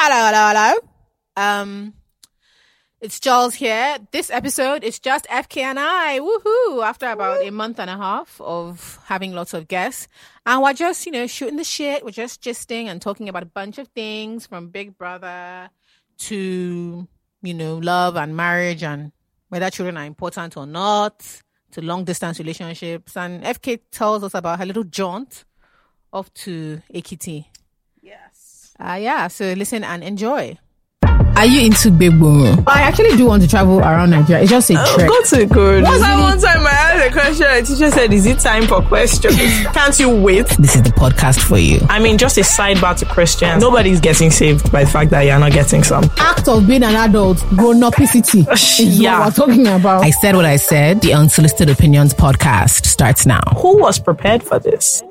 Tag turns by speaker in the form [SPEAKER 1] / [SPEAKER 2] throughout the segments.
[SPEAKER 1] Hello, hello, hello. Um, it's Charles here. This episode is just FK and I. Woohoo! After about a month and a half of having lots of guests, and we're just you know shooting the shit. We're just gisting and talking about a bunch of things from Big Brother to you know love and marriage and whether children are important or not to long distance relationships. And FK tells us about her little jaunt off to Ekiti.
[SPEAKER 2] Yes.
[SPEAKER 1] Uh, yeah, so listen and enjoy.
[SPEAKER 3] Are you into Bebo?
[SPEAKER 1] I actually do want to travel around Nigeria. It's just a trek.
[SPEAKER 2] Go to good. What's that one time I asked a question? The teacher said, Is it time for questions? Can't you wait?
[SPEAKER 3] This is the podcast for you.
[SPEAKER 2] I mean, just a sidebar to Christians. Nobody's getting saved by the fact that you're not getting some.
[SPEAKER 1] Act of being an adult, grown upicity is
[SPEAKER 2] Yeah.
[SPEAKER 1] what we're talking about.
[SPEAKER 3] I said what I said. The Unsolicited Opinions podcast starts now.
[SPEAKER 2] Who was prepared for this?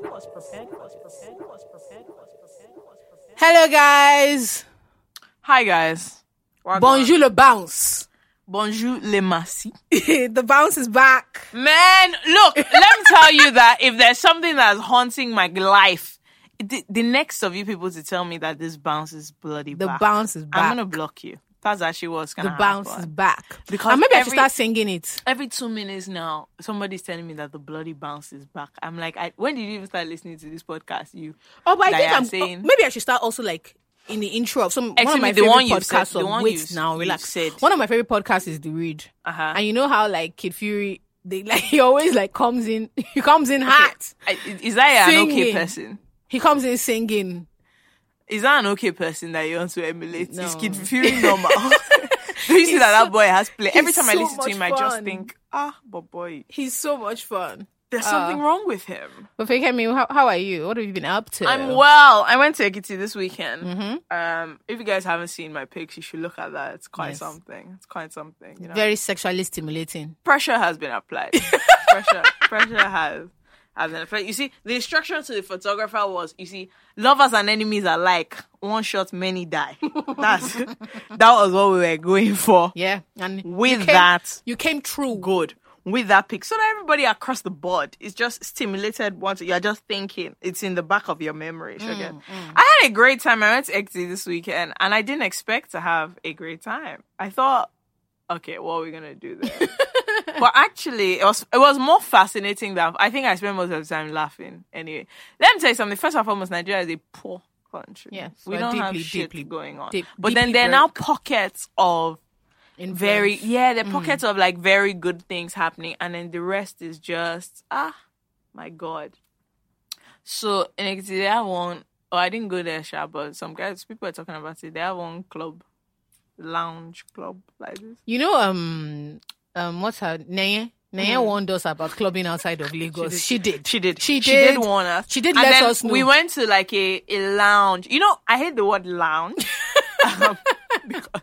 [SPEAKER 1] Hello, guys.
[SPEAKER 4] Hi guys.
[SPEAKER 1] Bonjour, le bounce.
[SPEAKER 4] Bonjour les merci.
[SPEAKER 1] the bounce is back.
[SPEAKER 4] Man, look, let me tell you that if there's something that's haunting my life, the, the next of you people to tell me that this bounce is bloody
[SPEAKER 1] The
[SPEAKER 4] back,
[SPEAKER 1] bounce is back.
[SPEAKER 4] I'm gonna block you. That's actually what's gonna
[SPEAKER 1] the
[SPEAKER 4] happen.
[SPEAKER 1] bounce is back.
[SPEAKER 4] Because
[SPEAKER 1] and maybe I should
[SPEAKER 4] every-
[SPEAKER 1] start singing it.
[SPEAKER 4] Every two minutes now, somebody's telling me that the bloody bounce is back. I'm like, I, when did you even start listening to this podcast? You
[SPEAKER 1] Oh, but I
[SPEAKER 4] that
[SPEAKER 1] think
[SPEAKER 4] you're
[SPEAKER 1] I'm.
[SPEAKER 4] saying-
[SPEAKER 1] oh, maybe I should start also like in the intro of some one
[SPEAKER 4] Actually,
[SPEAKER 1] of my
[SPEAKER 4] the
[SPEAKER 1] favorite
[SPEAKER 4] one you've said-
[SPEAKER 1] podcasts.
[SPEAKER 4] the
[SPEAKER 1] of-
[SPEAKER 4] one
[SPEAKER 1] wait
[SPEAKER 4] you've-
[SPEAKER 1] now,
[SPEAKER 4] you've
[SPEAKER 1] relax.
[SPEAKER 4] said.
[SPEAKER 1] One of my favorite podcasts is The Read,
[SPEAKER 4] Uh-huh.
[SPEAKER 1] and you know how like Kid Fury, they like he always like comes in, he comes in hot,
[SPEAKER 4] I- is that an okay
[SPEAKER 1] Singing.
[SPEAKER 4] person?
[SPEAKER 1] he comes in singing.
[SPEAKER 4] Is that an okay person that you want to emulate? Is
[SPEAKER 1] No.
[SPEAKER 4] Kid Fury normal? Do you see
[SPEAKER 1] He's
[SPEAKER 4] that
[SPEAKER 1] so-
[SPEAKER 4] that boy has play? Every
[SPEAKER 1] he's
[SPEAKER 4] time I
[SPEAKER 1] so
[SPEAKER 4] listen to
[SPEAKER 1] much
[SPEAKER 4] him, I just
[SPEAKER 1] fun.
[SPEAKER 4] think, ah, but boy,
[SPEAKER 1] He's so much fun.
[SPEAKER 4] there's something wrong with him.
[SPEAKER 1] But Fakemi, how, how are you? What have you been up to?
[SPEAKER 4] I'm well. I went to Ekiti this weekend. Um, if you guys haven't seen my pics, you should look at that. It's quite
[SPEAKER 1] Yes.
[SPEAKER 4] something. It's quite something. You know,
[SPEAKER 1] Very sexually stimulating.
[SPEAKER 4] pressure has been applied. pressure, pressure has. has been applied. you see, the instruction to the photographer was, you see, lovers and enemies are like one shot, many die. That's that was what we were going for.
[SPEAKER 1] Yeah, and you
[SPEAKER 4] With
[SPEAKER 1] came-
[SPEAKER 4] that,
[SPEAKER 1] you came true.
[SPEAKER 4] good with that pic, so that everybody across the board is just stimulated. Once you're just thinking, it's in the back of your memory.
[SPEAKER 1] Mm,
[SPEAKER 4] sugar. I had a great time. I went to XD this weekend, and I didn't expect to have a great time. I thought, okay, what are we gonna do there? but actually, it was it was more fascinating than I think. I spent most of the time laughing. Anyway, let me tell you something. First and foremost, Nigeria is a poor country.
[SPEAKER 1] Yes,
[SPEAKER 4] we
[SPEAKER 1] we're
[SPEAKER 4] don't have
[SPEAKER 1] deeply,
[SPEAKER 4] shit
[SPEAKER 1] deeply-
[SPEAKER 4] going on.
[SPEAKER 1] deep-
[SPEAKER 4] but then
[SPEAKER 1] deeply
[SPEAKER 4] there are now
[SPEAKER 1] broke.
[SPEAKER 4] pockets of
[SPEAKER 1] In
[SPEAKER 4] very
[SPEAKER 1] Venice.
[SPEAKER 4] yeah the pockets of like very good things happening and then the rest is just ah my god so in Ekiti, they have one oh i didn't go there sha, but some guys people are talking about it they have one club lounge club like this
[SPEAKER 1] You know, um, um, what's her Neye? Neye warned us about clubbing outside of Lagos. She did.
[SPEAKER 4] Mm-hmm. she did
[SPEAKER 1] She
[SPEAKER 4] she
[SPEAKER 1] did.
[SPEAKER 4] did, warn us
[SPEAKER 1] She did
[SPEAKER 4] and
[SPEAKER 1] let
[SPEAKER 4] then
[SPEAKER 1] us know.
[SPEAKER 4] we went to like a, a lounge you know i hate the word lounge Um, because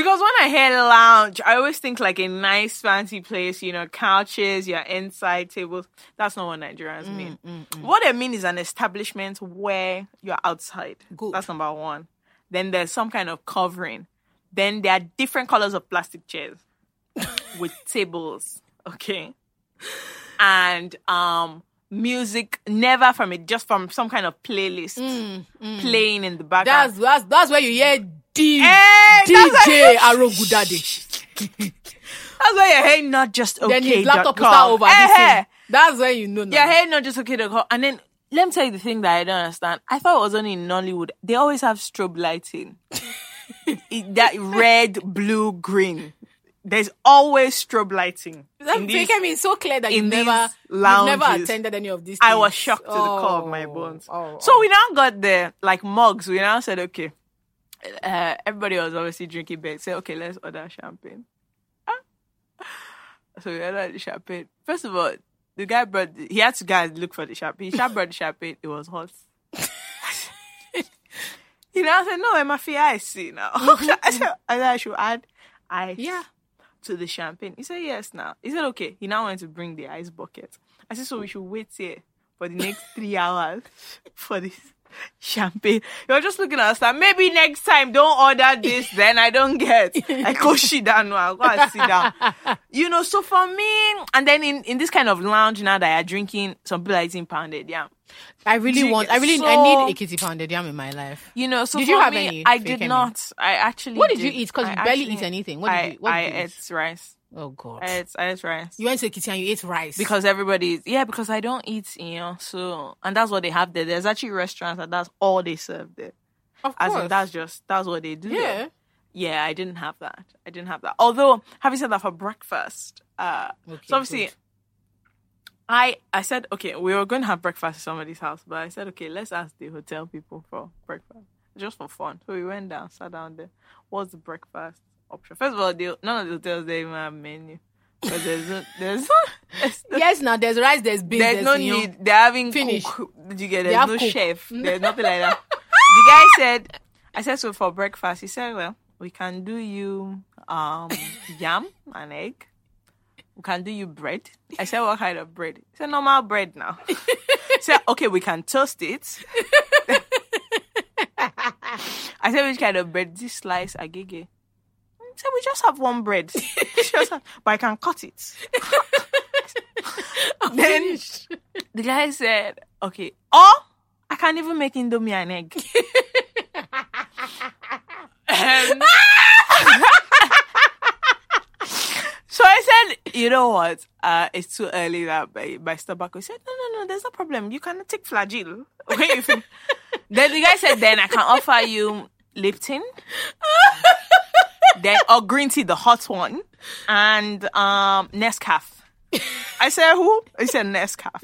[SPEAKER 4] Because when I hear lounge, I always think like a nice fancy place, you know, couches, your inside tables. That's not what Nigerians mean. What they mean is an establishment where you're outside.
[SPEAKER 1] Good.
[SPEAKER 4] That's number one. Then there's some kind of covering. Then there are different colors of plastic chairs with tables. Okay. And um music never from it, just from some kind of playlist playing in the background.
[SPEAKER 1] Mm, That's that's that's where you hear D,
[SPEAKER 4] Hey, that's
[SPEAKER 1] DJ Arogudade.
[SPEAKER 4] That's why your hair not just okay.
[SPEAKER 1] Then his laptop will
[SPEAKER 4] dot com.
[SPEAKER 1] start over.
[SPEAKER 4] Eh,
[SPEAKER 1] this
[SPEAKER 4] eh.
[SPEAKER 1] thing. That's when you know. now.
[SPEAKER 4] Your hair not just okay. dot com. And then let me tell you the thing that I don't understand. I thought it was only in Nollywood. They always have strobe lighting. It- that red, blue, green. There's always strobe lighting.
[SPEAKER 1] That
[SPEAKER 4] in these-
[SPEAKER 1] became it's so clear that you
[SPEAKER 4] in these
[SPEAKER 1] never, you've never
[SPEAKER 4] lounges.
[SPEAKER 1] attended any of these.
[SPEAKER 4] I
[SPEAKER 1] things.
[SPEAKER 4] was shocked to the core of my
[SPEAKER 1] Oh,
[SPEAKER 4] bones.
[SPEAKER 1] oh,
[SPEAKER 4] so we now got there, like mugs. We now said, okay, uh, everybody was obviously drinking beer. Say, okay, let's order champagne. Ah. So we ordered the champagne. First of all, the guy brought, the- he had to go and look for the champagne. He sha brought the champagne. It was hot. he now said, no, I'm a free ice now. I said, I said, I should add ice
[SPEAKER 1] Mm-hmm, Yeah.
[SPEAKER 4] to the champagne. He said, Yes, now. He said, Okay. He now wanted to bring the ice bucket. I said, So we should wait here for the next three hours for this champagne. You're just looking at us like, maybe next time don't order this, then I don't get. I go sit down, no, I go and sit down. You know, so for me, and then in, in this kind of lounge now that you're drinking, some people are eating pounded yam.
[SPEAKER 1] I really
[SPEAKER 4] Jig-
[SPEAKER 1] want. I really.
[SPEAKER 4] so-
[SPEAKER 1] I need a kitty pounded yam in my life.
[SPEAKER 4] You know, so
[SPEAKER 1] Did
[SPEAKER 4] for
[SPEAKER 1] you have
[SPEAKER 4] me,
[SPEAKER 1] any
[SPEAKER 4] I
[SPEAKER 1] fake
[SPEAKER 4] did
[SPEAKER 1] Emmy?
[SPEAKER 4] not. I actually.
[SPEAKER 1] What did you eat? 'Cause
[SPEAKER 4] I
[SPEAKER 1] you barely
[SPEAKER 4] actually-
[SPEAKER 1] eat anything. What did
[SPEAKER 4] I,
[SPEAKER 1] you- what did
[SPEAKER 4] I
[SPEAKER 1] you eat?
[SPEAKER 4] ate rice.
[SPEAKER 1] Oh God.
[SPEAKER 4] I ate, I ate rice.
[SPEAKER 1] you went to the kitchen and you ate rice
[SPEAKER 4] because everybody is yeah because i don't eat you know so and that's what they have there there's actually restaurants and that's all they serve there
[SPEAKER 1] of
[SPEAKER 4] as
[SPEAKER 1] course
[SPEAKER 4] in that's just that's what they do
[SPEAKER 1] yeah.
[SPEAKER 4] there. yeah i didn't have that i didn't have that although having said that for breakfast uh
[SPEAKER 1] Okay,
[SPEAKER 4] so obviously
[SPEAKER 1] good.
[SPEAKER 4] i i said okay we were going to have breakfast at somebody's house but i said okay let's ask the hotel people for breakfast just for fun so we went down sat down there what's the breakfast option first of all they, none of the hotels they even have menu because there's no, there's, there's no
[SPEAKER 1] yes. Now there's rice. There's beans.
[SPEAKER 4] there's no
[SPEAKER 1] yam.
[SPEAKER 4] need. They're having
[SPEAKER 1] Finish.
[SPEAKER 4] cook. Did you get it?
[SPEAKER 1] They have
[SPEAKER 4] There's no
[SPEAKER 1] cook. Mm.
[SPEAKER 4] chef. There's nothing like that. The guy said, I said, so for breakfast, he said, well, we can do you um, yam and egg. We can do you bread. I said, what kind of bread? He said, normal bread now. he said, okay, we can toast it. I said, which kind of bread? This slice agege. He said, we just have one bread. Just have- but I can cut it. then the guy said, okay, or I can't even make Indomie an egg. Um, so I said, you know what? Uh, it's too early that by, by Starbucks. He said, no, no, no, there's no problem. You can take flagyl. When you fin- then the guy said, then I can offer you Lipton. then or green tea, the hot one, and um Nescafe. I said, who? He said, Nescafe.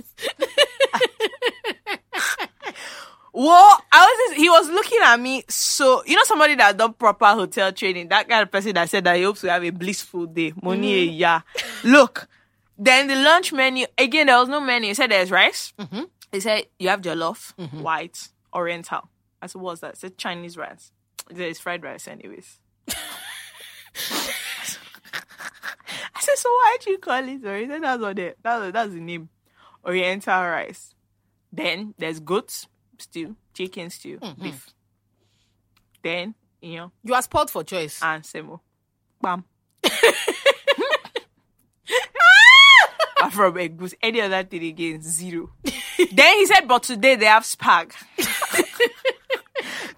[SPEAKER 4] Well, I was just, he was looking at me so you know somebody that done proper hotel training, that kind of person that said that he hopes we have a blissful day. Money eh, yeah. Look. Then the lunch menu, again there was no menu. He said there's rice. Mm-hmm. He said you have jollof, white, oriental. I said, what's that? He said Chinese rice. He said it's fried rice anyways. I said, so why do you call it oriental? He said that's what they that's, that's the name. Oriental rice. Then there's goat stew, chicken stew,
[SPEAKER 1] Mm-hmm.
[SPEAKER 4] beef. Then, you know,
[SPEAKER 1] You are spoiled for choice.
[SPEAKER 4] and semo. Bam. And from Egusi, any other thing again, zero. then he said, but today they have spag.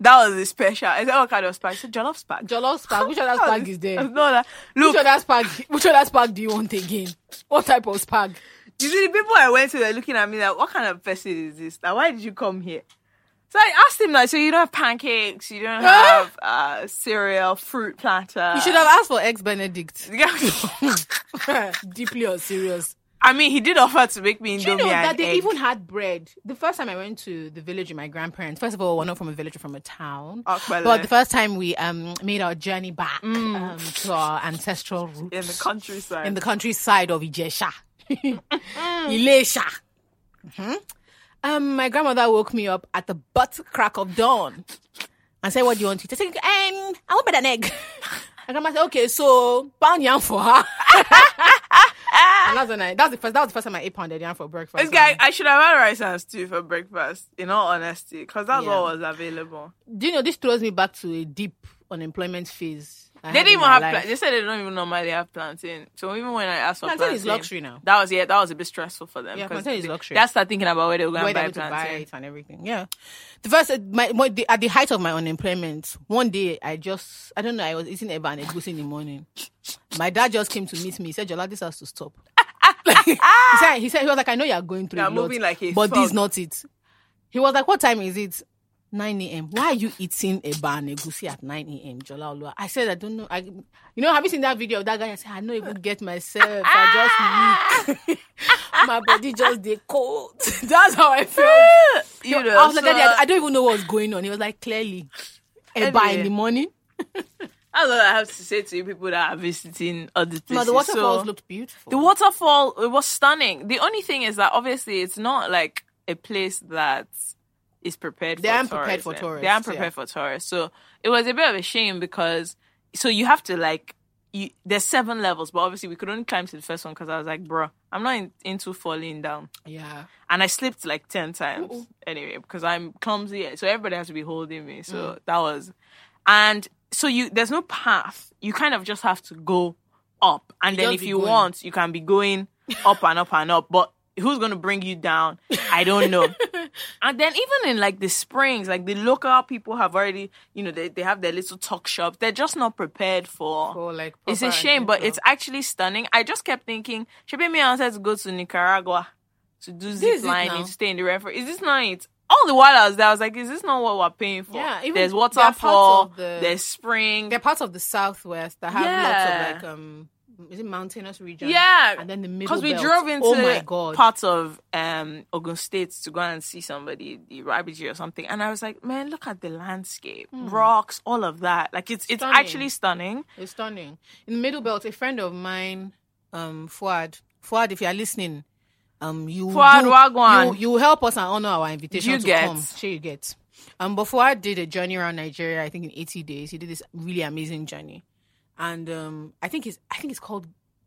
[SPEAKER 4] that was the special. I said, what kind of spag? He said, jollof spag.
[SPEAKER 1] Jollof spag. Which other spag is there?
[SPEAKER 4] No, that-
[SPEAKER 1] Which
[SPEAKER 4] Look,
[SPEAKER 1] other spag? Which other spag do you want again? What type of spag?
[SPEAKER 4] you see, the people I went to were looking at me like, what kind of person is this? Like, why did you come here? So I asked him, like, so you don't have pancakes, you don't have uh, cereal, fruit platter.
[SPEAKER 1] You should have asked for eggs Benedict.
[SPEAKER 4] have.
[SPEAKER 1] Deeply or serious.
[SPEAKER 4] I mean, he did offer to make me Indomie
[SPEAKER 1] Do you know that
[SPEAKER 4] and
[SPEAKER 1] they
[SPEAKER 4] egg.
[SPEAKER 1] even had bread? The first time I went to the village with my grandparents, first of all, we're not from a village, we're from a town.
[SPEAKER 4] Akbele.
[SPEAKER 1] But the first time we um made our journey back
[SPEAKER 4] Mm.
[SPEAKER 1] um, to our ancestral roots
[SPEAKER 4] in the countryside.
[SPEAKER 1] in the countryside of Ijesha, Ilesha. Mhm. Um, my grandmother woke me up at the butt crack of dawn and said, "What do you want to eat?" I said, "Um, I want an egg." And grandma said, "Okay, so pound yam for her." and that's when I, that's the first that was the first time I ate pounded yam for breakfast.
[SPEAKER 4] this guy, I should have had rice and stew for breakfast, in all honesty, because that's
[SPEAKER 1] Yeah.
[SPEAKER 4] what was available.
[SPEAKER 1] do you know this throws me back to a deep unemployment phase. I
[SPEAKER 4] They
[SPEAKER 1] had in
[SPEAKER 4] didn't even
[SPEAKER 1] my
[SPEAKER 4] have.
[SPEAKER 1] life.
[SPEAKER 4] Pla- they said they don't even normally have plantain. So even when I asked for
[SPEAKER 1] Plantain is luxury now.
[SPEAKER 4] That was yeah. That was a bit stressful for them.
[SPEAKER 1] Yeah,
[SPEAKER 4] 'cause
[SPEAKER 1] plantain is
[SPEAKER 4] they-
[SPEAKER 1] luxury.
[SPEAKER 4] They start thinking about where they were going
[SPEAKER 1] where
[SPEAKER 4] to
[SPEAKER 1] they
[SPEAKER 4] buy
[SPEAKER 1] were to buy
[SPEAKER 4] plantain.
[SPEAKER 1] it and everything. Yeah, the first my, my the, at the height of my unemployment, one day I just I don't know I was eating eba and egusi in the morning. My dad just came to meet me. He said, "Jola, this has to stop." he said he said he was like, "I know you are going through
[SPEAKER 4] You
[SPEAKER 1] a
[SPEAKER 4] are
[SPEAKER 1] lot,
[SPEAKER 4] moving like a
[SPEAKER 1] but this is
[SPEAKER 4] thug."
[SPEAKER 1] not it." He was like, "What time is it?" 9 a.m. Why are you eating eba and egusi at 9 a.m. Jola Olua? I said I don't know. I, you know, have you seen that video of that guy? I said I know you could get myself. I just weak. my body just they cold. That's how I felt.
[SPEAKER 4] You know,
[SPEAKER 1] I was like,
[SPEAKER 4] so
[SPEAKER 1] Daddy, I, I don't even know what's going on. He was like, clearly, Eba in
[SPEAKER 4] Anyway.
[SPEAKER 1] the morning.
[SPEAKER 4] that's what I have to say to you people that are visiting other places.
[SPEAKER 1] But the waterfalls looked beautiful.
[SPEAKER 4] The waterfall it was stunning. The only thing is that obviously it's not like a place that is prepared
[SPEAKER 1] They
[SPEAKER 4] for
[SPEAKER 1] aren't prepared
[SPEAKER 4] tourism.
[SPEAKER 1] for
[SPEAKER 4] They aren't
[SPEAKER 1] tourists, yeah.
[SPEAKER 4] prepared for tourists. So it was a bit of a shame because so you have to like you, there's seven levels, but obviously we could only climb to the first one because I was like, bruh, I'm not in, into falling down.
[SPEAKER 1] Yeah.
[SPEAKER 4] And I slipped like 10 times anyway because I'm clumsy. eh, So everybody has to be holding me. So
[SPEAKER 1] Mm.
[SPEAKER 4] that was, and so you, there's no path. You kind of just have to go up. And then
[SPEAKER 1] just
[SPEAKER 4] if
[SPEAKER 1] be
[SPEAKER 4] you
[SPEAKER 1] going.
[SPEAKER 4] want, you can be going up and up and up. But who's going to bring you down? I don't know. And then even in like the springs, like the local people have already, you know, they, they have their little talk shops. They're just not prepared for.
[SPEAKER 1] For, like,
[SPEAKER 4] it's a
[SPEAKER 1] proper
[SPEAKER 4] shame, but
[SPEAKER 1] adventure.
[SPEAKER 4] it's actually stunning. I just kept thinking, Shebemi answered to go to Nicaragua to do zip
[SPEAKER 1] is it now.
[SPEAKER 4] lining, to stay in the referee. Is this not it? All the while I was there, I was like, is this not what we're paying for?
[SPEAKER 1] Yeah, even
[SPEAKER 4] there's
[SPEAKER 1] they're part
[SPEAKER 4] waterfall,
[SPEAKER 1] of the-
[SPEAKER 4] there's spring.
[SPEAKER 1] They're part of the southwest that have
[SPEAKER 4] Yeah.
[SPEAKER 1] lots of like um is it mountainous region?
[SPEAKER 4] Yeah.
[SPEAKER 1] And then the middle
[SPEAKER 4] Because we
[SPEAKER 1] belt.
[SPEAKER 4] drove into
[SPEAKER 1] Oh my god.
[SPEAKER 4] parts of um, Ogun State to go and see somebody, the Rabiji or something, and I was like, "Man, look at the landscape, rocks, all of that. Like it's it's
[SPEAKER 1] Hmm. Stunning.
[SPEAKER 4] actually stunning."
[SPEAKER 1] It's stunning. In the middle belt, a friend of mine, um, Fuad. Fuad, if you are listening, um, you
[SPEAKER 4] Fuad
[SPEAKER 1] do-
[SPEAKER 4] Wagwan.
[SPEAKER 1] You, you help us and honor our invitation
[SPEAKER 4] You
[SPEAKER 1] to
[SPEAKER 4] get.
[SPEAKER 1] come. Sure, you get. Um, but Fuad did a journey around Nigeria. I think in eighty days, he did this really amazing journey, and um, I think it's I think it's called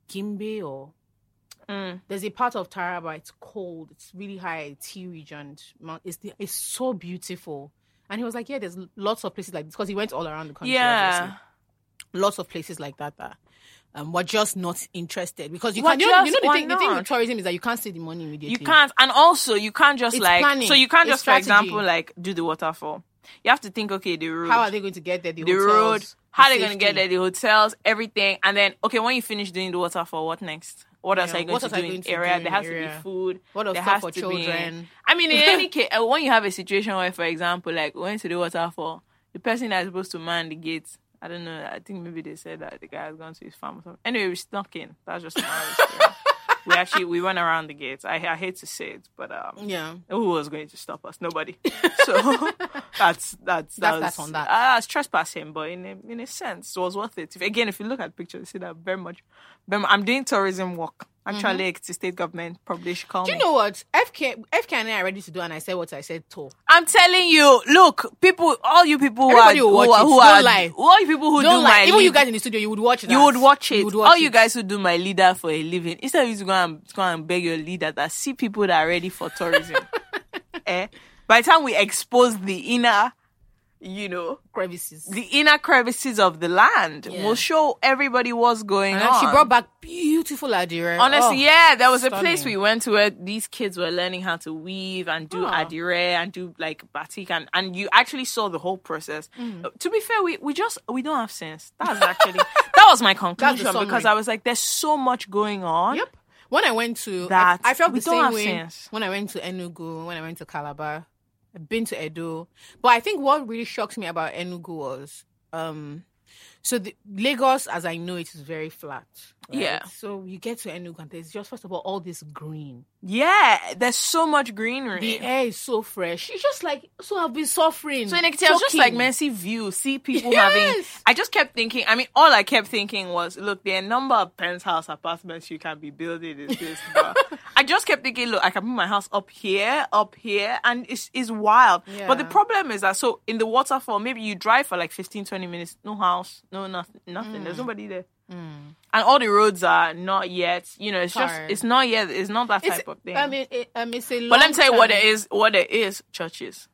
[SPEAKER 1] Gimbe or.
[SPEAKER 4] Mm.
[SPEAKER 1] There's a part of Taraba. It's cold. It's really high. It's hill region. Mount- It's the, it's so beautiful. And he was like, yeah, there's lots of places like this because he went all around the country. obviously
[SPEAKER 4] Yeah,
[SPEAKER 1] lots of places like that that um, were just not interested because you
[SPEAKER 4] Were
[SPEAKER 1] can't. You know, you
[SPEAKER 4] just-
[SPEAKER 1] know the
[SPEAKER 4] were
[SPEAKER 1] thing. The thing with
[SPEAKER 4] not.
[SPEAKER 1] tourism is that you can't see the money immediately.
[SPEAKER 4] you can't, and also you can't just
[SPEAKER 1] It's
[SPEAKER 4] like
[SPEAKER 1] planning.
[SPEAKER 4] so you can't
[SPEAKER 1] It's
[SPEAKER 4] just, for
[SPEAKER 1] strategy.
[SPEAKER 4] example, like do the waterfall. You have to think, okay, the road,
[SPEAKER 1] How are they going to get there? The,
[SPEAKER 4] the
[SPEAKER 1] hotels,
[SPEAKER 4] road,
[SPEAKER 1] the
[SPEAKER 4] how they gonna
[SPEAKER 1] safety?
[SPEAKER 4] get there, the hotels, everything, and then okay, when you finish doing the waterfall, what next? What else
[SPEAKER 1] Yeah,
[SPEAKER 4] are you going
[SPEAKER 1] what
[SPEAKER 4] to
[SPEAKER 1] else are
[SPEAKER 4] do
[SPEAKER 1] you
[SPEAKER 4] in
[SPEAKER 1] going to
[SPEAKER 4] area?
[SPEAKER 1] do in
[SPEAKER 4] there has to
[SPEAKER 1] area?
[SPEAKER 4] be food.
[SPEAKER 1] What else
[SPEAKER 4] there
[SPEAKER 1] stuff
[SPEAKER 4] has
[SPEAKER 1] for
[SPEAKER 4] to Be...
[SPEAKER 1] children?
[SPEAKER 4] I mean, in any case, uh, when you have a situation where, for example, like we went to the waterfall, the person that's supposed to man the gates, I don't know. I think maybe they said that the guy has gone to his farm or something. Anyway, we snuck in. That's just another story. we actually we went around the gates. I I hate to say it, but um,
[SPEAKER 1] Yeah.
[SPEAKER 4] who was going to stop us? Nobody. So that's
[SPEAKER 1] That's
[SPEAKER 4] that's that
[SPEAKER 1] that
[SPEAKER 4] was,
[SPEAKER 1] on that.
[SPEAKER 4] Uh, it's trespassing, but in a, in a sense, it was worth it. If, again, if you look at pictures, you see that very much. very mu- I'm doing tourism work. Actually, it's the state government probably should call
[SPEAKER 1] Mm-hmm. Do you
[SPEAKER 4] me.
[SPEAKER 1] know what FK FK and I are ready to do, and I said what I said. To
[SPEAKER 4] I'm telling you, look, people, all you people who
[SPEAKER 1] Everybody
[SPEAKER 4] are,
[SPEAKER 1] will watch
[SPEAKER 4] who are,
[SPEAKER 1] it.
[SPEAKER 4] who
[SPEAKER 1] Don't
[SPEAKER 4] are
[SPEAKER 1] lie.
[SPEAKER 4] all you people who
[SPEAKER 1] don't
[SPEAKER 4] do
[SPEAKER 1] lie.
[SPEAKER 4] my
[SPEAKER 1] Even you
[SPEAKER 4] lead-
[SPEAKER 1] guys in the studio, you would watch.
[SPEAKER 4] You
[SPEAKER 1] that.
[SPEAKER 4] would watch it.
[SPEAKER 1] You would watch
[SPEAKER 4] All you
[SPEAKER 1] it.
[SPEAKER 4] guys who do my leader for a living, instead of you to go and go and beg your leader that see people that are ready for tourism. eh? By the time we expose the inner, you know,
[SPEAKER 1] crevices.
[SPEAKER 4] the inner crevices of the land,
[SPEAKER 1] Yeah.
[SPEAKER 4] we'll show everybody what's going
[SPEAKER 1] and
[SPEAKER 4] on.
[SPEAKER 1] she brought back beautiful Adira.
[SPEAKER 4] Honestly, yeah, there was a place
[SPEAKER 1] oh, stunning.
[SPEAKER 4] we went to where these kids were learning how to weave and do adire and do like batik and, and you actually saw the whole process.
[SPEAKER 1] Mm.
[SPEAKER 4] Uh, To be fair, we, we just we don't have sense. That's actually that was my conclusion because
[SPEAKER 1] summary.
[SPEAKER 4] I was like, there's so much going on.
[SPEAKER 1] Yep. When I went to
[SPEAKER 4] That
[SPEAKER 1] I, I felt
[SPEAKER 4] we
[SPEAKER 1] the
[SPEAKER 4] don't
[SPEAKER 1] same
[SPEAKER 4] have
[SPEAKER 1] way
[SPEAKER 4] sense.
[SPEAKER 1] when I went to Enugu, when I went to Calabar, I've been to Edo. But I think what really shocked me about Enugu was um so the, Lagos as I know it is very flat. right?
[SPEAKER 4] Yeah.
[SPEAKER 1] So you get to Enugu and there's just first of all all this green.
[SPEAKER 4] Yeah, there's so much greenery.
[SPEAKER 1] The air is so fresh. It's just like so I've been suffering.
[SPEAKER 4] So in Ekiti, I was just
[SPEAKER 1] soaking.
[SPEAKER 4] like, man, see view, see people having.
[SPEAKER 1] Yes.
[SPEAKER 4] I just kept thinking. I mean, all I kept thinking was, look, the number of penthouse apartments you can be building is this. but I just kept thinking, look, I can put my house up here, up here, and it's it's wild. But the
[SPEAKER 1] Yeah.
[SPEAKER 4] problem is that so in the waterfall, maybe you drive for like 15, 20 minutes, no house, no nothing, nothing. There's
[SPEAKER 1] Mm.
[SPEAKER 4] nobody there. And all the roads are not yet, you know, it's
[SPEAKER 1] Hard.
[SPEAKER 4] just, it's not yet, it's not that
[SPEAKER 1] it's,
[SPEAKER 4] type of thing.
[SPEAKER 1] I mean, it, um, it's a
[SPEAKER 4] But let me tell you what
[SPEAKER 1] long-term-
[SPEAKER 4] it is. What it is, churches.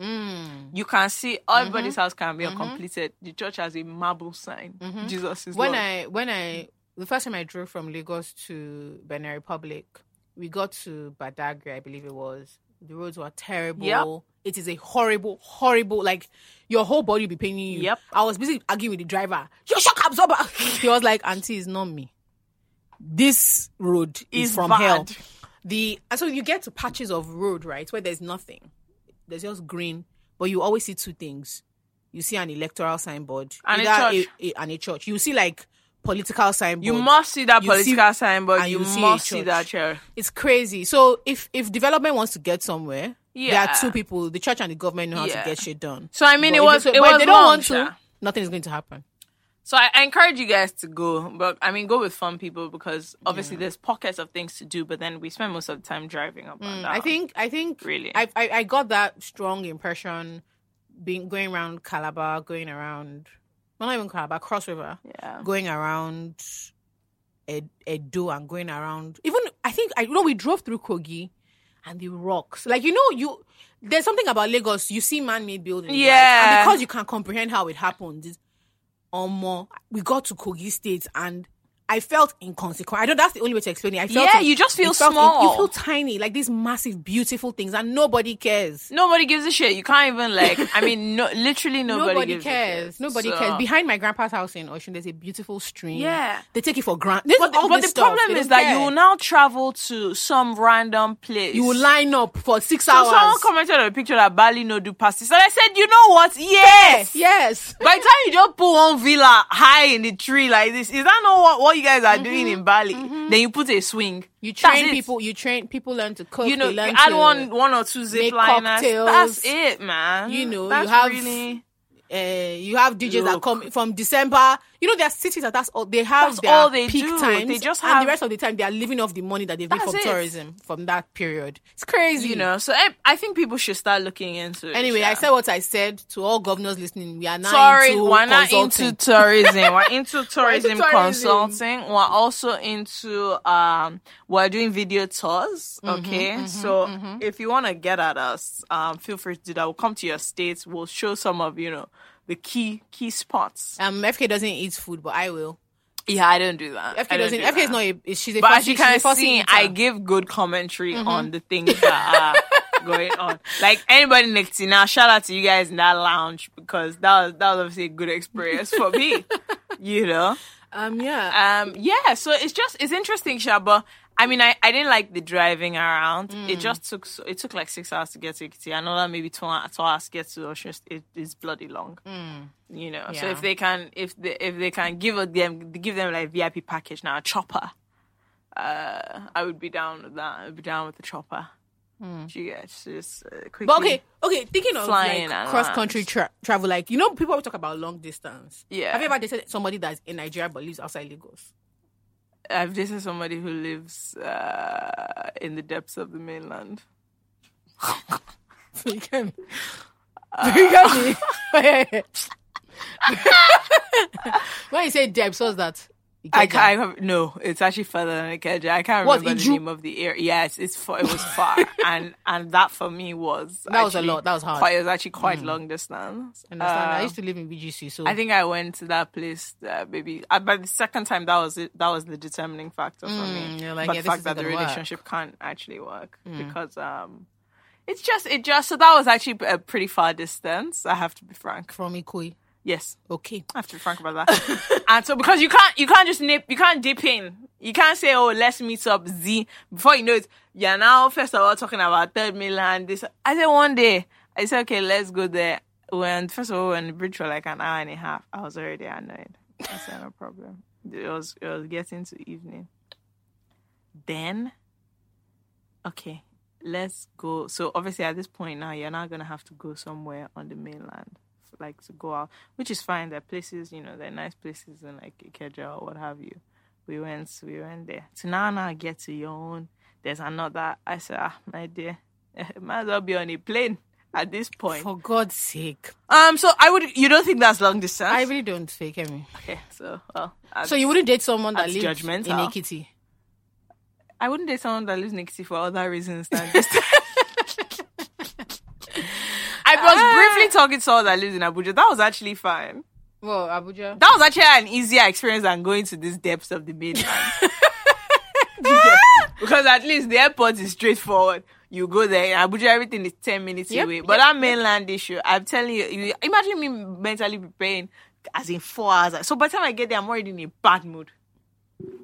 [SPEAKER 1] Mm.
[SPEAKER 4] You can see everybody's
[SPEAKER 1] Mm-hmm.
[SPEAKER 4] house can be completed. The church has a marble sign. Jesus is
[SPEAKER 1] Mm-hmm. when
[SPEAKER 4] Lord.
[SPEAKER 1] I when I the first time I drove from Lagos to Benin Republic, we got to Badagry, I believe it was. The roads were terrible.
[SPEAKER 4] Yep.
[SPEAKER 1] It is a horrible, horrible. Like your whole body will be paining you.
[SPEAKER 4] Yep.
[SPEAKER 1] I was busy arguing with the driver. Your shock absorber. he was like, "Auntie, it's not me. This road is,
[SPEAKER 4] It's
[SPEAKER 1] from
[SPEAKER 4] bad.
[SPEAKER 1] hell." The and so you get to patches of road right where there's nothing. There's just green, but you always see two things. You see an electoral signboard
[SPEAKER 4] And a
[SPEAKER 1] either
[SPEAKER 4] church.
[SPEAKER 1] a- and a church. You see like political signboard.
[SPEAKER 4] you must see that
[SPEAKER 1] you see-
[SPEAKER 4] political sign, but
[SPEAKER 1] and
[SPEAKER 4] you,
[SPEAKER 1] you see a
[SPEAKER 4] must see
[SPEAKER 1] church.
[SPEAKER 4] that chair.
[SPEAKER 1] It's crazy. So if if development wants to get somewhere, there
[SPEAKER 4] Yeah.
[SPEAKER 1] are two people: the church and the government know how
[SPEAKER 4] Yeah.
[SPEAKER 1] to get shit done.
[SPEAKER 4] So I mean,
[SPEAKER 1] But
[SPEAKER 4] it
[SPEAKER 1] if
[SPEAKER 4] was
[SPEAKER 1] they-
[SPEAKER 4] it
[SPEAKER 1] but if
[SPEAKER 4] was
[SPEAKER 1] they don't
[SPEAKER 4] wrong,
[SPEAKER 1] want to,
[SPEAKER 4] sha.
[SPEAKER 1] nothing is going to happen.
[SPEAKER 4] So I, I encourage you guys to go, but I mean, go with fun people because obviously there's pockets of things to do, but then we spend most of the time driving up and down.
[SPEAKER 1] Mm, I think I think
[SPEAKER 4] Really.
[SPEAKER 1] I, I I got that strong impression being going around Calabar, going around well, not even Crab, but Cross River,
[SPEAKER 4] Yeah.
[SPEAKER 1] going around Ed- Edo and going around. Even I think I you know we drove through Kogi and the rocks. Like you know you there's something about Lagos. You see man-made buildings, right?
[SPEAKER 4] Yeah.
[SPEAKER 1] and because you can comprehend how it happened. This, Omo, we got to Kogi State and. I felt inconsequent. I know that's the only way to explain it. I felt
[SPEAKER 4] Yeah,
[SPEAKER 1] in-
[SPEAKER 4] you just feel
[SPEAKER 1] it felt in-
[SPEAKER 4] small.
[SPEAKER 1] you feel tiny, like these massive, beautiful things, and nobody cares.
[SPEAKER 4] Nobody gives a shit. You can't even like. I mean, no, literally nobody,
[SPEAKER 1] Nobody,
[SPEAKER 4] gives A
[SPEAKER 1] cares.
[SPEAKER 4] shit.
[SPEAKER 1] Nobody
[SPEAKER 4] So-
[SPEAKER 1] cares. Behind my grandpa's house in Ocean, there's a beautiful stream.
[SPEAKER 4] Yeah.
[SPEAKER 1] They take it for granted.
[SPEAKER 4] But, but the problem is that you will now travel to some random place.
[SPEAKER 1] You will line up for six
[SPEAKER 4] So someone
[SPEAKER 1] hours.
[SPEAKER 4] commented on a picture that Bali no do pastis, and I said, you know what? Yes.
[SPEAKER 1] yes.
[SPEAKER 4] By the time you just put one villa high in the tree like this, is that not what, what you guys are doing in Bali? Then you put a swing.
[SPEAKER 1] Mm-hmm, You
[SPEAKER 4] That's
[SPEAKER 1] train
[SPEAKER 4] it.
[SPEAKER 1] people. You train people learn to cook.
[SPEAKER 4] You know,
[SPEAKER 1] they
[SPEAKER 4] you
[SPEAKER 1] learn
[SPEAKER 4] add
[SPEAKER 1] to,
[SPEAKER 4] one one or two zip
[SPEAKER 1] make
[SPEAKER 4] liners.
[SPEAKER 1] cocktails.
[SPEAKER 4] That's it, man.
[SPEAKER 1] You know, you
[SPEAKER 4] That's
[SPEAKER 1] have-
[SPEAKER 4] really
[SPEAKER 1] Uh, you have DJs that
[SPEAKER 4] Look.
[SPEAKER 1] come from December. You know, there are cities that that's all they have.
[SPEAKER 4] That's
[SPEAKER 1] their
[SPEAKER 4] all they
[SPEAKER 1] peak
[SPEAKER 4] do.
[SPEAKER 1] times.
[SPEAKER 4] They just
[SPEAKER 1] and
[SPEAKER 4] have-
[SPEAKER 1] the rest of the time they are living off the money that they've made
[SPEAKER 4] That's
[SPEAKER 1] from
[SPEAKER 4] it.
[SPEAKER 1] tourism from that period. It's crazy.
[SPEAKER 4] you know. So I, I think people should start looking into it.
[SPEAKER 1] Anyway,
[SPEAKER 4] yeah.
[SPEAKER 1] I said what I said to all governors listening. We are now
[SPEAKER 4] Sorry,
[SPEAKER 1] into
[SPEAKER 4] we're not
[SPEAKER 1] consulting.
[SPEAKER 4] into tourism. We're into tourism
[SPEAKER 1] tourism.
[SPEAKER 4] consulting. We're also into um we're doing video tours. Okay. so if you wanna get at us, um feel free to do that. We'll come to your states, we'll show some of, you know, the key key spots.
[SPEAKER 1] Um, FK doesn't eat food, but I will.
[SPEAKER 4] Yeah, I don't do that. I
[SPEAKER 1] FK
[SPEAKER 4] don't
[SPEAKER 1] doesn't.
[SPEAKER 4] do
[SPEAKER 1] FK is
[SPEAKER 4] that.
[SPEAKER 1] not. A, she's a.
[SPEAKER 4] But
[SPEAKER 1] fussy,
[SPEAKER 4] as you
[SPEAKER 1] she's a
[SPEAKER 4] can
[SPEAKER 1] fussy
[SPEAKER 4] see,
[SPEAKER 1] eater. Mm-hmm.
[SPEAKER 4] I give good commentary on the things that are going on. Like anybody next to now, shout out to you guys in that lounge because that was that was obviously a good experience for me. you know.
[SPEAKER 1] Um. Yeah.
[SPEAKER 4] Um yeah, so it's just it's interesting, Sha, but I mean I, I didn't like the driving around.
[SPEAKER 1] Mm.
[SPEAKER 4] It just took so, it took like six hours to get to Ikiti. I know that maybe two, hou- two hours to get to Ocean State it is bloody long. You know. So
[SPEAKER 1] Mm. Yeah.
[SPEAKER 4] if they can if they if they can give a- them give them like VIP package now, a chopper. Uh, I would be down with that. I would be down with the chopper. Do you guys just uh,
[SPEAKER 1] Mm.
[SPEAKER 4] quickly?
[SPEAKER 1] But okay. Okay. Thinking of
[SPEAKER 4] Flying
[SPEAKER 1] like
[SPEAKER 4] around.
[SPEAKER 1] cross country tra- travel, like you know, people always talk about long distance.
[SPEAKER 4] Yeah.
[SPEAKER 1] Have you ever dated somebody that's in Nigeria but lives outside Lagos?
[SPEAKER 4] I've dated somebody who lives uh, in the depths of the mainland.
[SPEAKER 1] you get me. you get me. when you say depth, what's that?
[SPEAKER 4] I can't, I have, no, it's actually further than Ikeja. I can't
[SPEAKER 1] What,
[SPEAKER 4] remember the
[SPEAKER 1] Iju?
[SPEAKER 4] name of the area. Yes, it's far, it was far, and and that for me was
[SPEAKER 1] That was a
[SPEAKER 4] actually
[SPEAKER 1] lot. That was hard. Mm.
[SPEAKER 4] Quite, it was actually quite long distance.
[SPEAKER 1] Understand? I
[SPEAKER 4] Uh,
[SPEAKER 1] used to live in BGC, so
[SPEAKER 4] I think I went to that place, uh, maybe. Uh, but the second time, that was it. That was the determining factor for me.
[SPEAKER 1] Mm, you're like,
[SPEAKER 4] but
[SPEAKER 1] yeah,
[SPEAKER 4] the
[SPEAKER 1] this
[SPEAKER 4] fact
[SPEAKER 1] isn't
[SPEAKER 4] that the
[SPEAKER 1] gonna work. Mm.
[SPEAKER 4] relationship can't actually work because um, it's just it just so that was actually a pretty far distance. I have to be frank.
[SPEAKER 1] from Ikoi.
[SPEAKER 4] Yes,
[SPEAKER 1] Okay.
[SPEAKER 4] I have to be frank about that. and so because you can't you can't just nip you can't dip in. You can't say, Oh, let's meet up Z before you know it, you're now first of all talking about third mainland this I said one day, I said, Okay, let's go there. When first of all when the bridge for like an hour and a half, I was already annoyed. I said, No problem. It was it was getting to evening. Then okay, let's go. So obviously at this point now, you're not gonna have to go somewhere on the mainland, like to go out, which is fine. There are places, you know, there are nice places in like Ikeja or what have you. We went, we went there. So now, now get to your own. There's another. I said, ah, my dear, might as well be on a plane at this point.
[SPEAKER 1] For God's sake,
[SPEAKER 4] Um, so I would, you don't think that's long distance?
[SPEAKER 1] I really don't fake I mean.
[SPEAKER 4] okay, so well, I,
[SPEAKER 1] So you wouldn't date someone that
[SPEAKER 4] That's
[SPEAKER 1] lives in
[SPEAKER 4] judgmental.
[SPEAKER 1] Ekiti.
[SPEAKER 4] I wouldn't date someone that lives in Ikiti for other reasons than distance. I was
[SPEAKER 1] Ah!
[SPEAKER 4] briefly talking to someone that lives in Abuja. That was actually fine.
[SPEAKER 1] Well, Abuja.
[SPEAKER 4] That was actually an easier experience than going to these depths of the mainland. because at least the airport is straightforward. You go there, in Abuja, everything is 10 minutes
[SPEAKER 1] Yep,
[SPEAKER 4] away.
[SPEAKER 1] yep,
[SPEAKER 4] But that mainland issue, I'm telling you, you, imagine me mentally preparing as in four hours. So by the time I get there, I'm already in a bad mood.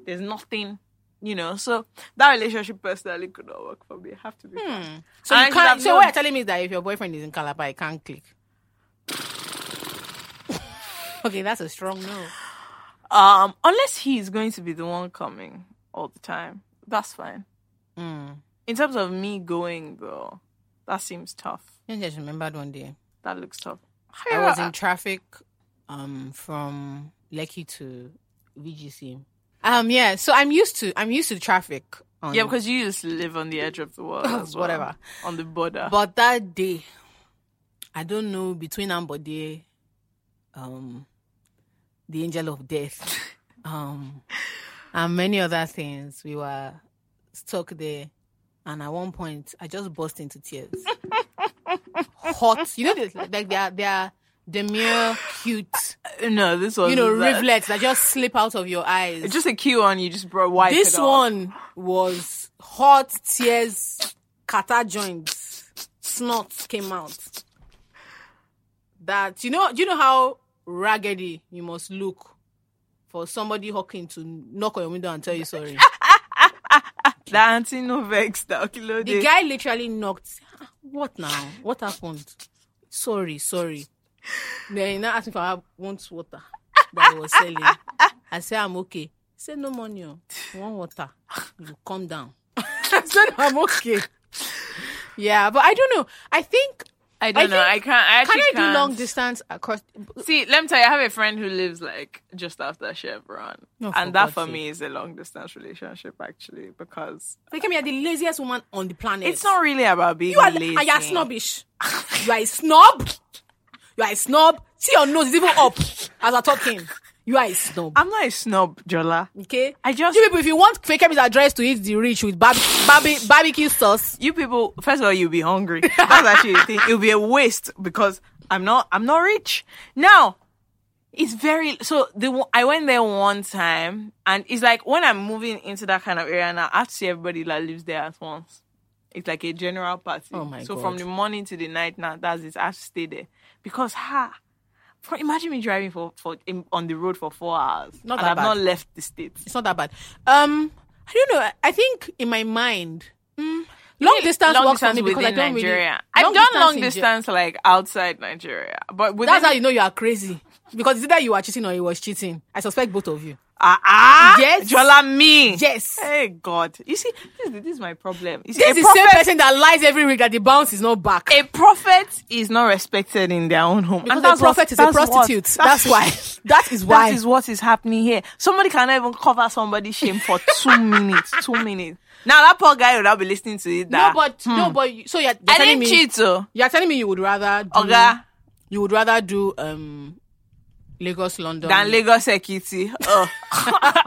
[SPEAKER 4] There's nothing, you know. So that relationship personally could not work for me. I have to be
[SPEAKER 1] Hmm.
[SPEAKER 4] frank.
[SPEAKER 1] So you
[SPEAKER 4] And
[SPEAKER 1] can't.
[SPEAKER 4] I've
[SPEAKER 1] So what
[SPEAKER 4] known-
[SPEAKER 1] you're telling me is that if your boyfriend is in Calabar, you can't click. okay, that's a strong no.
[SPEAKER 4] Um, unless he's going to be the one coming all the time, that's fine.
[SPEAKER 1] Hmm.
[SPEAKER 4] In terms of me going though, that seems tough.
[SPEAKER 1] I just remembered one day
[SPEAKER 4] That looks tough.
[SPEAKER 1] I was in traffic, um, from Lekki to VGC. Um, yeah. So I'm used to I'm used to traffic. On,
[SPEAKER 4] yeah, because you just live on the edge of the world, as well,
[SPEAKER 1] Whatever.
[SPEAKER 4] on the border.
[SPEAKER 1] But that day, I don't know between Ambode, um, the angel of death, um, and many other things. We were stuck there, and at one point, I just burst into tears. Hot, you know, this- like they are, they are demure, cute,
[SPEAKER 4] No, this was
[SPEAKER 1] you know,
[SPEAKER 4] that-
[SPEAKER 1] rivulets that just slip out of your eyes.
[SPEAKER 4] uh, Just a cue on you, just bro. Wipe
[SPEAKER 1] This
[SPEAKER 4] it off.
[SPEAKER 1] one was hot tears, kata joints, snot came out. That you know, you know how raggedy you must look for somebody hawking to knock on your window and tell you sorry.
[SPEAKER 4] That auntie no vex. That kilo
[SPEAKER 1] the guy literally knocked. "Ah, What now? What happened? Sorry, sorry. Then he now asked me if I want water that he was selling. I said I'm okay. He said no money. oh. One water. You calm down. I said I'm okay. Yeah, but I don't know. I think
[SPEAKER 4] I don't
[SPEAKER 1] I
[SPEAKER 4] know.
[SPEAKER 1] think-
[SPEAKER 4] I can't. I
[SPEAKER 1] can
[SPEAKER 4] actually
[SPEAKER 1] I do
[SPEAKER 4] can't.
[SPEAKER 1] long distance across?
[SPEAKER 4] See, let me tell you, I have a friend who lives like just after Chevron,
[SPEAKER 1] No, for
[SPEAKER 4] and that
[SPEAKER 1] God's
[SPEAKER 4] for
[SPEAKER 1] sake.
[SPEAKER 4] me is a long distance relationship actually because
[SPEAKER 1] They can be the laziest woman on the planet.
[SPEAKER 4] it's not really about being
[SPEAKER 1] You are,
[SPEAKER 4] lazy.
[SPEAKER 1] and you are snobbish. you are a snob. You are a snob. See your nose is even up as I'm talking. You are a snob.
[SPEAKER 4] I'm not a snob, Jola.
[SPEAKER 1] Okay.
[SPEAKER 4] I just-
[SPEAKER 1] you people, if you want Fakemi's address to eat the rich with barbe- barbe- barbecue sauce,
[SPEAKER 4] You people, first of all, you'll be hungry. That's actually the thing. It'll be a waste because I'm not. I'm not rich now. It's very so. The one- I went there one time, and it's like when I'm moving into that kind of area now, I have to see everybody that lives there at once. It's like a general party.
[SPEAKER 1] Oh my
[SPEAKER 4] so
[SPEAKER 1] God.
[SPEAKER 4] from the morning to the night now, that's it. I have to stay there because ha. for- Imagine me driving for, for in, on the road for four hours,
[SPEAKER 1] Not
[SPEAKER 4] and
[SPEAKER 1] that
[SPEAKER 4] I've
[SPEAKER 1] bad.
[SPEAKER 4] not left the state.
[SPEAKER 1] it's not that bad. Um, I don't know. I- I think in my mind, mm, long distance
[SPEAKER 4] long
[SPEAKER 1] works
[SPEAKER 4] distance
[SPEAKER 1] for me because I
[SPEAKER 4] within
[SPEAKER 1] don't
[SPEAKER 4] Nigeria.
[SPEAKER 1] really.
[SPEAKER 4] I've done long
[SPEAKER 1] in Ge-
[SPEAKER 4] distance like outside Nigeria, but within
[SPEAKER 1] That's how you know you are crazy because it's either you are cheating or you was cheating. I suspect both of you.
[SPEAKER 4] ah ah
[SPEAKER 1] Yes.
[SPEAKER 4] Jola me
[SPEAKER 1] Yes.
[SPEAKER 4] Hey God, you see this, this is my problem. You see,
[SPEAKER 1] This
[SPEAKER 4] Eh,
[SPEAKER 1] is
[SPEAKER 4] a
[SPEAKER 1] the
[SPEAKER 4] prophet,
[SPEAKER 1] same person that lies every week that the bounce is not back.
[SPEAKER 4] a prophet is not respected in their own home.
[SPEAKER 1] because a prophet is
[SPEAKER 4] is
[SPEAKER 1] a prostitute. that's why. That is why.
[SPEAKER 4] That is what is happening here. Somebody cannot even cover somebody's shame for two minutes. Two minutes. Now that poor guy will not be listening to it.
[SPEAKER 1] no,
[SPEAKER 4] That
[SPEAKER 1] but no, but you- so you're, you're
[SPEAKER 4] Hmm. I
[SPEAKER 1] telling
[SPEAKER 4] didn't
[SPEAKER 1] me
[SPEAKER 4] cheat, oh.
[SPEAKER 1] you're telling me you would rather do,
[SPEAKER 4] Oga.
[SPEAKER 1] you would rather do um Lagos London
[SPEAKER 4] than Lagos Ekiti. Oh.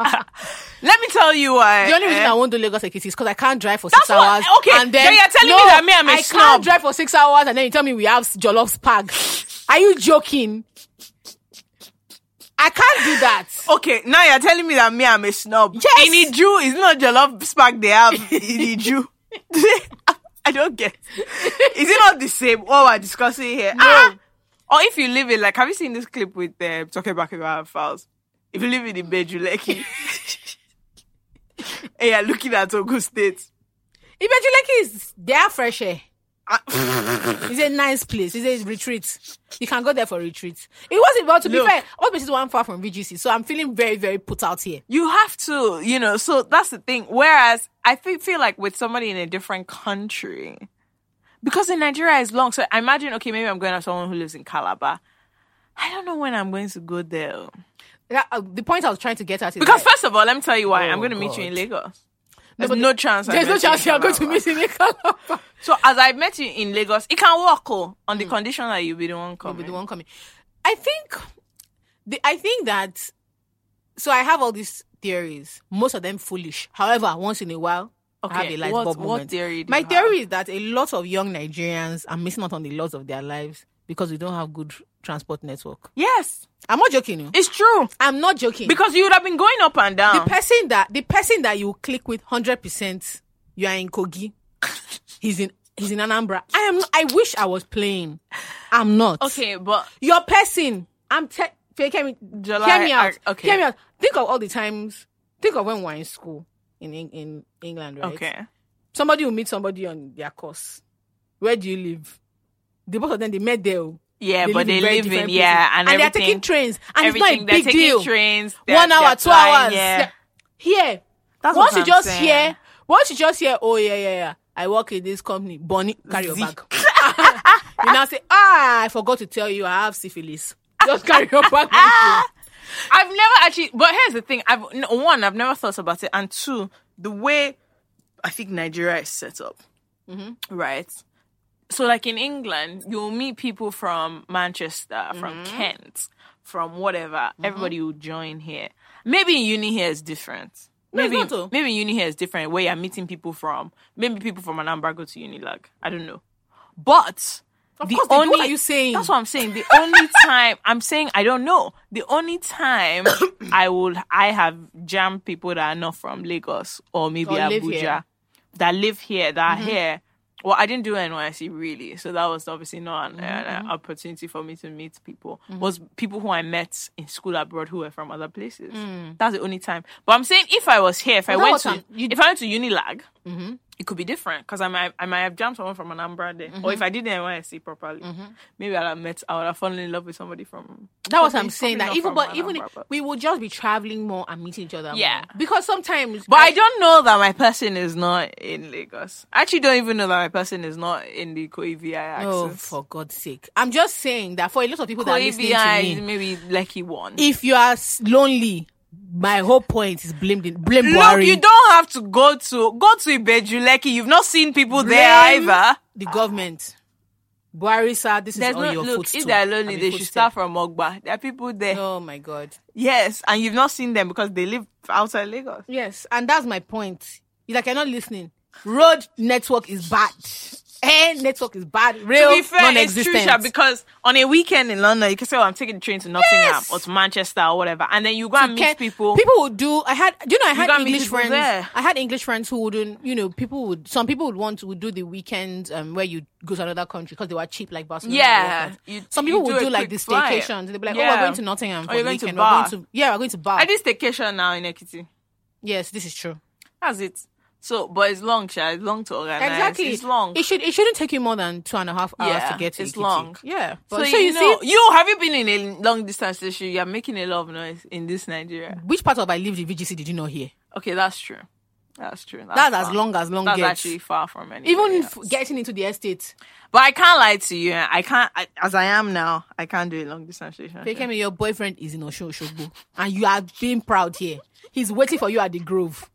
[SPEAKER 4] Let me tell you why.
[SPEAKER 1] The only reason
[SPEAKER 4] eh.
[SPEAKER 1] I won't do Lagos Ekiti is because I can't drive for
[SPEAKER 4] That's
[SPEAKER 1] six
[SPEAKER 4] what-
[SPEAKER 1] hours.
[SPEAKER 4] okay,
[SPEAKER 1] and then,
[SPEAKER 4] so you're telling me
[SPEAKER 1] No,
[SPEAKER 4] that me, I'm a
[SPEAKER 1] I
[SPEAKER 4] snob.
[SPEAKER 1] can't drive for six hours, and then you tell me we have jollof spag. Are you joking? I can't do that.
[SPEAKER 4] Eh, Okay, now you're telling me that me, I'm a snob.
[SPEAKER 1] Yes.
[SPEAKER 4] In Iju, it's not Jollof Spark they have in Iju. I don't get. Is it not the same? What we're discussing here? No. or if you live in, like, have you seen this clip with uh, talking back about files? If you live in the Bejuleki, and you're looking at Togo State,
[SPEAKER 1] Ibejuleki is there fresh air.
[SPEAKER 4] Ah.
[SPEAKER 1] it's a nice place. It's a retreat. You can go there for retreat. It wasn't about to
[SPEAKER 4] Look.
[SPEAKER 1] be fair. All places weren't far from VGC, so I'm feeling very, very put out here.
[SPEAKER 4] you have to, you know, so that's the thing. Whereas I feel, feel like with somebody in a different country, because in Nigeria is long, so I imagine, okay, maybe I'm going to have someone who lives in Calabar. I don't know when I'm going to go there.
[SPEAKER 1] That- uh, the point I was trying to get at is
[SPEAKER 4] Because
[SPEAKER 1] that-
[SPEAKER 4] first of all, let me tell you why. I'm going to meet you in Lagos. There's no,
[SPEAKER 1] Oh, but
[SPEAKER 4] chance. I
[SPEAKER 1] there's no
[SPEAKER 4] met you
[SPEAKER 1] chance
[SPEAKER 4] in
[SPEAKER 1] you're going to
[SPEAKER 4] Calabar.
[SPEAKER 1] meet in Ikalapa.
[SPEAKER 4] So as I met you in Lagos, it can work oh, on the condition that you'll be the one coming.
[SPEAKER 1] with Hmm. the one coming. I think the I think that so I have all these theories, most of them foolish. However, once in a while, I have
[SPEAKER 4] Okay,
[SPEAKER 1] a light
[SPEAKER 4] what-
[SPEAKER 1] bulb
[SPEAKER 4] what
[SPEAKER 1] moment.
[SPEAKER 4] theory do
[SPEAKER 1] My
[SPEAKER 4] you
[SPEAKER 1] theory is that a lot of young Nigerians are missing out on the loss of their lives because we don't have good transport network.
[SPEAKER 4] Yes,
[SPEAKER 1] I'm not joking. You.
[SPEAKER 4] it's true.
[SPEAKER 1] I'm not joking.
[SPEAKER 4] Because you would have been going up and down.
[SPEAKER 1] the person that the person that you click with hundred percent, you are in Kogi. he's in he's in Anambra. I am. I wish I was playing. I'm not.
[SPEAKER 4] okay, but
[SPEAKER 1] Your person. I'm te- fake. Hear me,
[SPEAKER 4] July,
[SPEAKER 1] hear me out.
[SPEAKER 4] I- okay.
[SPEAKER 1] Hear me out. Think of all the times. Think of when we were in school in Eng- in England, right?
[SPEAKER 4] okay.
[SPEAKER 1] Somebody will meet somebody on their course. Where do you live? The both of them they met there. oh.
[SPEAKER 4] Yeah,
[SPEAKER 1] They
[SPEAKER 4] but they
[SPEAKER 1] in very
[SPEAKER 4] live in
[SPEAKER 1] different
[SPEAKER 4] yeah,
[SPEAKER 1] places.
[SPEAKER 4] and,
[SPEAKER 1] they're
[SPEAKER 4] everything.
[SPEAKER 1] taking trains, and it's not a
[SPEAKER 4] everything. They're
[SPEAKER 1] big
[SPEAKER 4] taking
[SPEAKER 1] deal.
[SPEAKER 4] trains, they're-
[SPEAKER 1] One
[SPEAKER 4] they're
[SPEAKER 1] hour, two
[SPEAKER 4] flying,
[SPEAKER 1] hours.
[SPEAKER 4] yeah.
[SPEAKER 1] Here,
[SPEAKER 4] That's
[SPEAKER 1] once
[SPEAKER 4] what
[SPEAKER 1] you
[SPEAKER 4] I'm
[SPEAKER 1] just
[SPEAKER 4] saying.
[SPEAKER 1] hear, once you just hear, oh yeah, yeah, yeah, I work in this company. Bonnie, carry your
[SPEAKER 4] Zee.
[SPEAKER 1] bag. you now say, ah, I forgot to tell you, I have syphilis. Just carry your bag. with you.
[SPEAKER 4] I've never actually, but here's the thing: I've n- one, I've never thought about it, and two, the way I think Nigeria is set up,
[SPEAKER 1] Mm-hmm.
[SPEAKER 4] right?
[SPEAKER 1] Mm-hmm.
[SPEAKER 4] So, like in England, you'll meet people from Manchester, from Kent, from whatever, everybody will join here. Maybe in uni here is different.
[SPEAKER 1] No, it's
[SPEAKER 4] Maybe
[SPEAKER 1] not though.
[SPEAKER 4] maybe in uni here is different where you're meeting people from. Maybe people from Anambra go to Unilag. I don't know. But the
[SPEAKER 1] course they do.
[SPEAKER 4] only
[SPEAKER 1] What are you saying?
[SPEAKER 4] that's what I'm saying. The only time I'm saying I don't know. The only time I would I have jammed people that are not from Lagos or maybe
[SPEAKER 1] Or live
[SPEAKER 4] Abuja
[SPEAKER 1] here. Mm-hmm.
[SPEAKER 4] that live here that are here. Well, I didn't do NYC really, so that was obviously not an, an
[SPEAKER 1] Mm-hmm.
[SPEAKER 4] opportunity for me to meet people. Was people who I met in school abroad who were from other places. That's the only time. But I'm saying if I was here, if I
[SPEAKER 1] Mm. that
[SPEAKER 4] went
[SPEAKER 1] was Mm-hmm. an-
[SPEAKER 4] to
[SPEAKER 1] you-
[SPEAKER 4] if I went to Unilag, it could be different because I might I might have jammed someone from Anambra there,
[SPEAKER 1] Mm-hmm.
[SPEAKER 4] or if I did NYC properly, maybe I'd have met I would have fallen in love with somebody from.
[SPEAKER 1] That was
[SPEAKER 4] probably-
[SPEAKER 1] what I'm saying.
[SPEAKER 4] probably
[SPEAKER 1] That
[SPEAKER 4] not
[SPEAKER 1] even
[SPEAKER 4] from
[SPEAKER 1] but even
[SPEAKER 4] Anambra,
[SPEAKER 1] if-
[SPEAKER 4] but-
[SPEAKER 1] we will just be traveling more and meeting each other.
[SPEAKER 4] Yeah.
[SPEAKER 1] more. because sometimes.
[SPEAKER 4] But I don't know that my person is not in Lagos. I actually don't even know that my person is not in the Koi VI
[SPEAKER 1] Oh,
[SPEAKER 4] accent.
[SPEAKER 1] for God's sake! I'm just saying that for a lot of people that are
[SPEAKER 4] Koi
[SPEAKER 1] listening
[SPEAKER 4] VI
[SPEAKER 1] to
[SPEAKER 4] is
[SPEAKER 1] me,
[SPEAKER 4] maybe lucky one.
[SPEAKER 1] if you are s- lonely, my whole point is blame the- blame
[SPEAKER 4] Look,
[SPEAKER 1] Buhari.
[SPEAKER 4] you don't have to go to go to Ibeju Lucky. You've not seen people there
[SPEAKER 1] Blame
[SPEAKER 4] either.
[SPEAKER 1] The government. Buhari, sir, this
[SPEAKER 4] There's
[SPEAKER 1] is on
[SPEAKER 4] no
[SPEAKER 1] your
[SPEAKER 4] look.
[SPEAKER 1] footstool.
[SPEAKER 4] If they're
[SPEAKER 1] I
[SPEAKER 4] lonely,
[SPEAKER 1] mean,
[SPEAKER 4] they should
[SPEAKER 1] footstep.
[SPEAKER 4] start from Mogba. There are people there.
[SPEAKER 1] Oh my God.
[SPEAKER 4] Yes, and you've not seen them because they live outside Lagos.
[SPEAKER 1] Yes, and that's my point. It's like you're not listening. Road network is bad. Air network is bad. Real
[SPEAKER 4] to be fair, it's true,
[SPEAKER 1] non-existent.
[SPEAKER 4] Sha, because on a weekend in London, you can say, "Oh, I'm taking the train to Nottingham
[SPEAKER 1] Yes.
[SPEAKER 4] or to Manchester or whatever," and then you go and meet
[SPEAKER 1] Ken-
[SPEAKER 4] people.
[SPEAKER 1] People would do. I had, do you know, I had
[SPEAKER 4] gotta meet
[SPEAKER 1] English
[SPEAKER 4] people
[SPEAKER 1] friends.
[SPEAKER 4] there.
[SPEAKER 1] I had English friends who wouldn't, you know, people would. Some people would want to would do the weekend um, where you go to another country because they were cheap, like Barcelona. and
[SPEAKER 4] Yeah,
[SPEAKER 1] whatnot.
[SPEAKER 4] you-
[SPEAKER 1] some
[SPEAKER 4] you
[SPEAKER 1] people
[SPEAKER 4] do
[SPEAKER 1] would
[SPEAKER 4] a
[SPEAKER 1] do like the
[SPEAKER 4] quick flight.
[SPEAKER 1] staycations. They'd be like, "Oh,
[SPEAKER 4] Yeah.
[SPEAKER 1] we're going to Nottingham for
[SPEAKER 4] you're
[SPEAKER 1] the
[SPEAKER 4] going to
[SPEAKER 1] weekend. We're
[SPEAKER 4] Bath.
[SPEAKER 1] going to yeah, we're going to Bar."
[SPEAKER 4] I did staycation now in Ekiti.
[SPEAKER 1] yes, this is true.
[SPEAKER 4] That's it. So, but it's long, Sha. It's long to organize.
[SPEAKER 1] Exactly.
[SPEAKER 4] it's long.
[SPEAKER 1] It should. It shouldn't take you more than two and a half hours
[SPEAKER 4] Yeah,
[SPEAKER 1] to get to.
[SPEAKER 4] it's
[SPEAKER 1] Ikiti.
[SPEAKER 4] long.
[SPEAKER 1] Yeah.
[SPEAKER 4] so,
[SPEAKER 1] But-
[SPEAKER 4] you, know, you have you been in a long distance issue? You're making a lot of noise in this Nigeria.
[SPEAKER 1] which part of I lived in VGC did you not hear?
[SPEAKER 4] Okay, that's true. That's true. That's,
[SPEAKER 1] That's as
[SPEAKER 4] far.
[SPEAKER 1] long as long
[SPEAKER 4] Ah, That's
[SPEAKER 1] gets.
[SPEAKER 4] actually far from any.
[SPEAKER 1] Even f- getting into the estate,
[SPEAKER 4] but I can't lie to you. I can't, I, as I am now, I can't do a long distance relationship.
[SPEAKER 1] Fekemi, your boyfriend is in Osho Oshogbo, and you are being proud here. He's waiting for you at the Grove,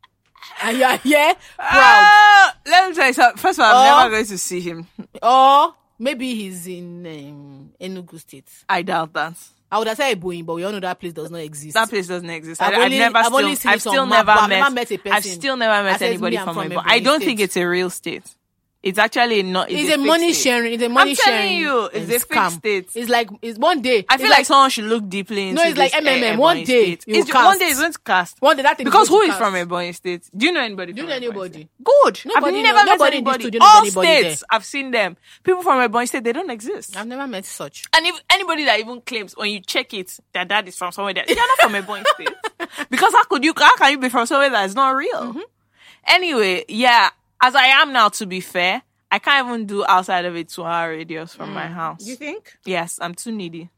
[SPEAKER 1] and you are here proud.
[SPEAKER 4] Uh, let me tell you something. First of all, I'm
[SPEAKER 1] Oh.
[SPEAKER 4] never going to see him.
[SPEAKER 1] or maybe he's in um, Enugu State.
[SPEAKER 4] I doubt that.
[SPEAKER 1] I would have said Iboyin, but we all know that place does not exist.
[SPEAKER 4] That place doesn't exist.
[SPEAKER 1] I've
[SPEAKER 4] I, have
[SPEAKER 1] only-
[SPEAKER 4] never
[SPEAKER 1] I've
[SPEAKER 4] still,
[SPEAKER 1] only seen
[SPEAKER 4] I've
[SPEAKER 1] it on
[SPEAKER 4] still
[SPEAKER 1] map,
[SPEAKER 4] never
[SPEAKER 1] but I've
[SPEAKER 4] met,
[SPEAKER 1] never met a
[SPEAKER 4] I've
[SPEAKER 1] person
[SPEAKER 4] still never
[SPEAKER 1] that
[SPEAKER 4] met
[SPEAKER 1] says,
[SPEAKER 4] anybody
[SPEAKER 1] "Me, I'm
[SPEAKER 4] from,
[SPEAKER 1] from
[SPEAKER 4] Ebo.
[SPEAKER 1] Ebonyi
[SPEAKER 4] I don't
[SPEAKER 1] State."
[SPEAKER 4] think it's a real state. It's actually not.
[SPEAKER 1] it's
[SPEAKER 4] a
[SPEAKER 1] a
[SPEAKER 4] fake
[SPEAKER 1] money
[SPEAKER 4] state.
[SPEAKER 1] sharing. It's a money
[SPEAKER 4] I'm
[SPEAKER 1] sharing.
[SPEAKER 4] telling you, it's
[SPEAKER 1] um,
[SPEAKER 4] a fake
[SPEAKER 1] scam.
[SPEAKER 4] state.
[SPEAKER 1] It's like it's one day.
[SPEAKER 4] I feel
[SPEAKER 1] it's
[SPEAKER 4] like, someone should look deeply into
[SPEAKER 1] No, it's
[SPEAKER 4] this eh,
[SPEAKER 1] like MMM.
[SPEAKER 4] Ebonyi
[SPEAKER 1] One day,
[SPEAKER 4] state.
[SPEAKER 1] you
[SPEAKER 4] It's-
[SPEAKER 1] cast.
[SPEAKER 4] one day it's going to cast.
[SPEAKER 1] one day that thing is
[SPEAKER 4] because who
[SPEAKER 1] going to
[SPEAKER 4] is from
[SPEAKER 1] cast.
[SPEAKER 4] Ebonyi State? Do you know anybody?
[SPEAKER 1] Do you
[SPEAKER 4] from
[SPEAKER 1] know
[SPEAKER 4] Ebonyi
[SPEAKER 1] anybody?
[SPEAKER 4] State? Good.
[SPEAKER 1] Nobody
[SPEAKER 4] I've
[SPEAKER 1] know-
[SPEAKER 4] never met
[SPEAKER 1] nobody in this
[SPEAKER 4] anybody.
[SPEAKER 1] studio,
[SPEAKER 4] All
[SPEAKER 1] nobody there.
[SPEAKER 4] states, I've seen them. People from Ebonyi State, they don't exist.
[SPEAKER 1] I've never met such.
[SPEAKER 4] And if anybody that even claims when you check it that that is from somewhere that you're not from a boy state, because how could you how can you be from somewhere that is not real?
[SPEAKER 1] Mm-hmm.
[SPEAKER 4] Anyway, yeah, as I am now, to be fair, I can't even do outside of a two-hour radius from
[SPEAKER 1] Mm,
[SPEAKER 4] my house.
[SPEAKER 1] think?
[SPEAKER 4] yes, I'm too needy.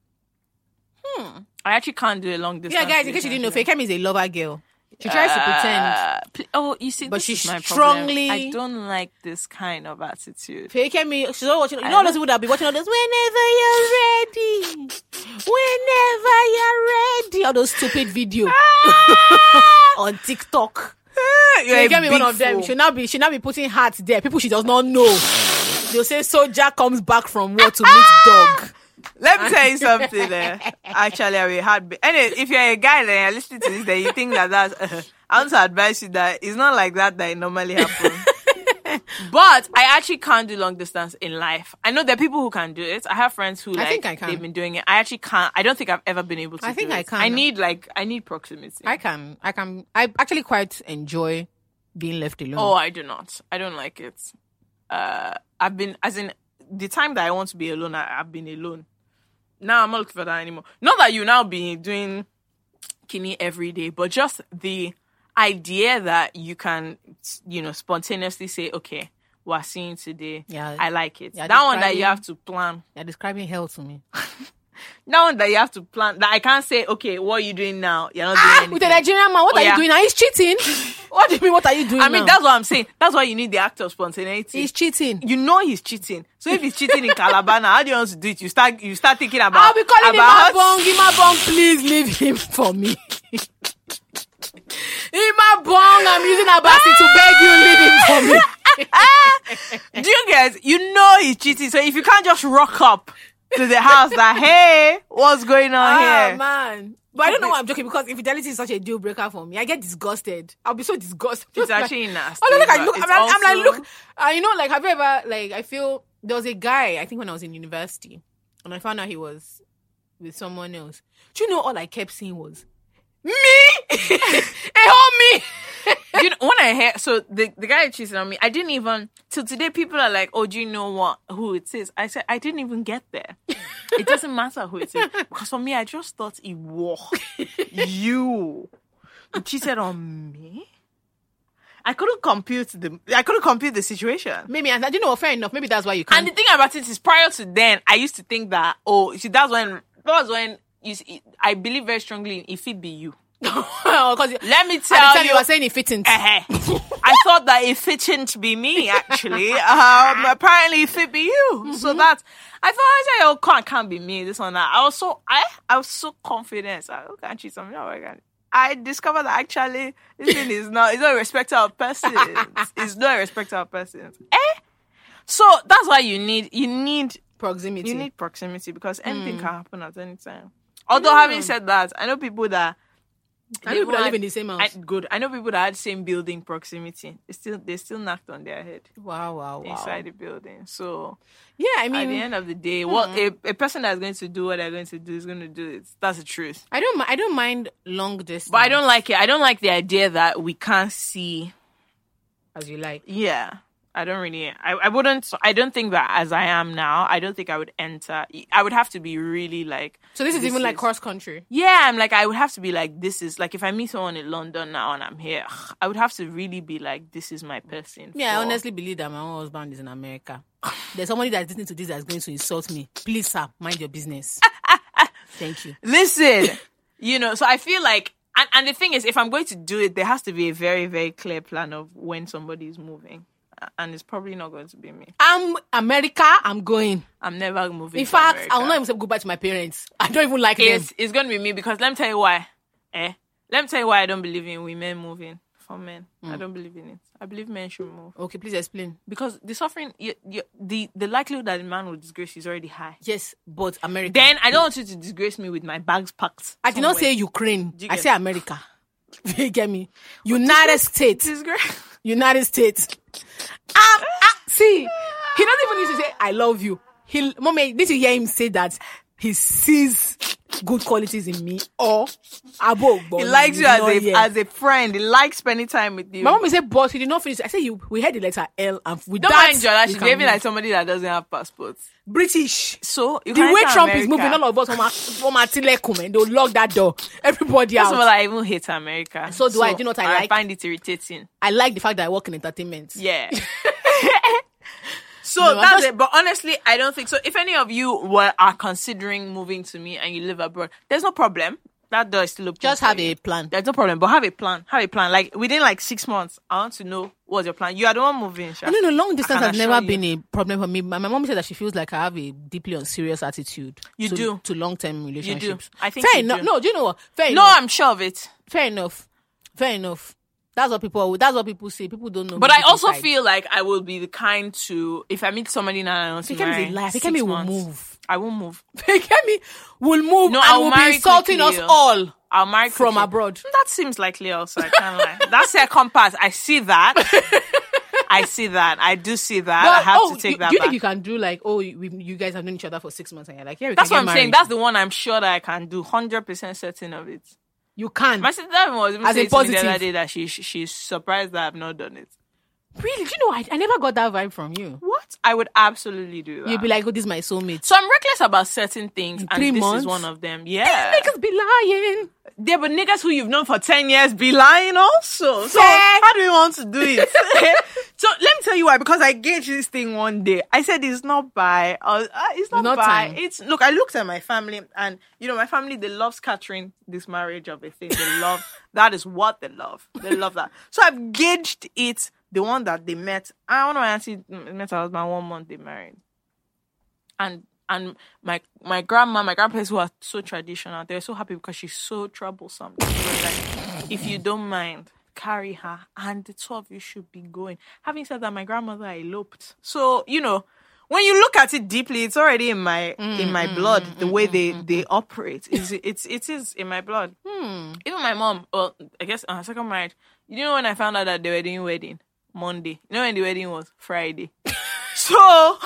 [SPEAKER 4] Hmm. I actually can't do a long distance.
[SPEAKER 1] Yeah, guys, in case you didn't know, Fekemi is a lover girl. She tries to pretend.
[SPEAKER 4] Uh, pl- oh, you see,
[SPEAKER 1] But
[SPEAKER 4] this
[SPEAKER 1] she
[SPEAKER 4] is my
[SPEAKER 1] strongly-
[SPEAKER 4] problem. I don't like this kind of attitude.
[SPEAKER 1] Fekemi, she's always watching. You know all those people that be watching all those. Whenever you're ready, whenever you're ready, Ah! all those stupid video on TikTok.
[SPEAKER 4] You're a
[SPEAKER 1] Fekemi,
[SPEAKER 4] big
[SPEAKER 1] one of them.
[SPEAKER 4] fool.
[SPEAKER 1] She'll now be she now be putting hearts there. People she does not know. They'll say soldier comes back from war to meet dog.
[SPEAKER 4] Let me tell you something. Eh? Actually, I will heartbeat. Anyway, if you're a guy then you're listening to this, then you think that that's. uh, I want to advise you that it's not like that that it normally happens. but I actually can't do long distance in life. I know there are people who can do it. I have friends who like
[SPEAKER 1] think I can.
[SPEAKER 4] they've been doing it. I actually can't. I don't think I've ever been able to.
[SPEAKER 1] I think
[SPEAKER 4] do
[SPEAKER 1] I
[SPEAKER 4] it.
[SPEAKER 1] can.
[SPEAKER 4] I need like I need proximity.
[SPEAKER 1] I can, I can, I actually quite enjoy being left alone.
[SPEAKER 4] Oh, I do not. I don't like it. Uh, I've been as in the time that I want to be alone, I, I've been alone. Now I'm not looking for that anymore. Not that you now be doing kidney every day, but just the idea that you can, you know, spontaneously say, okay, we're seeing today.
[SPEAKER 1] Yeah.
[SPEAKER 4] I like it.
[SPEAKER 1] Yeah,
[SPEAKER 4] that one that you
[SPEAKER 1] describing-
[SPEAKER 4] have to plan.
[SPEAKER 1] You're describing hell to me.
[SPEAKER 4] That one that you have to plan. That I can't say, okay, what are you doing now? You're not doing
[SPEAKER 1] Ah,
[SPEAKER 4] anything.
[SPEAKER 1] with a Nigerian man, what
[SPEAKER 4] Oh,
[SPEAKER 1] are
[SPEAKER 4] yeah.
[SPEAKER 1] you doing? Now he's cheating. what do you mean? What are you doing?
[SPEAKER 4] I mean,
[SPEAKER 1] now?
[SPEAKER 4] that's what I'm saying. That's why you need the act of spontaneity.
[SPEAKER 1] he's cheating.
[SPEAKER 4] you know he's cheating. So if he's cheating in Calabana, how do you want to do it? You start you start thinking about
[SPEAKER 1] I'll be calling
[SPEAKER 4] about
[SPEAKER 1] him Imabong. Imabong, please leave him for me. Imabong, I'm using Abasi to beg you, leave him for me.
[SPEAKER 4] Do you guys? You know he's cheating. So if you can't just rock up to the house that, hey, what's going on
[SPEAKER 1] Oh
[SPEAKER 4] here?
[SPEAKER 1] man. But I don't know why I'm joking because infidelity is such a deal breaker for me. I get disgusted. I'll be so disgusted.
[SPEAKER 4] It's
[SPEAKER 1] Just like-
[SPEAKER 4] actually nasty.
[SPEAKER 1] Oh, no, look, I
[SPEAKER 4] but
[SPEAKER 1] look, I'm,
[SPEAKER 4] it's
[SPEAKER 1] like- I'm like,
[SPEAKER 4] also-
[SPEAKER 1] look, uh, you know, like, have you ever, like, I feel there was a guy, I think when I was in university, and I found out he was with someone else. Do you know all I kept seeing was me? hey, hold me.
[SPEAKER 4] you know, when I hear so the the guy cheating on me, I didn't even till today. People are like, "Oh, do you know what who it is?" I said, "I didn't even get there. it doesn't matter who it is because for me, I just thought it was you. You cheated on me. I couldn't compute the I couldn't compute the situation.
[SPEAKER 1] Maybe, and I didn't know, fair enough. Maybe that's why you
[SPEAKER 4] And
[SPEAKER 1] can't.
[SPEAKER 4] the thing about it is, prior to then, I used to think that oh, see, that's when that was when you see, I believe very strongly in if it be you.
[SPEAKER 1] Because
[SPEAKER 4] Let
[SPEAKER 1] Oh,
[SPEAKER 4] me
[SPEAKER 1] at the
[SPEAKER 4] tell
[SPEAKER 1] time
[SPEAKER 4] you,
[SPEAKER 1] you Eh. were saying it fitting.
[SPEAKER 4] Eh-heh. I thought that it fitn't be me actually. Um, apparently it fit be you. So
[SPEAKER 1] Mm-hmm.
[SPEAKER 4] that I thought I said, "Oh, can't can't be me." This one, that. I was so I I was so confident. I can't cheat something. No, I can. I discovered that actually this thing is not it's not a respecter of persons. it's not a respecter of persons. Eh? So that's why you need you need
[SPEAKER 1] Proximity. Mm.
[SPEAKER 4] you need proximity because anything can happen at any time. Although having said that, I know people that
[SPEAKER 1] I know people that live in the same house.
[SPEAKER 4] I, good. I know people that had same building proximity. They still they still knocked on their head
[SPEAKER 1] wow, wow, Hmm. wow.
[SPEAKER 4] inside the building. So
[SPEAKER 1] Yeah, I
[SPEAKER 4] at the
[SPEAKER 1] mean,
[SPEAKER 4] end of the day, what a, a person that's going to do what they're going to do is going to do it. That's the truth.
[SPEAKER 1] I don't, mi- I don't mind long distance.
[SPEAKER 4] But I don't like it. I don't like the idea that we can't see.
[SPEAKER 1] as you like.
[SPEAKER 4] Yeah. I don't really. I, I wouldn't. I don't think that as I am now. I don't think I would enter. I would have to be really like.
[SPEAKER 1] So this is even like
[SPEAKER 4] is-
[SPEAKER 1] cross country.
[SPEAKER 4] Yeah, I'm like, I would have to be like, this is like, if I meet someone in London now and I'm here, I would have to really be like, this is my person.
[SPEAKER 1] Yeah,
[SPEAKER 4] for-
[SPEAKER 1] I honestly believe that my own husband is in America. There's somebody that's listening to this that's going to insult me. Please, sir, mind your business. Thank you.
[SPEAKER 4] Listen, you know, so I feel like, and, and the thing is, if I'm going to do it, there has to be a very, very clear plan of when somebody is moving. A- And it's probably not going to be me.
[SPEAKER 1] I'm America. I'm going.
[SPEAKER 4] I'm never moving.
[SPEAKER 1] In
[SPEAKER 4] to
[SPEAKER 1] fact,
[SPEAKER 4] America.
[SPEAKER 1] I will not even say goodbye to my parents. I don't even like them.
[SPEAKER 4] It's, it's going to be me because let me tell you why. Eh? Let me tell you why I don't believe in women moving for men. I
[SPEAKER 1] Mm.
[SPEAKER 4] don't believe in it. I believe men should move.
[SPEAKER 1] Okay, please explain.
[SPEAKER 4] because the suffering, you, you, the the likelihood that the man will disgrace you is already high.
[SPEAKER 1] Yes, but America.
[SPEAKER 4] Then I don't want you to disgrace me with my bags packed.
[SPEAKER 1] I did not
[SPEAKER 4] somewhere.
[SPEAKER 1] say Ukraine.
[SPEAKER 4] you
[SPEAKER 1] I
[SPEAKER 4] get-
[SPEAKER 1] say America. you get me? United States.
[SPEAKER 4] disgrace.
[SPEAKER 1] United States. Um, ah, see, he doesn't even need to say "I love you." He, mommy, did you hear him say that he sees good qualities in me or abo?
[SPEAKER 4] He likes you as a as a friend. He likes spending time with you.
[SPEAKER 1] My mom said, "Boss, he did not finish." I said, "You." We had the letter L, and with
[SPEAKER 4] don't
[SPEAKER 1] that,
[SPEAKER 4] mind Jola.
[SPEAKER 1] we
[SPEAKER 4] She's
[SPEAKER 1] can
[SPEAKER 4] behaving
[SPEAKER 1] move.
[SPEAKER 4] like somebody that doesn't have passports.
[SPEAKER 1] British.
[SPEAKER 4] So you
[SPEAKER 1] The
[SPEAKER 4] can't
[SPEAKER 1] way
[SPEAKER 4] enter
[SPEAKER 1] Trump is
[SPEAKER 4] America.
[SPEAKER 1] moving, all of us from our from our telekom, and they'll lock that door. Everybody
[SPEAKER 4] First
[SPEAKER 1] out.
[SPEAKER 4] of all, I even hate America.
[SPEAKER 1] So do I. Do you know what I
[SPEAKER 4] I
[SPEAKER 1] like?
[SPEAKER 4] find it irritating.
[SPEAKER 1] I like the fact that I work in entertainment.
[SPEAKER 4] Yeah. so
[SPEAKER 1] No, I'm
[SPEAKER 4] that's
[SPEAKER 1] not-
[SPEAKER 4] it. But honestly, I don't think so. If any of you were are considering moving to me and you live abroad, there's no problem. That door is still open.
[SPEAKER 1] Just
[SPEAKER 4] for
[SPEAKER 1] have
[SPEAKER 4] you.
[SPEAKER 1] a plan.
[SPEAKER 4] There's no problem, but have a plan. Have a plan. Like within like six months, I want to know what's your plan. You are the one moving. Sha.
[SPEAKER 1] No, no, long distance
[SPEAKER 4] can
[SPEAKER 1] has
[SPEAKER 4] assure
[SPEAKER 1] never
[SPEAKER 4] you.
[SPEAKER 1] been a problem for me. My, my mom said that she feels like I have a deeply unserious attitude.
[SPEAKER 4] You
[SPEAKER 1] to,
[SPEAKER 4] do.
[SPEAKER 1] to long term relationships.
[SPEAKER 4] I think
[SPEAKER 1] fair
[SPEAKER 4] you
[SPEAKER 1] enough.
[SPEAKER 4] do.
[SPEAKER 1] No, do you know what? Fair
[SPEAKER 4] No,
[SPEAKER 1] enough.
[SPEAKER 4] I'm sure of it.
[SPEAKER 1] Fair enough. Fair enough. That's what people. That's what people say. People don't know.
[SPEAKER 4] But
[SPEAKER 1] me
[SPEAKER 4] I also
[SPEAKER 1] inside.
[SPEAKER 4] feel like I will be the kind to if I meet somebody now and I want
[SPEAKER 1] Fekemi
[SPEAKER 4] to
[SPEAKER 1] is a
[SPEAKER 4] marry.
[SPEAKER 1] liar.
[SPEAKER 4] six
[SPEAKER 1] Fekemi will
[SPEAKER 4] months,
[SPEAKER 1] move.
[SPEAKER 4] I won't move.
[SPEAKER 1] Fekemi will move and
[SPEAKER 4] No, I'll
[SPEAKER 1] will
[SPEAKER 4] marry
[SPEAKER 1] be insulting
[SPEAKER 4] quickly,
[SPEAKER 1] us
[SPEAKER 4] oh.
[SPEAKER 1] all
[SPEAKER 4] I'll marry
[SPEAKER 1] from
[SPEAKER 4] quickly.
[SPEAKER 1] abroad.
[SPEAKER 4] That seems likely also. I can't lie. That second part, I see that. I see that. I do see that. I
[SPEAKER 1] But,
[SPEAKER 4] have
[SPEAKER 1] oh,
[SPEAKER 4] to take
[SPEAKER 1] you,
[SPEAKER 4] that
[SPEAKER 1] you
[SPEAKER 4] back.
[SPEAKER 1] think you can do like oh you, we- you guys have known each other for six months and you're like yeah we
[SPEAKER 4] That's
[SPEAKER 1] can
[SPEAKER 4] what
[SPEAKER 1] get
[SPEAKER 4] I'm
[SPEAKER 1] married.
[SPEAKER 4] saying. That's the one I'm sure that I can do. Hundred percent certain of it.
[SPEAKER 1] you can
[SPEAKER 4] My sister was even
[SPEAKER 1] As a
[SPEAKER 4] saying to me the
[SPEAKER 1] positive.
[SPEAKER 4] other day that she she- she's surprised that I've not done it.
[SPEAKER 1] really do you know I, I never got that vibe from you.
[SPEAKER 4] What? I would absolutely do that.
[SPEAKER 1] You'd be like oh this is my soulmate.
[SPEAKER 4] so I'm reckless about certain things, and
[SPEAKER 1] three
[SPEAKER 4] this
[SPEAKER 1] months?
[SPEAKER 4] is one of them. Yeah,
[SPEAKER 1] Niggas be lying.
[SPEAKER 4] yeah, but niggas who you've known for ten years be lying also. So
[SPEAKER 1] Fair.
[SPEAKER 4] how do you want to do it? so let me tell you why. Because I gauged this thing one day. I said it's not by, uh, uh, it's not,
[SPEAKER 1] Not
[SPEAKER 4] by.
[SPEAKER 1] time.
[SPEAKER 4] It's look. I looked at my family, and you know, my family they love scattering this marriage of a thing. They love that is what they love. They love that. So I've gauged it. The one that they met. I one of my auntie met her husband one month they married and and my my grandma, my grandparents who are so traditional, they're so happy because she's so troublesome. They were like, if you don't mind, carry her, and the two of you should be going. Having said that, my grandmother eloped, so you know when you look at it deeply, it's already in my in my blood. the way they they operate, it's, it's it is in my blood. Even my mom, well, I guess on her second marriage, you know when I found out that they were doing wedding Monday. You know when the wedding was Friday. so,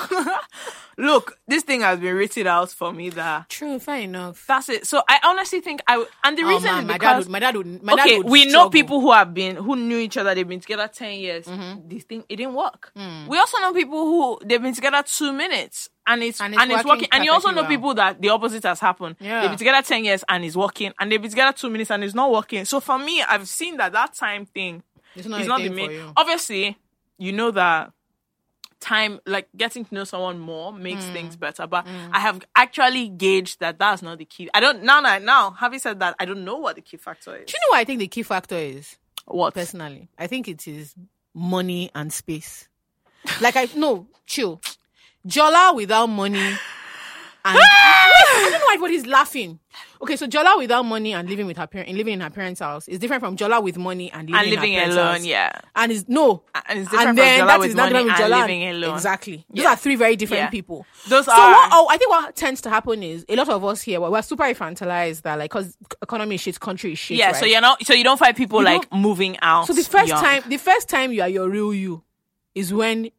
[SPEAKER 4] look, this thing has been written out for me that
[SPEAKER 1] True, fair enough.
[SPEAKER 4] that's it. So I honestly think I would- and the
[SPEAKER 1] Oh,
[SPEAKER 4] reason
[SPEAKER 1] man,
[SPEAKER 4] is
[SPEAKER 1] my dad
[SPEAKER 4] because
[SPEAKER 1] would, my dad would, my dad
[SPEAKER 4] okay,
[SPEAKER 1] would
[SPEAKER 4] we know
[SPEAKER 1] struggle.
[SPEAKER 4] people who have been who knew each other. They've been together ten years.
[SPEAKER 1] Mm-hmm.
[SPEAKER 4] This thing it didn't work.
[SPEAKER 1] Mm.
[SPEAKER 4] We also know people who they've been together two minutes and it's and it's, working. And you also
[SPEAKER 1] perfectly
[SPEAKER 4] know
[SPEAKER 1] well.
[SPEAKER 4] people that the opposite has happened.
[SPEAKER 1] Yeah.
[SPEAKER 4] They've been together ten years and it's working, and they've been together two minutes and it's not working. So for me, I've seen that that time thing
[SPEAKER 1] It's not, Oh,
[SPEAKER 4] it's
[SPEAKER 1] a
[SPEAKER 4] not the
[SPEAKER 1] thing for
[SPEAKER 4] main.
[SPEAKER 1] you.
[SPEAKER 4] Obviously, you know that time, like getting to know someone more,
[SPEAKER 1] Mm.
[SPEAKER 4] makes things better. But I have actually gauged that that's not the key. I don't now. Now, now, having said that, I don't know what the key factor is.
[SPEAKER 1] Do you know what I think the key factor is?
[SPEAKER 4] What?
[SPEAKER 1] Personally, I think it is money and space. Like I no chill, Jola without money. And I don't know why everybody's laughing. Okay, so Jola without money and living with her parent, living in her parents' house is different from Jola with money and living,
[SPEAKER 4] And
[SPEAKER 1] in her
[SPEAKER 4] living
[SPEAKER 1] parents'
[SPEAKER 4] alone,
[SPEAKER 1] house.
[SPEAKER 4] yeah.
[SPEAKER 1] And is no,
[SPEAKER 4] And it's different from Jola with
[SPEAKER 1] not
[SPEAKER 4] money
[SPEAKER 1] different
[SPEAKER 4] and
[SPEAKER 1] Jola
[SPEAKER 4] living alone.
[SPEAKER 1] Exactly, those
[SPEAKER 4] Yeah.
[SPEAKER 1] are three very different
[SPEAKER 4] Yeah.
[SPEAKER 1] people.
[SPEAKER 4] Those
[SPEAKER 1] so
[SPEAKER 4] are-
[SPEAKER 1] what? Oh, I think what tends to happen is a lot of us here we're, we're super infantilized that like because economy is shit, country is shit.
[SPEAKER 4] Yeah.
[SPEAKER 1] right?
[SPEAKER 4] So you're not. So you don't find people
[SPEAKER 1] You
[SPEAKER 4] like
[SPEAKER 1] don't-
[SPEAKER 4] moving out.
[SPEAKER 1] So the first
[SPEAKER 4] young.
[SPEAKER 1] time, the first time you are your real you is when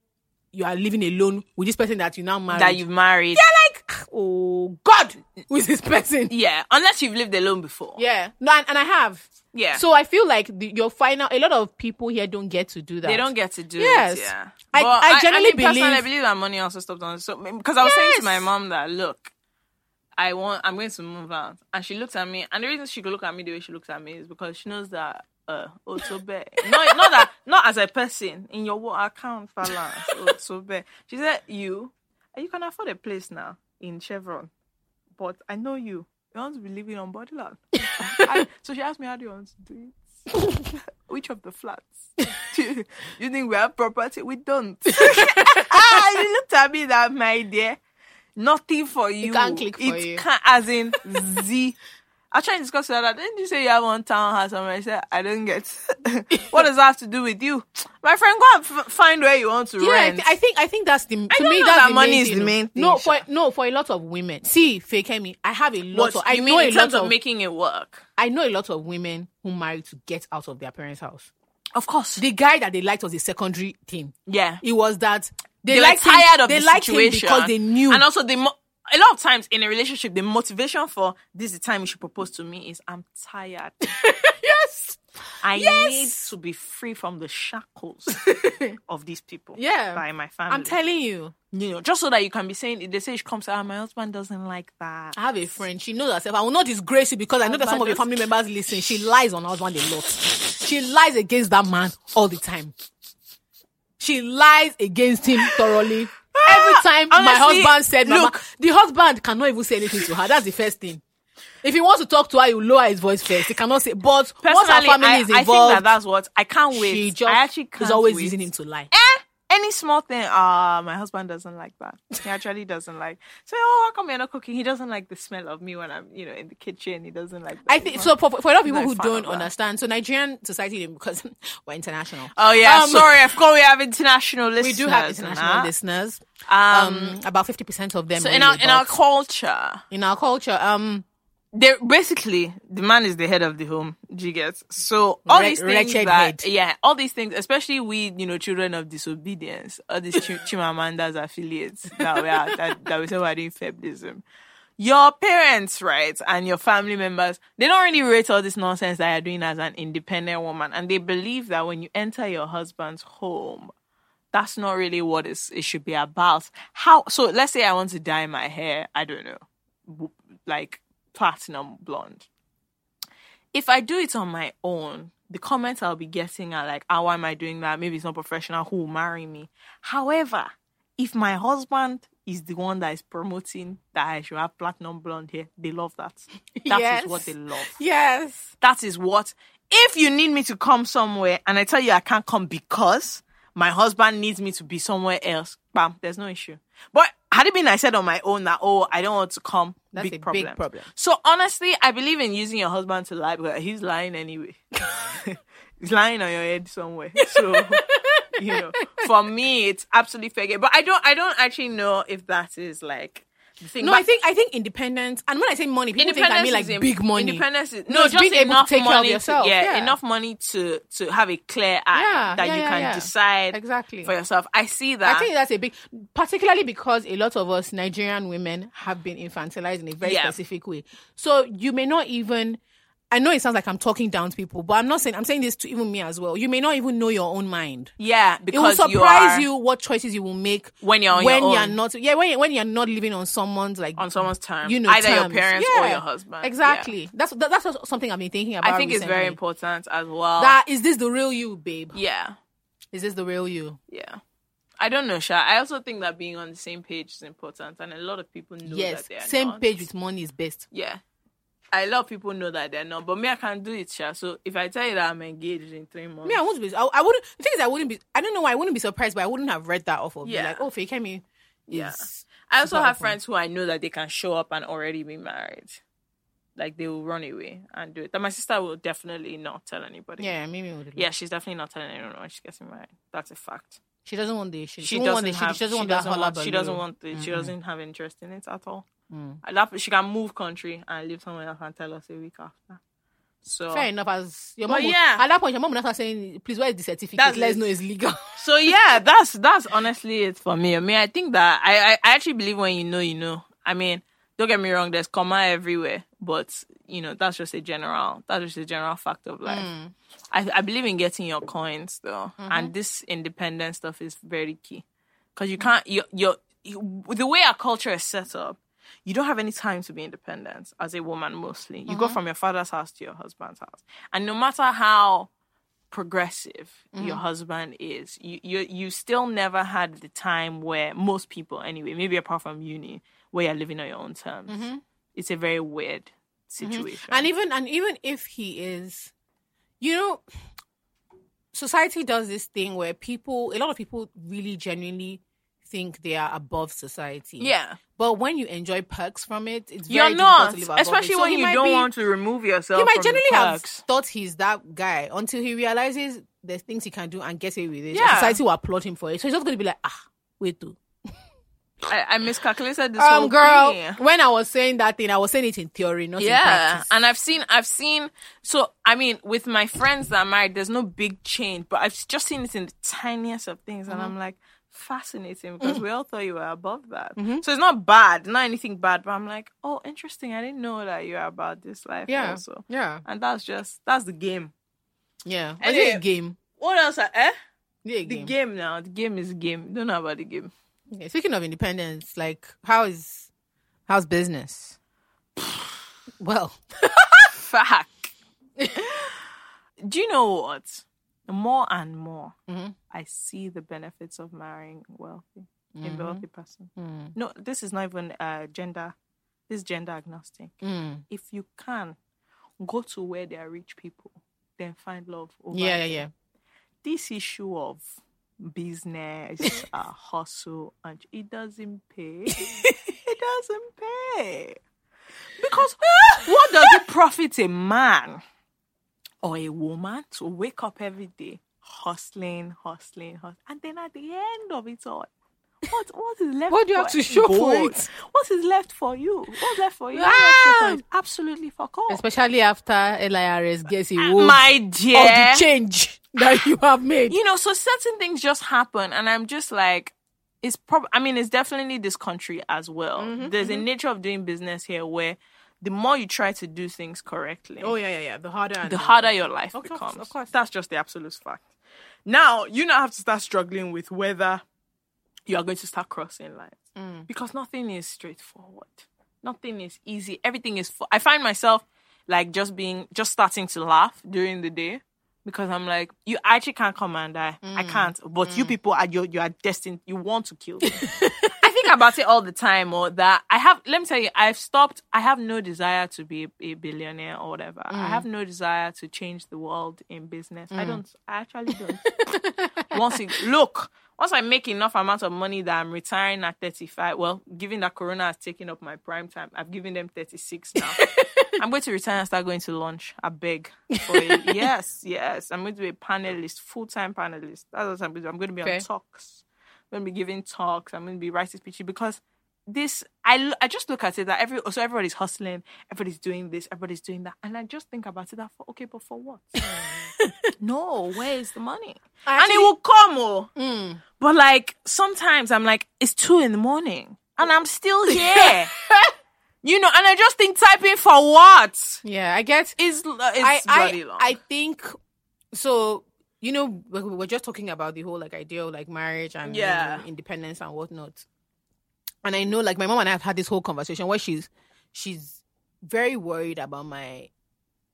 [SPEAKER 1] you are living alone with this person that you now married.
[SPEAKER 4] that you've married.
[SPEAKER 1] like, oh God, who is this person?
[SPEAKER 4] Yeah. Unless you've lived alone before.
[SPEAKER 1] Yeah, no, and, and I have.
[SPEAKER 4] Yeah.
[SPEAKER 1] So I feel like the, your final. A lot of people here don't get to do that.
[SPEAKER 4] They don't get to do
[SPEAKER 1] Yes.
[SPEAKER 4] it. Yeah.
[SPEAKER 1] I-
[SPEAKER 4] But
[SPEAKER 1] I generally
[SPEAKER 4] mean, personally,
[SPEAKER 1] believe-
[SPEAKER 4] I believe that money also stopped on. So because I was saying
[SPEAKER 1] Yes.
[SPEAKER 4] to my mom that look, I want I'm going to move out, and she looked at me, and the reason she could look at me the way she looked at me is because she knows that. Uh, Otobe. not, not that, not as a person in your work account balance. Otobe. She said, "You, uh, you can afford a place now in Chevron, but I know you. You want to be living on Bodyland." I- so she asked me, "How do you want to do it?" which of the flats? you think we have property? We don't. ah, you looked at me that, my dear. Nothing for you.
[SPEAKER 1] can't click for you.
[SPEAKER 4] Can't, as in Z. I tried to discuss with her. that, Didn't you say you have one townhouse? And I said, I don't get. what does that have to do with you, my friend? Go and f- find where you want to
[SPEAKER 1] Yeah, I,
[SPEAKER 4] rent.
[SPEAKER 1] thi- I think I think that's the to
[SPEAKER 4] don't
[SPEAKER 1] me
[SPEAKER 4] know
[SPEAKER 1] that's
[SPEAKER 4] that
[SPEAKER 1] the
[SPEAKER 4] money
[SPEAKER 1] main
[SPEAKER 4] is the
[SPEAKER 1] thing.
[SPEAKER 4] main thing,
[SPEAKER 1] No, for
[SPEAKER 4] Sha.
[SPEAKER 1] no for a lot of women. See, fake me. I have a lot.
[SPEAKER 4] What
[SPEAKER 1] Of, I
[SPEAKER 4] you
[SPEAKER 1] know
[SPEAKER 4] mean in
[SPEAKER 1] a lot
[SPEAKER 4] terms
[SPEAKER 1] of.
[SPEAKER 4] of making it work?
[SPEAKER 1] I know a lot of women who marry to get out of their parents' house.
[SPEAKER 4] Of course.
[SPEAKER 1] The guy that they liked was a secondary thing.
[SPEAKER 4] Yeah.
[SPEAKER 1] It was that they,
[SPEAKER 4] they were
[SPEAKER 1] liked him-
[SPEAKER 4] tired of
[SPEAKER 1] they
[SPEAKER 4] the
[SPEAKER 1] liked
[SPEAKER 4] situation
[SPEAKER 1] him because they knew.
[SPEAKER 4] and also the mo- a lot of times in a relationship the motivation for this is the time you should propose to me is i'm tired
[SPEAKER 1] yes,
[SPEAKER 4] i
[SPEAKER 1] Yes.
[SPEAKER 4] need to be free from the shackles of these people
[SPEAKER 1] Yeah.
[SPEAKER 4] by my family
[SPEAKER 1] I'm telling you.
[SPEAKER 4] you know just so that you can be saying they say she comes out "Ah, my husband doesn't like that
[SPEAKER 1] I have a friend. She knows herself. I will not disgrace you because I know that some of your family members listen. She lies on her husband a lot. She lies against that man all the time. She lies against him thoroughly. Every time
[SPEAKER 4] Ah, honestly,
[SPEAKER 1] my husband said, Mama,
[SPEAKER 4] look-
[SPEAKER 1] the husband cannot even say anything to her. That's the first thing. If he wants to talk to her, he will lower his voice first. He cannot say, but once her
[SPEAKER 4] personally
[SPEAKER 1] family
[SPEAKER 4] I,
[SPEAKER 1] is
[SPEAKER 4] I think
[SPEAKER 1] involved,
[SPEAKER 4] that that's what i can't wait
[SPEAKER 1] she just
[SPEAKER 4] i actually can't
[SPEAKER 1] is always
[SPEAKER 4] wait.
[SPEAKER 1] using him to lie.
[SPEAKER 4] eh, any small thing, ah, my husband doesn't like that. He actually doesn't like. So, oh, how come you're not cooking? He doesn't like the smell of me when I'm, you know, in the kitchen. He doesn't like. That.
[SPEAKER 1] I think so. For, for a lot of people
[SPEAKER 4] Like
[SPEAKER 1] who
[SPEAKER 4] fan of
[SPEAKER 1] don't
[SPEAKER 4] that.
[SPEAKER 1] understand, so Nigerian society because we're international.
[SPEAKER 4] Oh yeah,
[SPEAKER 1] Um,
[SPEAKER 4] sorry. Of course, we have international listeners.
[SPEAKER 1] we do have international
[SPEAKER 4] huh?
[SPEAKER 1] listeners.
[SPEAKER 4] Um,
[SPEAKER 1] Um, about fifty percent of them.
[SPEAKER 4] so in our
[SPEAKER 1] really,
[SPEAKER 4] in our
[SPEAKER 1] but
[SPEAKER 4] culture,
[SPEAKER 1] in our culture, um,
[SPEAKER 4] they basically the man is the head of the home. Do you get? So all
[SPEAKER 1] Wre-
[SPEAKER 4] these things
[SPEAKER 1] wretched
[SPEAKER 4] that
[SPEAKER 1] head.
[SPEAKER 4] yeah, all these things, especially we, you know, children of disobedience, all these Chim- Chimamanda's affiliates that we are that, that we say we're doing feminism. Your parents, right, and your family members, they don't really rate all this nonsense that you're doing as an independent woman, and they believe that when you enter your husband's home, that's not really what it's, it should be about. How? So let's say I want to dye my hair. I don't know like platinum blonde. If I do it on my own, the comments I'll be getting are like, "How am I doing that? Maybe it's not professional. Who will marry me?" However, if my husband is the one that is promoting that I should have platinum blonde hair, they love that. That is
[SPEAKER 1] Yes.
[SPEAKER 4] what they love.
[SPEAKER 1] yes,
[SPEAKER 4] That is what. If you need me to come somewhere and I tell you I can't come because my husband needs me to be somewhere else, bam, there's no issue. But had it been I said on my own that, oh, I don't want to come,
[SPEAKER 1] That's
[SPEAKER 4] big
[SPEAKER 1] a big
[SPEAKER 4] problem.
[SPEAKER 1] problem.
[SPEAKER 4] So honestly, I believe in using your husband to lie, but he's lying anyway. he's lying on your head somewhere. So you know, for me, it's absolutely fair game. But I don't, I don't actually know if that is like the thing.
[SPEAKER 1] No,
[SPEAKER 4] But
[SPEAKER 1] I think I think independence. And when I say money, people think I mean like
[SPEAKER 4] is im-
[SPEAKER 1] big money.
[SPEAKER 4] Independence is
[SPEAKER 1] No,
[SPEAKER 4] no,
[SPEAKER 1] it's
[SPEAKER 4] just
[SPEAKER 1] being able to
[SPEAKER 4] enough
[SPEAKER 1] take care of
[SPEAKER 4] money to-
[SPEAKER 1] yourself,
[SPEAKER 4] yeah,
[SPEAKER 1] yeah.
[SPEAKER 4] enough money to to have a clear eye
[SPEAKER 1] Yeah,
[SPEAKER 4] that
[SPEAKER 1] yeah,
[SPEAKER 4] you
[SPEAKER 1] yeah,
[SPEAKER 4] can
[SPEAKER 1] yeah.
[SPEAKER 4] decide
[SPEAKER 1] Exactly.
[SPEAKER 4] for yourself. I see that.
[SPEAKER 1] I think that's a big, particularly because a lot of us Nigerian women have been infantilized in a very
[SPEAKER 4] Yeah.
[SPEAKER 1] specific way. So you may not even. I know it sounds like I'm talking down to people, but I'm not saying I'm saying this to even me as well. You may not even know your own mind.
[SPEAKER 4] yeah,
[SPEAKER 1] It will
[SPEAKER 4] because you
[SPEAKER 1] surprise
[SPEAKER 4] are-
[SPEAKER 1] you, what choices you will make
[SPEAKER 4] When you're on your
[SPEAKER 1] when you're
[SPEAKER 4] own.
[SPEAKER 1] not yeah when you, when you're not living on someone's like
[SPEAKER 4] on someone's terms,
[SPEAKER 1] you know
[SPEAKER 4] Um, either your
[SPEAKER 1] terms.
[SPEAKER 4] parents or
[SPEAKER 1] Yeah,
[SPEAKER 4] your husband. Yeah.
[SPEAKER 1] exactly that's that, that's also something I've been thinking about
[SPEAKER 4] I think it's very
[SPEAKER 1] recently.
[SPEAKER 4] important as well.
[SPEAKER 1] that is this the real you babe
[SPEAKER 4] yeah,
[SPEAKER 1] is this the real you
[SPEAKER 4] yeah. I don't know, Sha. I also think that being on the same page is important, and a lot of people know
[SPEAKER 1] yes
[SPEAKER 4] that they are
[SPEAKER 1] same
[SPEAKER 4] not.
[SPEAKER 1] page with money is best
[SPEAKER 4] Yeah. A lot of people know that they're not, but me, I can do it, Sha. So if I tell you that I'm engaged in three months,
[SPEAKER 1] Me, I wouldn't be. I, I wouldn't. The thing is, I wouldn't be. I don't know why I wouldn't be surprised, but I wouldn't have read that off of you.
[SPEAKER 4] Yeah.
[SPEAKER 1] Like, oh, fake Kemi.
[SPEAKER 4] Yeah.
[SPEAKER 1] is-
[SPEAKER 4] I also
[SPEAKER 1] Super
[SPEAKER 4] have
[SPEAKER 1] open.
[SPEAKER 4] friends who I know that they can show up and already be married. Like they will run away and do it. That my sister will definitely not tell anybody.
[SPEAKER 1] Yeah, Mimi would.
[SPEAKER 4] Yeah, she's definitely not telling anyone when she gets married. That's a fact.
[SPEAKER 1] She doesn't want the. She,
[SPEAKER 4] She,
[SPEAKER 1] she, won't
[SPEAKER 4] doesn't
[SPEAKER 1] want the.
[SPEAKER 4] have.
[SPEAKER 1] she doesn't want that
[SPEAKER 4] want-
[SPEAKER 1] holla
[SPEAKER 4] She doesn't
[SPEAKER 1] baloo.
[SPEAKER 4] want. The, She doesn't have interest in it at all.
[SPEAKER 1] Mm.
[SPEAKER 4] I love. She can move country and live somewhere else and tell us a week after. So
[SPEAKER 1] Fair enough. As your
[SPEAKER 4] But
[SPEAKER 1] mom. would-
[SPEAKER 4] yeah.
[SPEAKER 1] At that point, your mom would not start saying, "Please, where is the certificate?
[SPEAKER 4] That's
[SPEAKER 1] Let us
[SPEAKER 4] it.
[SPEAKER 1] know it's legal."
[SPEAKER 4] So yeah, that's that's honestly it for me. I mean, I think that I, I I actually believe when you know, you know. I mean, don't get me wrong, there's comma everywhere, but you know that's just a general that's just a general fact of life. I I believe in getting your coins though, and this independent stuff is very key because you can't you you you- the way our culture is set up. You don't have any time to be independent as a woman, mostly. You go from your father's house to your husband's house. And no matter how progressive your husband is you, you you still never had the time where most people anyway maybe apart from uni where you're living on your own terms it's a very weird situation
[SPEAKER 1] And even and even if he is, you know, society does this thing where people, a lot of people, really genuinely think they are above society.
[SPEAKER 4] yeah
[SPEAKER 1] But when you enjoy perks from it, it's very
[SPEAKER 4] you're
[SPEAKER 1] difficult
[SPEAKER 4] not
[SPEAKER 1] to live above
[SPEAKER 4] especially
[SPEAKER 1] it. So
[SPEAKER 4] when
[SPEAKER 1] he
[SPEAKER 4] you
[SPEAKER 1] might
[SPEAKER 4] don't
[SPEAKER 1] be-
[SPEAKER 4] want to remove yourself
[SPEAKER 1] He might
[SPEAKER 4] from the
[SPEAKER 1] generally have
[SPEAKER 4] perks.
[SPEAKER 1] thought he's that guy until he realizes there's things he can do and get away with it.
[SPEAKER 4] Yeah.
[SPEAKER 1] Society will applaud him for it. So he's just going to be like, ah, wait, too.
[SPEAKER 4] I, I miscalculated this whole
[SPEAKER 1] Um, girl,
[SPEAKER 4] thing.
[SPEAKER 1] when I was saying that thing, I was saying it in theory, not in
[SPEAKER 4] yeah
[SPEAKER 1] practice.
[SPEAKER 4] and i've seen i've seen so i mean with my friends that are married there's no big change but i've just seen it in the tiniest of things and
[SPEAKER 1] Mm-hmm.
[SPEAKER 4] i'm like fascinating because we all thought you were above that
[SPEAKER 1] Mm-hmm.
[SPEAKER 4] so it's not bad not anything bad but i'm like oh interesting i didn't know that you're about this life
[SPEAKER 1] Yeah.
[SPEAKER 4] also
[SPEAKER 1] Yeah.
[SPEAKER 4] and that's just that's the game
[SPEAKER 1] Yeah.
[SPEAKER 4] And
[SPEAKER 1] Is it a
[SPEAKER 4] it-
[SPEAKER 1] game?
[SPEAKER 4] what else are, eh
[SPEAKER 1] Is it a
[SPEAKER 4] the
[SPEAKER 1] game?
[SPEAKER 4] game now the game is game don't know about the game
[SPEAKER 1] Okay, Speaking of independence, like, how is, how's business? well,
[SPEAKER 4] Fuck. Do you know what? More and more,
[SPEAKER 1] Mm-hmm.
[SPEAKER 4] I see the benefits of marrying wealthy,
[SPEAKER 1] Mm-hmm.
[SPEAKER 4] a wealthy person. No, this is not even uh, gender. This is gender agnostic. If you can, go to where there are rich people, then find love. Over
[SPEAKER 1] yeah, yeah,
[SPEAKER 4] there.
[SPEAKER 1] yeah.
[SPEAKER 4] This issue of business, uh, hustle, and it doesn't pay. it doesn't pay. Because what does it profit a man or a woman to wake up every day hustling, hustling, hustling, and then at the end of it all, what what is left?
[SPEAKER 1] What do you
[SPEAKER 4] for
[SPEAKER 1] have to show for
[SPEAKER 4] gold?
[SPEAKER 1] it? Ah!
[SPEAKER 4] What is left for you? What's left for you? What is left for you? Absolutely fuck all.
[SPEAKER 1] Especially after LIRS gets involved.
[SPEAKER 4] My
[SPEAKER 1] of
[SPEAKER 4] dear,
[SPEAKER 1] the change that you have made.
[SPEAKER 4] you know, so certain things just happen, and I'm just like, it's probably. I mean, it's definitely this country as well. There's a nature of doing business here where the more you try to do things correctly,
[SPEAKER 1] Oh, yeah, yeah, yeah. The harder, and
[SPEAKER 4] the harder your life
[SPEAKER 1] Of course,
[SPEAKER 4] becomes.
[SPEAKER 1] of course.
[SPEAKER 4] That's just the absolute fact. Now, you now have to start struggling with whether you are going to start crossing lines
[SPEAKER 1] Mm.
[SPEAKER 4] because nothing is straightforward. Nothing is easy. Everything is. Fu- I find myself like just being, just starting to laugh during the day because I'm like, you I
[SPEAKER 1] Mm.
[SPEAKER 4] actually can't come and die. I can't. But you people are you you are destined. You want to kill. me. I think think about it all the time, or that I have. Let me tell you, I've stopped. I have no desire to be a, a billionaire or whatever. I have no desire to change the world in business. I don't. I actually don't. once it, look, once I make enough amount of money that I'm retiring at 35. Well, given that Corona has taken up my prime time, I've given them 36 now. I'm going to retire and start going to lunch. I beg. For a- yes, yes. I'm going to be a panelist, full time panelist. That's what I'm going to do. I'm going to be
[SPEAKER 1] Okay.
[SPEAKER 4] on talks. I'm going to be giving talks. I'm going to be writing speeches because this, I, lo- I just look at it that every, so everybody's hustling, everybody's doing this, everybody's doing that. And I just think about it that, for, okay, but for what? no, where is the money?
[SPEAKER 1] I
[SPEAKER 4] and it
[SPEAKER 1] actually-
[SPEAKER 4] will come, oh.
[SPEAKER 1] Mm-hmm.
[SPEAKER 4] But like, sometimes I'm like, it's two in the morning and I'm still here. you know, and I just think typing for what?
[SPEAKER 1] Yeah, I get.
[SPEAKER 4] is l- uh,
[SPEAKER 1] I,
[SPEAKER 4] it's bloody
[SPEAKER 1] I,
[SPEAKER 4] long.
[SPEAKER 1] I think so. You know, we we were just talking about the whole like idea of like marriage and you know,
[SPEAKER 4] Yeah.
[SPEAKER 1] independence and whatnot. And I know, like my mom and I have had this whole conversation where she's she's very worried about my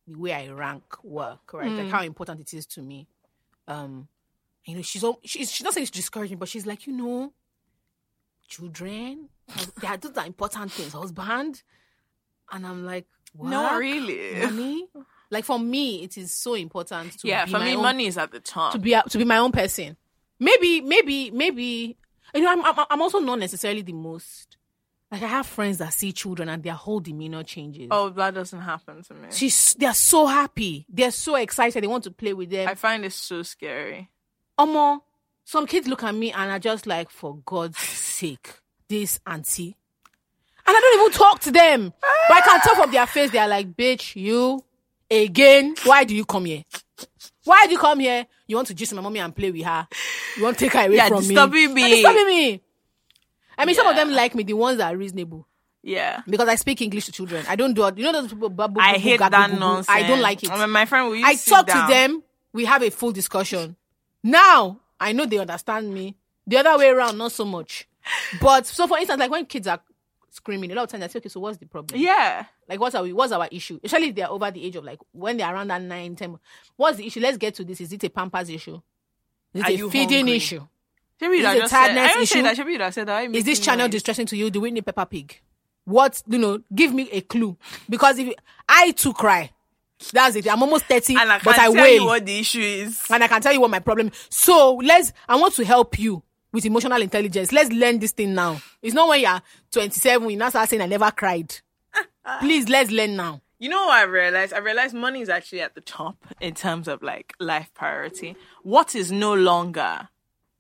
[SPEAKER 1] the way I rank work, right?
[SPEAKER 4] Hmm.
[SPEAKER 1] Like how important it is to me. Um, you know, she's al- she's she's not saying it's discouraging, but she's like, you know, children, hus- they are those are important things, husband, and I'm like,
[SPEAKER 4] not
[SPEAKER 1] work?
[SPEAKER 4] really.
[SPEAKER 1] money. Like for me, it is so important to
[SPEAKER 4] Yeah,
[SPEAKER 1] be
[SPEAKER 4] for
[SPEAKER 1] my
[SPEAKER 4] me,
[SPEAKER 1] own-
[SPEAKER 4] money is at the top.
[SPEAKER 1] to be a- to be my own person. Maybe, maybe, maybe. You know, I'm I'm, I'm also not necessarily the most. Like I have friends that see children and their whole demeanor changes.
[SPEAKER 4] oh, that doesn't happen to me.
[SPEAKER 1] She's, they're so happy. They're so excited. They want to play with them.
[SPEAKER 4] I find it so scary.
[SPEAKER 1] Omo, some kids look at me and are just like, for God's sake, this auntie. And I don't even talk to them. But I can tell from their face, they're like, bitch, you again. Why do you come here? Why do you come here? You want to just my mommy and play with her. You want to take her away
[SPEAKER 4] Yeah,
[SPEAKER 1] from me.
[SPEAKER 4] disturbing me.
[SPEAKER 1] You're disturbing me. I mean, some of
[SPEAKER 4] Yeah.
[SPEAKER 1] them like me, the ones that are reasonable.
[SPEAKER 4] Yeah.
[SPEAKER 1] Because I speak English to children. I don't do you know those people bubble.
[SPEAKER 4] I hate that nonsense.
[SPEAKER 1] I don't like it.
[SPEAKER 4] I mean, my friend, will you
[SPEAKER 1] I
[SPEAKER 4] sit
[SPEAKER 1] talk
[SPEAKER 4] down?
[SPEAKER 1] to them. We have a full discussion. Now I know they understand me. The other way around, not so much. But so, for instance, like when kids are screaming, a lot of times I say, okay, so what's the problem?
[SPEAKER 4] Yeah.
[SPEAKER 1] Like, what's our what's our issue? Especially if they're over the age of like when they're around that nine, ten. What's the issue? Let's get to this. Is it a Pampers issue? Is
[SPEAKER 4] Are
[SPEAKER 1] it
[SPEAKER 4] you
[SPEAKER 1] a feeding
[SPEAKER 4] hungry?
[SPEAKER 1] issue?
[SPEAKER 4] Shebi
[SPEAKER 1] Is
[SPEAKER 4] that
[SPEAKER 1] it
[SPEAKER 4] just said,
[SPEAKER 1] tiredness
[SPEAKER 4] I don't say
[SPEAKER 1] issue?
[SPEAKER 4] that. Shebi that said that. Why you
[SPEAKER 1] Is this
[SPEAKER 4] making
[SPEAKER 1] channel
[SPEAKER 4] noise?
[SPEAKER 1] distressing to you? The Whitney Pepper Pig. What you know? Give me a clue because if I too cry, that's it. I'm almost thirty,
[SPEAKER 4] And I can't
[SPEAKER 1] but I
[SPEAKER 4] tell
[SPEAKER 1] will.
[SPEAKER 4] you what the issue is.
[SPEAKER 1] and I can tell you what my problem. So let's. I want to help you with emotional intelligence. Let's learn this thing now. It's not when you're 27 you now start saying I never cried. Please let's learn now.
[SPEAKER 4] You know what I realized? I realized money is actually at the top in terms of like life priority. What is no longer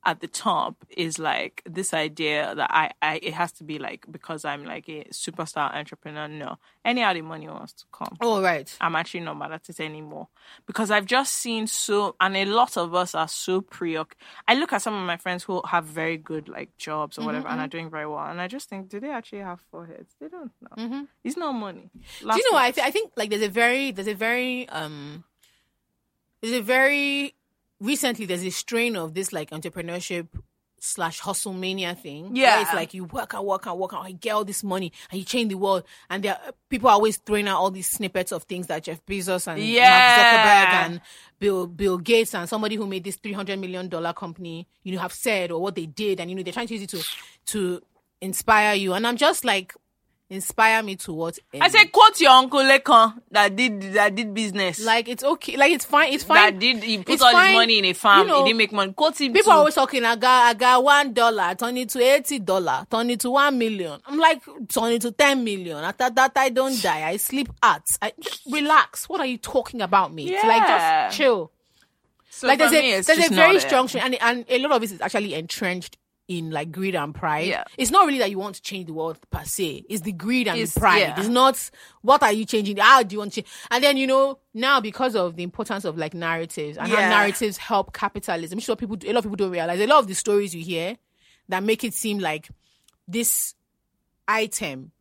[SPEAKER 4] at the top is like this idea that I, I it has to be like because I'm like a superstar entrepreneur. No, any other money wants to come.
[SPEAKER 1] All right.
[SPEAKER 4] I'm actually not mad at it anymore because I've just seen so, and a lot of us are so preoccupied. I look at some of my friends who have very good like jobs
[SPEAKER 1] Mm-hmm,
[SPEAKER 4] or whatever, and are doing very well, and I just think, do they actually have foreheads? They don't know. It's not money.
[SPEAKER 1] Mm-hmm. Do you know what I think? I think like there's a very there's a very um there's a very recently there's a strain of this like entrepreneurship slash hustle mania thing. where
[SPEAKER 4] Yeah.
[SPEAKER 1] it's like you work and work and work and you get all this money and you change the world. And there are, people are always throwing out all these snippets of things that Jeff Bezos and
[SPEAKER 4] Yeah.
[SPEAKER 1] Mark Zuckerberg and Bill Bill Gates and somebody who made this three hundred million dollar company, you know, have said or what they did, and you know they're trying to use it to to inspire you. And I'm just like. Inspire me to what?
[SPEAKER 4] I
[SPEAKER 1] end?
[SPEAKER 4] say quote your uncle Lekan that did that did business.
[SPEAKER 1] Like it's okay. Like it's fine. It's fine.
[SPEAKER 4] that did he put
[SPEAKER 1] It's
[SPEAKER 4] all
[SPEAKER 1] fine.
[SPEAKER 4] his money in a farm.
[SPEAKER 1] You know,
[SPEAKER 4] he didn't make money. Quote him.
[SPEAKER 1] People
[SPEAKER 4] too.
[SPEAKER 1] are always talking. I got, I got one dollar. Turn it to eighty dollar. Turn it to one million. I'm like, turn it to ten million. After that, I don't die. I sleep out. I relax. What are you talking about, me? It's like
[SPEAKER 4] Yeah.
[SPEAKER 1] just chill.
[SPEAKER 4] so
[SPEAKER 1] like
[SPEAKER 4] for
[SPEAKER 1] there's
[SPEAKER 4] me,
[SPEAKER 1] a
[SPEAKER 4] it's
[SPEAKER 1] there's
[SPEAKER 4] just
[SPEAKER 1] a very
[SPEAKER 4] not it.
[SPEAKER 1] strong str- and and a lot of it is actually entrenched in like greed and pride.
[SPEAKER 4] Yeah.
[SPEAKER 1] It's not really that you want to change the world per se. It's the greed and
[SPEAKER 4] It's-
[SPEAKER 1] the pride.
[SPEAKER 4] yeah.
[SPEAKER 1] It's not what are you changing? How do you want to change? And then you know now because of the importance of like narratives and how
[SPEAKER 4] Yeah.
[SPEAKER 1] narratives help capitalism. Sure, people do- a lot of people don't realize a lot of the stories you hear that make it seem like this item,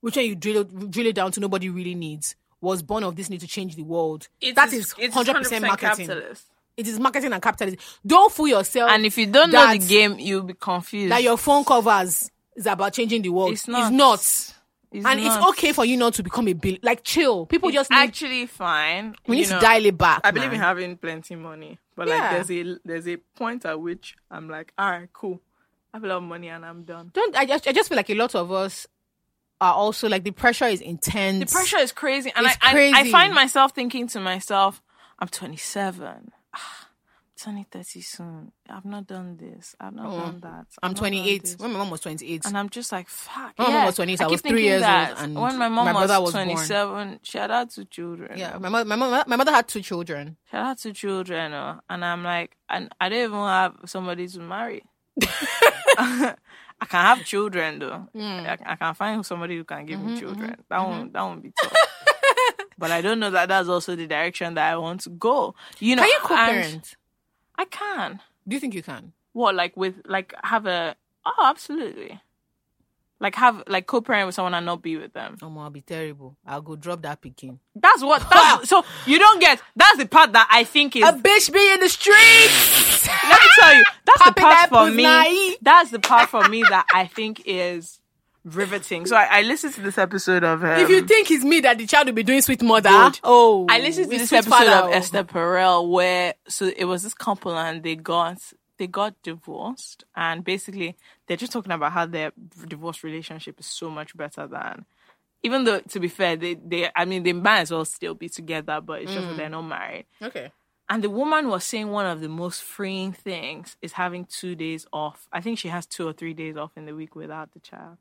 [SPEAKER 1] which when you drill it- drill it down to nobody really needs. Was born of this need to change the world.
[SPEAKER 4] It
[SPEAKER 1] that
[SPEAKER 4] is-
[SPEAKER 1] is
[SPEAKER 4] it's
[SPEAKER 1] hundred percent marketing.
[SPEAKER 4] capitalist.
[SPEAKER 1] It is marketing and capitalism. Don't fool yourself.
[SPEAKER 4] And if you don't know the
[SPEAKER 1] that-
[SPEAKER 4] game, you'll be confused.
[SPEAKER 1] that your phone covers is about changing the world,
[SPEAKER 4] It's not.
[SPEAKER 1] It's not.
[SPEAKER 4] It's
[SPEAKER 1] And
[SPEAKER 4] not.
[SPEAKER 1] it's okay for you not to become a bill. Like chill. People just need,
[SPEAKER 4] actually fine.
[SPEAKER 1] we
[SPEAKER 4] you
[SPEAKER 1] need to
[SPEAKER 4] know.
[SPEAKER 1] dial it back.
[SPEAKER 4] I believe in
[SPEAKER 1] man.
[SPEAKER 4] having plenty money, but
[SPEAKER 1] Yeah.
[SPEAKER 4] like there's a there's a point at which I'm like, all right, cool. I have a lot of money and I'm done.
[SPEAKER 1] Don't I just I just feel like a lot of us are also like the pressure is intense.
[SPEAKER 4] The pressure is crazy, and
[SPEAKER 1] It's
[SPEAKER 4] I, I I
[SPEAKER 1] crazy.
[SPEAKER 4] find myself thinking to myself, I'm 27. Ah, Turning 30 soon. I've not done this. I've not done that. I've
[SPEAKER 1] Oh, I'm
[SPEAKER 4] not done
[SPEAKER 1] 28.
[SPEAKER 4] this.
[SPEAKER 1] When my mom was 28,
[SPEAKER 4] And I'm just like, fuck.
[SPEAKER 1] When my
[SPEAKER 4] yeah.
[SPEAKER 1] mom was 20, so I
[SPEAKER 4] keep
[SPEAKER 1] was three
[SPEAKER 4] thinking
[SPEAKER 1] years old
[SPEAKER 4] that.
[SPEAKER 1] and
[SPEAKER 4] when my mom
[SPEAKER 1] my brother
[SPEAKER 4] was
[SPEAKER 1] was born.
[SPEAKER 4] 27, shout out to children.
[SPEAKER 1] yeah, my mother, my mother, my mother had two children.
[SPEAKER 4] Shout out to children. oh. And I'm like, and I don't even have somebody to marry. I can have children though.
[SPEAKER 1] Mm.
[SPEAKER 4] I, I can find somebody who can give
[SPEAKER 1] Mm-hmm,
[SPEAKER 4] me children. That won't that won't be tough. but I don't know that that's also the direction that I want to go. You know,
[SPEAKER 1] Can you
[SPEAKER 4] and
[SPEAKER 1] co-parent?
[SPEAKER 4] I can.
[SPEAKER 1] Do you think you can?
[SPEAKER 4] What like with like have a oh absolutely. Like have like co-parent with someone and not be with them.
[SPEAKER 1] Oh, I'll be terrible. I'll go drop that picking.
[SPEAKER 4] That's what. That's, so you don't get. That's the part that I think is.
[SPEAKER 1] A bitch be in the streets.
[SPEAKER 4] let me tell you, that's the
[SPEAKER 1] Popping
[SPEAKER 4] part
[SPEAKER 1] that
[SPEAKER 4] for
[SPEAKER 1] pussy
[SPEAKER 4] me.
[SPEAKER 1] nai.
[SPEAKER 4] That's the part for me that I think is riveting. So I, I listened to this episode of. Um,
[SPEAKER 1] if you think it's me that the child will be doing sweet mother,
[SPEAKER 4] Good.
[SPEAKER 1] oh,
[SPEAKER 4] I listened to
[SPEAKER 1] with
[SPEAKER 4] this
[SPEAKER 1] sweet
[SPEAKER 4] episode
[SPEAKER 1] father,
[SPEAKER 4] of
[SPEAKER 1] oh.
[SPEAKER 4] Esther Perel where so it was this couple and they got they got divorced and basically they're just talking about how their divorce relationship is so much better than even though to be fair they they I mean they might as well still be together but it's
[SPEAKER 1] Mm.
[SPEAKER 4] just that they're not married.
[SPEAKER 1] Okay.
[SPEAKER 4] And the woman was saying one of the most freeing things is having two days off. I think she has two or three days off in the week without the child.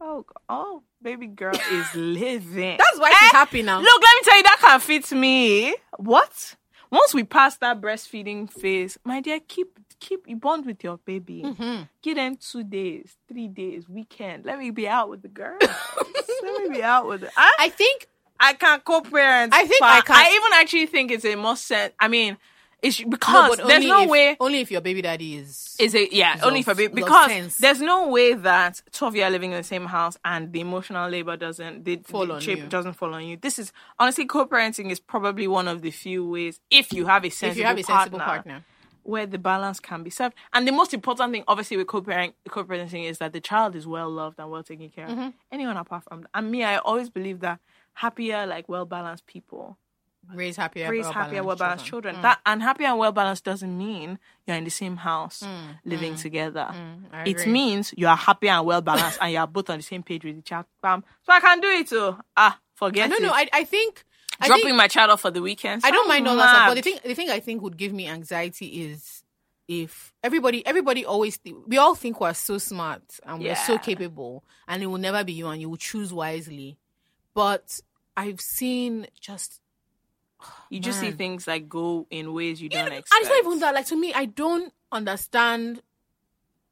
[SPEAKER 4] Oh, g- oh, baby girl is living.
[SPEAKER 1] That's why she's happy now.
[SPEAKER 4] Eh, Look, let me tell you, that can fit me. What? Once we pass that breastfeeding phase, my dear, keep keep you bond with your baby. Give them two days, three days, weekend. Let me be out with the girl. let me be out with. The, I,
[SPEAKER 1] I think
[SPEAKER 4] I can co-parent.
[SPEAKER 1] I think
[SPEAKER 4] but
[SPEAKER 1] I can-
[SPEAKER 4] I even actually think it's a must send. I mean, it's because there's
[SPEAKER 1] only
[SPEAKER 4] no
[SPEAKER 1] if,
[SPEAKER 4] way.
[SPEAKER 1] Only if your baby daddy is.
[SPEAKER 4] Is it yeah? Only
[SPEAKER 1] of-
[SPEAKER 4] for baby
[SPEAKER 1] is of
[SPEAKER 4] because
[SPEAKER 1] sense.
[SPEAKER 4] there's no way that two of you are living in the same house and the emotional labor doesn't the,
[SPEAKER 1] Fall
[SPEAKER 4] the
[SPEAKER 1] on
[SPEAKER 4] chip
[SPEAKER 1] you.
[SPEAKER 4] doesn't fall on you. This is honestly co-parenting is probably one of the few ways if you have a sensible,
[SPEAKER 1] if you have a sensible partner.
[SPEAKER 4] where the balance can be served. And the most important thing, obviously, with co-parent, co-parenting is that the child is well loved and well taken care
[SPEAKER 1] Mm-hmm.
[SPEAKER 4] of. Anyone apart from and me, I always believe that happier, like well balanced people
[SPEAKER 1] raise happier,
[SPEAKER 4] raise happier, well balanced
[SPEAKER 1] children. Mm.
[SPEAKER 4] children. That and happy and well balanced doesn't mean you're in the same house living together.
[SPEAKER 1] Mm, I
[SPEAKER 4] it
[SPEAKER 1] agree.
[SPEAKER 4] means you are happy and well balanced and you are both on the same page with each other. Bam. So I can do it too. Ah, forget
[SPEAKER 1] No,
[SPEAKER 4] it.
[SPEAKER 1] no, I, I think I
[SPEAKER 4] Dropping
[SPEAKER 1] think,
[SPEAKER 4] my child off for the weekend.
[SPEAKER 1] I don't
[SPEAKER 4] Sounds
[SPEAKER 1] mind all that stuff, but the
[SPEAKER 4] mad.
[SPEAKER 1] thing the thing I think would give me anxiety is if everybody everybody always th- we all think we're so smart and we're so
[SPEAKER 4] Yeah.
[SPEAKER 1] capable and it will never be you and you will choose wisely, but I've seen just
[SPEAKER 4] you just see
[SPEAKER 1] man.
[SPEAKER 4] things like go in ways you don't expect.
[SPEAKER 1] Mm. and it's not even that like to me I don't understand.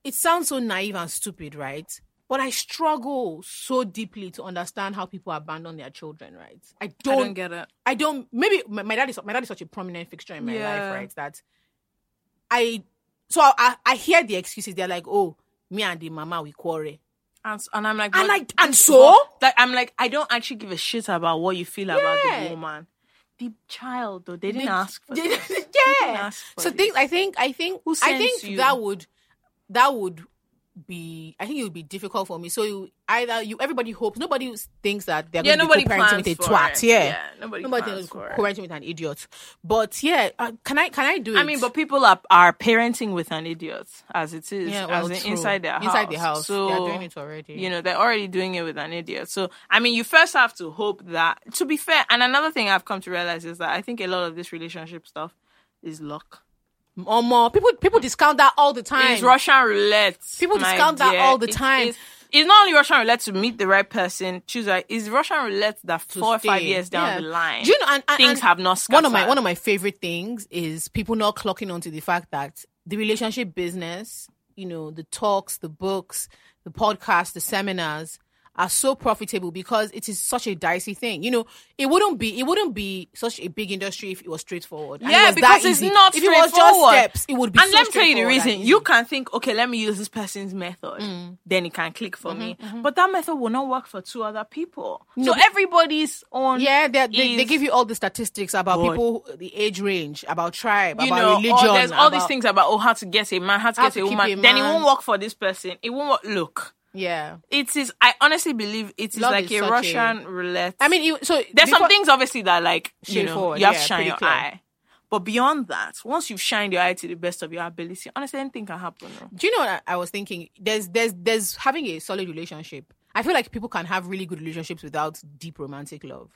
[SPEAKER 1] It sounds so naive and stupid, right? But I struggle so deeply to understand how people abandon their children, right? I
[SPEAKER 4] I
[SPEAKER 1] don't,
[SPEAKER 4] don't get it.
[SPEAKER 1] I don't. Maybe my, my dad is my dad is such a prominent fixture in my
[SPEAKER 4] Yeah.
[SPEAKER 1] life, right? That I so I, I I hear the excuses. They're like, "Oh, me and the mama we quarrel,"
[SPEAKER 4] And, s- and I'm like,
[SPEAKER 1] and
[SPEAKER 4] but-
[SPEAKER 1] like, and so
[SPEAKER 4] that I'm like, I don't actually give a shit about what you feel about
[SPEAKER 1] Yeah.
[SPEAKER 4] the woman. The child though, they didn't
[SPEAKER 1] They-
[SPEAKER 4] ask for
[SPEAKER 1] they-
[SPEAKER 4] this. They didn't
[SPEAKER 1] yeah.
[SPEAKER 4] ask for
[SPEAKER 1] So
[SPEAKER 4] this.
[SPEAKER 1] things I think I think
[SPEAKER 4] Who
[SPEAKER 1] I
[SPEAKER 4] sends
[SPEAKER 1] think
[SPEAKER 4] you?
[SPEAKER 1] that would that would be I think it would be difficult for me. So you either you everybody hopes nobody thinks that they're
[SPEAKER 4] yeah,
[SPEAKER 1] going
[SPEAKER 4] nobody
[SPEAKER 1] to be parenting
[SPEAKER 4] plans
[SPEAKER 1] with a
[SPEAKER 4] for
[SPEAKER 1] twat.
[SPEAKER 4] it.
[SPEAKER 1] Yeah.
[SPEAKER 4] nobody,
[SPEAKER 1] Nobody
[SPEAKER 4] plans
[SPEAKER 1] is
[SPEAKER 4] for it.
[SPEAKER 1] parenting with an idiot. But yeah, uh, can I can I do it?
[SPEAKER 4] I mean, but people are, are parenting with an idiot as it is,
[SPEAKER 1] yeah, well,
[SPEAKER 4] as in
[SPEAKER 1] true.
[SPEAKER 4] inside their house.
[SPEAKER 1] inside the house,
[SPEAKER 4] So,
[SPEAKER 1] they're doing it already.
[SPEAKER 4] You know, they're already doing it with an idiot. So, I mean, you first have to hope that, to be fair, and another thing I've come to realize is that I think a lot of this relationship stuff is luck.
[SPEAKER 1] or more. People people discount that all the time.
[SPEAKER 4] It's Russian roulette.
[SPEAKER 1] People
[SPEAKER 4] my
[SPEAKER 1] discount that
[SPEAKER 4] dear.
[SPEAKER 1] all the
[SPEAKER 4] It
[SPEAKER 1] time.
[SPEAKER 4] is- it's not only Russian roulette to meet the right person, choose right. It's Russian roulette that
[SPEAKER 1] to
[SPEAKER 4] four or five
[SPEAKER 1] stay.
[SPEAKER 4] years down
[SPEAKER 1] Yeah.
[SPEAKER 4] the line,
[SPEAKER 1] Do you know? And, and-
[SPEAKER 4] things
[SPEAKER 1] and
[SPEAKER 4] have not
[SPEAKER 1] One of my
[SPEAKER 4] scattered.
[SPEAKER 1] one of my favorite things is people not clocking onto the fact that the relationship business, you know, the talks, the books, the podcasts, the seminars are so profitable because it is such a dicey thing. You know, it wouldn't be it wouldn't be such a big industry if it was straightforward. And it
[SPEAKER 4] Yeah,
[SPEAKER 1] was
[SPEAKER 4] because
[SPEAKER 1] that
[SPEAKER 4] it's
[SPEAKER 1] easy.
[SPEAKER 4] not
[SPEAKER 1] if it was just
[SPEAKER 4] straightforward.
[SPEAKER 1] steps, it would be.
[SPEAKER 4] and
[SPEAKER 1] so
[SPEAKER 4] let me tell you the
[SPEAKER 1] straightforward and
[SPEAKER 4] reason.
[SPEAKER 1] easy. Mm.
[SPEAKER 4] You can think, okay, let me use this person's method. Then it can click
[SPEAKER 1] Mm-hmm,
[SPEAKER 4] for me. But that method will not work for two other people. so everybody's on.
[SPEAKER 1] Yeah, they, they, they
[SPEAKER 4] is-
[SPEAKER 1] give you all the statistics about
[SPEAKER 4] Good.
[SPEAKER 1] people, the age range, about tribe,
[SPEAKER 4] You
[SPEAKER 1] about
[SPEAKER 4] know,
[SPEAKER 1] religion.
[SPEAKER 4] or there's all these
[SPEAKER 1] about-
[SPEAKER 4] things about oh how to get a man, how to
[SPEAKER 1] How
[SPEAKER 4] get
[SPEAKER 1] to
[SPEAKER 4] a
[SPEAKER 1] keep
[SPEAKER 4] woman.
[SPEAKER 1] a
[SPEAKER 4] Then it
[SPEAKER 1] man.
[SPEAKER 4] won't work for this person. It won't work. Look,
[SPEAKER 1] Yeah.
[SPEAKER 4] it is. I honestly believe it is
[SPEAKER 1] Love
[SPEAKER 4] like
[SPEAKER 1] is
[SPEAKER 4] a
[SPEAKER 1] such a-
[SPEAKER 4] Russian roulette.
[SPEAKER 1] I mean, you- so
[SPEAKER 4] there's some
[SPEAKER 1] before-
[SPEAKER 4] things obviously that like you know
[SPEAKER 1] Straightforward,
[SPEAKER 4] you have to
[SPEAKER 1] yeah,
[SPEAKER 4] shine
[SPEAKER 1] pretty
[SPEAKER 4] your
[SPEAKER 1] clear.
[SPEAKER 4] eye. But beyond that, once you've shined your eye to the best of your ability, honestly, anything can happen. no?
[SPEAKER 1] Do you know what I I was thinking? There's there's there's having a solid relationship. I feel like people can have really good relationships without deep romantic love.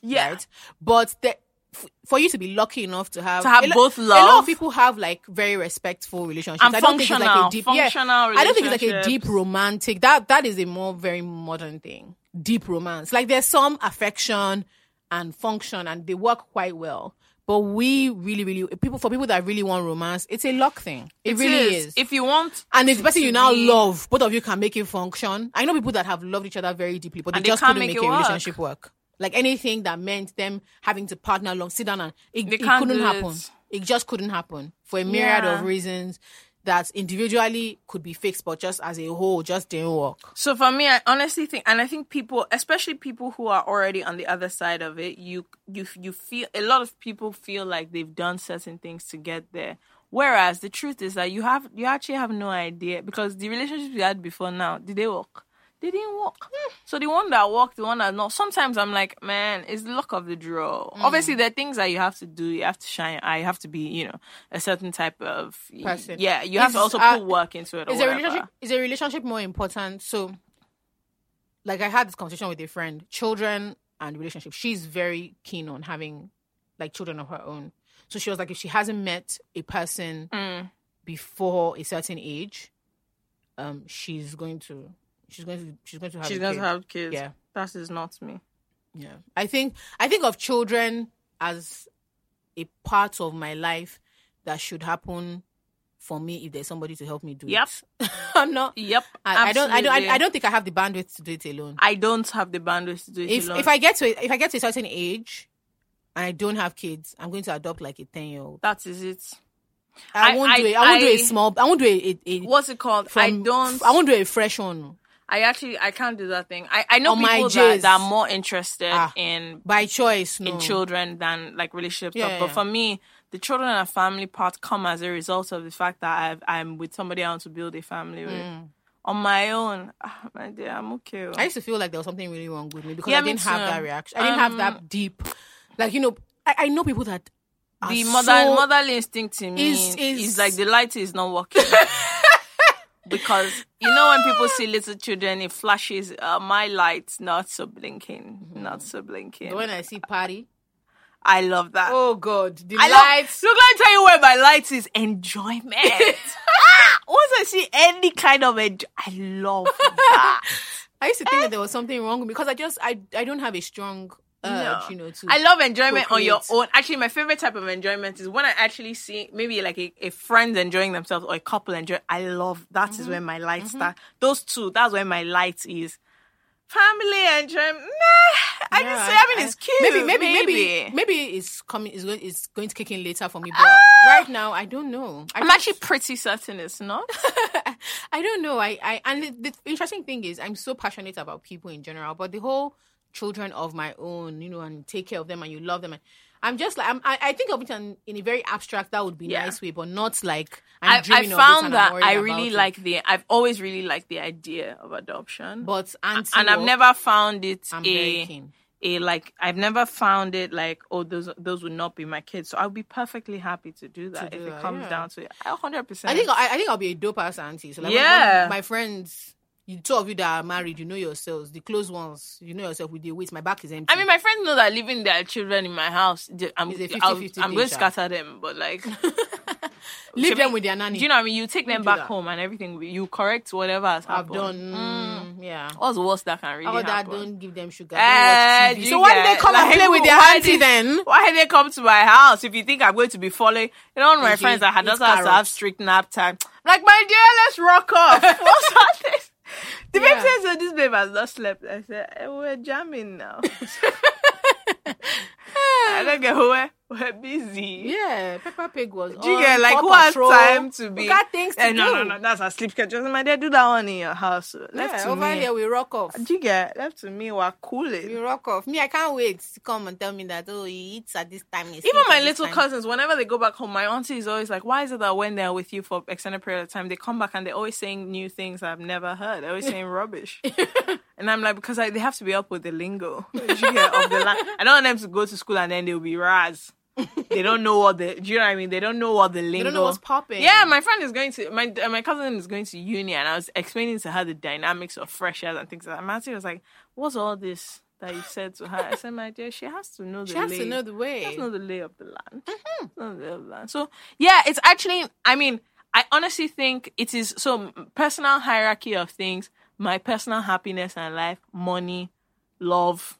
[SPEAKER 4] Yeah.
[SPEAKER 1] Right? But the, f- for you to be lucky enough to have
[SPEAKER 4] To have
[SPEAKER 1] a lo-
[SPEAKER 4] both
[SPEAKER 1] a lot
[SPEAKER 4] love.
[SPEAKER 1] of people have like very respectful relationships.
[SPEAKER 4] And
[SPEAKER 1] I don't think it's like a
[SPEAKER 4] functional-
[SPEAKER 1] deep
[SPEAKER 4] functional
[SPEAKER 1] yeah, I don't think it's like a
[SPEAKER 4] relationships.
[SPEAKER 1] deep romantic. That that is a more very modern thing. Deep romance. Like there's some affection and function and they work quite well. But we really, really people for people that really want romance, it's a luck thing. It, really is.
[SPEAKER 4] If you want,
[SPEAKER 1] And it's the person you now
[SPEAKER 4] be-
[SPEAKER 1] love, both of you can make it function. I know people that have loved each other very deeply, but they,
[SPEAKER 4] And they
[SPEAKER 1] just
[SPEAKER 4] can't
[SPEAKER 1] couldn't
[SPEAKER 4] make
[SPEAKER 1] make,
[SPEAKER 4] it
[SPEAKER 1] a
[SPEAKER 4] work.
[SPEAKER 1] relationship work. Like anything that meant them having to partner long, sit down and it,
[SPEAKER 4] They
[SPEAKER 1] it
[SPEAKER 4] can't
[SPEAKER 1] couldn't
[SPEAKER 4] do
[SPEAKER 1] happen.
[SPEAKER 4] it.
[SPEAKER 1] It just couldn't happen for a myriad
[SPEAKER 4] Yeah.
[SPEAKER 1] of reasons that individually could be fixed, but just as a whole, just didn't work.
[SPEAKER 4] So for me, I honestly think, and I think people, especially people who are already on the other side of it, you you you feel a lot of people feel like they've done certain things to get there. Whereas the truth is that you have you actually have no idea because the relationships you had before now did they work? They didn't work.
[SPEAKER 1] Hmm.
[SPEAKER 4] So the one that worked, the one that not. Sometimes I'm like, man, it's luck of the draw.
[SPEAKER 1] Hmm.
[SPEAKER 4] Obviously, there are things that you have to do. You have to shine. your eye, you have to be, you know, a certain type of
[SPEAKER 1] Person.
[SPEAKER 4] Yeah, you have
[SPEAKER 1] Is,
[SPEAKER 4] to also
[SPEAKER 1] uh,
[SPEAKER 4] put work into it. Or
[SPEAKER 1] Is a
[SPEAKER 4] whatever.
[SPEAKER 1] relationship is a relationship more important? So, like I had this conversation with a friend, children and relationship. She's very keen on having like children of her own. So she was like, if she hasn't met a person
[SPEAKER 4] Mm.
[SPEAKER 1] before a certain age, um, she's going to she's going to she's going to have
[SPEAKER 4] She's
[SPEAKER 1] a
[SPEAKER 4] going
[SPEAKER 1] kid.
[SPEAKER 4] to have kids.
[SPEAKER 1] Yeah.
[SPEAKER 4] That is not me.
[SPEAKER 1] Yeah. I think I think of children as a part of my life that should happen for me if there's somebody to help me do
[SPEAKER 4] Yep.
[SPEAKER 1] it. I'm not
[SPEAKER 4] Yep.
[SPEAKER 1] I, I don't I don't I,
[SPEAKER 4] absolutely.
[SPEAKER 1] I don't think I have the bandwidth to do it alone.
[SPEAKER 4] I don't have the bandwidth to do it
[SPEAKER 1] If
[SPEAKER 4] alone.
[SPEAKER 1] if I get to a- if I get to a certain age and I don't have kids, I'm going to adopt like a ten year old.
[SPEAKER 4] that is it.
[SPEAKER 1] I,
[SPEAKER 4] I-
[SPEAKER 1] won't do
[SPEAKER 4] I-
[SPEAKER 1] it. I won't do a
[SPEAKER 4] I-
[SPEAKER 1] small I won't do a, a, a
[SPEAKER 4] What's it called? I
[SPEAKER 1] from-
[SPEAKER 4] don't.
[SPEAKER 1] I won't do a fresh one.
[SPEAKER 4] I actually I can't do that thing. I I know
[SPEAKER 1] On Oh, my
[SPEAKER 4] people that,
[SPEAKER 1] J's.
[SPEAKER 4] that are more interested
[SPEAKER 1] Ah.
[SPEAKER 4] in
[SPEAKER 1] By choice, no.
[SPEAKER 4] in children than like relationships.
[SPEAKER 1] Yeah,
[SPEAKER 4] stuff. But
[SPEAKER 1] yeah.
[SPEAKER 4] for me, the children and family part come as a result of the fact that I've, I'm with somebody I want to build a family with.
[SPEAKER 1] Mm.
[SPEAKER 4] On my own, ah, my dear, I'm okay. oh.
[SPEAKER 1] I used to feel like there was something really wrong with me because
[SPEAKER 4] Yeah,
[SPEAKER 1] I
[SPEAKER 4] me
[SPEAKER 1] didn't have
[SPEAKER 4] too. Um,
[SPEAKER 1] that reaction. I didn't have that deep, like you know. I, I know people that are
[SPEAKER 4] the
[SPEAKER 1] so-
[SPEAKER 4] mother motherly instinct in me
[SPEAKER 1] is-
[SPEAKER 4] is,
[SPEAKER 1] is-
[SPEAKER 4] like the light is not working because you know when people see little children it flashes uh, my light's not so blinking not so blinking
[SPEAKER 1] Mm-hmm. When I see party,
[SPEAKER 4] i love that
[SPEAKER 1] oh god, the
[SPEAKER 4] I love,
[SPEAKER 1] lights.
[SPEAKER 4] look let me tell you where my light is enjoyment Ah, once i see any kind of enjoy, i love that
[SPEAKER 1] I used to think that there was something wrong with me because I just I I don't have a strong urge,
[SPEAKER 4] No.
[SPEAKER 1] you know. To
[SPEAKER 4] I love enjoyment on your
[SPEAKER 1] procreate.
[SPEAKER 4] own. Actually, my favorite type of enjoyment is when I actually see maybe like a, a friend enjoying themselves or a couple enjoy. I love that is
[SPEAKER 1] Mm-hmm.
[SPEAKER 4] where my light start. Those two, that's where my light is. Family enjoyment. Nah, I
[SPEAKER 1] Yeah,
[SPEAKER 4] just say. I mean, it's cute.
[SPEAKER 1] Maybe, maybe, maybe, maybe, it's coming. It's going. It's going to kick in later for me. But right now, I don't know. I
[SPEAKER 4] Ah! I'm
[SPEAKER 1] don't-
[SPEAKER 4] actually pretty certain it's not.
[SPEAKER 1] I don't know. I, I and the, the interesting thing is, I'm so passionate about people in general, but the whole children of my own, you know, and take care of them and you love them. And I'm just like, I'm, I, I think of it in, in a very abstract, that would be
[SPEAKER 4] Yeah.
[SPEAKER 1] nice way, but not like
[SPEAKER 4] I,
[SPEAKER 1] I'm
[SPEAKER 4] I
[SPEAKER 1] dreaming of it
[SPEAKER 4] found
[SPEAKER 1] and
[SPEAKER 4] that
[SPEAKER 1] I'm worried
[SPEAKER 4] I
[SPEAKER 1] about
[SPEAKER 4] really
[SPEAKER 1] it.
[SPEAKER 4] like the. I've always really liked the idea of adoption,
[SPEAKER 1] but auntie
[SPEAKER 4] and I've
[SPEAKER 1] work,
[SPEAKER 4] never found it
[SPEAKER 1] I'm very
[SPEAKER 4] a.
[SPEAKER 1] keen.
[SPEAKER 4] a like I've never found it like oh those those would not be my kids so I'll be perfectly happy to do that
[SPEAKER 1] To
[SPEAKER 4] if
[SPEAKER 1] do
[SPEAKER 4] it
[SPEAKER 1] that,
[SPEAKER 4] comes
[SPEAKER 1] yeah.
[SPEAKER 4] down to it. A hundred percent.
[SPEAKER 1] I think I, I think I'll be a dope ass auntie. So like, when-
[SPEAKER 4] Yeah.
[SPEAKER 1] when my friends. You two of you that are married, you know yourselves. The close ones, you know yourself with the weight. My back is empty.
[SPEAKER 4] I mean, my friends know that leaving their children in my house, the- I'm
[SPEAKER 1] It's a
[SPEAKER 4] I'll-
[SPEAKER 1] 50-50
[SPEAKER 4] I'm going to
[SPEAKER 1] thing,
[SPEAKER 4] scatter them, but like, do
[SPEAKER 1] leave them
[SPEAKER 4] we-
[SPEAKER 1] with their nanny.
[SPEAKER 4] you know what I mean? You take them
[SPEAKER 1] do
[SPEAKER 4] back
[SPEAKER 1] that.
[SPEAKER 4] home and everything. You correct whatever has
[SPEAKER 1] I've
[SPEAKER 4] happened.
[SPEAKER 1] done. mm, yeah.
[SPEAKER 4] What's the worst that can really
[SPEAKER 1] Oh, that
[SPEAKER 4] happen?
[SPEAKER 1] don't give them sugar. Don't watch
[SPEAKER 4] Eh, do
[SPEAKER 1] TV.
[SPEAKER 4] you
[SPEAKER 1] so why did
[SPEAKER 4] get-
[SPEAKER 1] they come and
[SPEAKER 4] like,
[SPEAKER 1] play with their
[SPEAKER 4] why
[SPEAKER 1] auntie
[SPEAKER 4] did-
[SPEAKER 1] then?
[SPEAKER 4] Why they come to my house? If you think I'm going to be following, you know, one of my
[SPEAKER 1] If you
[SPEAKER 4] friends that had
[SPEAKER 1] eat
[SPEAKER 4] doesn't have to have
[SPEAKER 1] carrots.
[SPEAKER 4] strict nap time. I'm like, my dear, let's rock off. What's all this? The babe
[SPEAKER 1] Yeah.
[SPEAKER 4] says, "Oh, this babe has not slept." I said, "Eh, "We're jamming now." I don't get who we're, we're busy.
[SPEAKER 1] Yeah, Peppa Pig was.
[SPEAKER 4] Do you
[SPEAKER 1] on,
[SPEAKER 4] get like
[SPEAKER 1] Paw
[SPEAKER 4] who has
[SPEAKER 1] Patrol.
[SPEAKER 4] time to be?
[SPEAKER 1] We got things to
[SPEAKER 4] Eh, no,
[SPEAKER 1] do.
[SPEAKER 4] no, no. That's our sleep schedule. My dear, do that one in your house. Left
[SPEAKER 1] Yeah,
[SPEAKER 4] to
[SPEAKER 1] over
[SPEAKER 4] me. Uh,
[SPEAKER 1] here we rock off.
[SPEAKER 4] Do you get left to me? We're cooling.
[SPEAKER 1] We rock off. Me, I can't wait to come and tell me that oh, you eat at this time. you
[SPEAKER 4] Even
[SPEAKER 1] sleep
[SPEAKER 4] my
[SPEAKER 1] at this
[SPEAKER 4] little
[SPEAKER 1] time.
[SPEAKER 4] cousins, whenever they go back home, my auntie is always like, "Why is it that when they're with you for extended period of time, they come back and they're always saying new things I've never heard? They're always saying rubbish." and I'm like, because I, they have to be up with the lingo. You get, of the la- I don't want them to go to school and then they'll be raz. they don't know what the do you know what I mean? They don't know what the lingo.
[SPEAKER 1] You don't know what's popping.
[SPEAKER 4] Yeah, my friend is going to my uh, my cousin is going to uni, and I was explaining to her the dynamics of freshers and things like that. Matthew was like, "What's all this that you said to her?" I said, "My dear, she has to know the
[SPEAKER 1] She has
[SPEAKER 4] lay.
[SPEAKER 1] to know the way.
[SPEAKER 4] She has to know the lay of the land. She has to know the lay of the land." Mm-hmm. So yeah, it's actually. I mean, I honestly think it is so personal hierarchy of things. My personal happiness and life, money, love.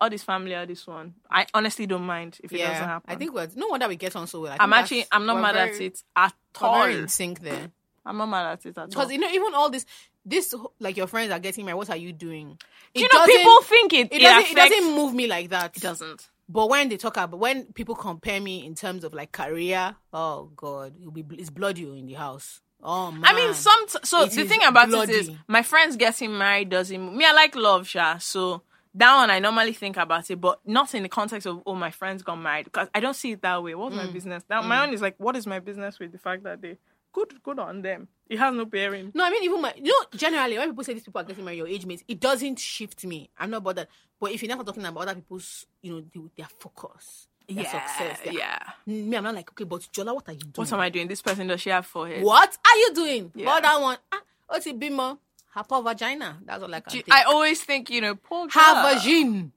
[SPEAKER 4] All this family, all this one. I honestly don't mind if it doesn't
[SPEAKER 1] yeah.
[SPEAKER 4] happen.
[SPEAKER 1] I think we're no wonder we get on so well. I
[SPEAKER 4] I'm
[SPEAKER 1] think
[SPEAKER 4] actually
[SPEAKER 1] that's-
[SPEAKER 4] I'm not
[SPEAKER 1] we're
[SPEAKER 4] mad at
[SPEAKER 1] very-
[SPEAKER 4] it at
[SPEAKER 1] we're
[SPEAKER 4] all.
[SPEAKER 1] very in sync there.
[SPEAKER 4] I'm not mad at it at all.
[SPEAKER 1] Because you know, even all this, this wh- like your friends are getting married. What are you doing? It
[SPEAKER 4] Do you know
[SPEAKER 1] doesn't-
[SPEAKER 4] people think it
[SPEAKER 1] It doesn't. It
[SPEAKER 4] affects-
[SPEAKER 1] doesn't move me like that.
[SPEAKER 4] It doesn't.
[SPEAKER 1] But when they talk about when people compare me in terms of like career, oh god, you'll be bl- it's bloody in the house. Oh man.
[SPEAKER 4] I mean, some. So
[SPEAKER 1] It
[SPEAKER 4] the
[SPEAKER 1] is
[SPEAKER 4] thing about it is,
[SPEAKER 1] bloody.
[SPEAKER 4] my friends getting married doesn't. Me, I like love, Sha. So that one, I normally think about it, but not in the context of oh, my friends got married because I don't see it that way.
[SPEAKER 1] Mm.
[SPEAKER 4] What's my business? Now my own is like, what is my business with the fact that they good, good on them. It has no bearing.
[SPEAKER 1] No, I mean even my you know generally when people say these people are getting married, your age mates, it doesn't shift me. I'm not bothered. But if you're not talking about other people's, you know, the- their focus, their success, their-
[SPEAKER 4] yeah.
[SPEAKER 1] Me, I'm not like okay, but Jola, what are you doing?
[SPEAKER 4] What am I doing? This person does she have forehead?
[SPEAKER 1] What are you doing?
[SPEAKER 4] Yeah.
[SPEAKER 1] Well, that one. Ah, what's it bimo? Her vagina. That's all I can
[SPEAKER 4] Do you-
[SPEAKER 1] think.
[SPEAKER 4] I Ah. always think, you know, poor girl.
[SPEAKER 1] Her vagina.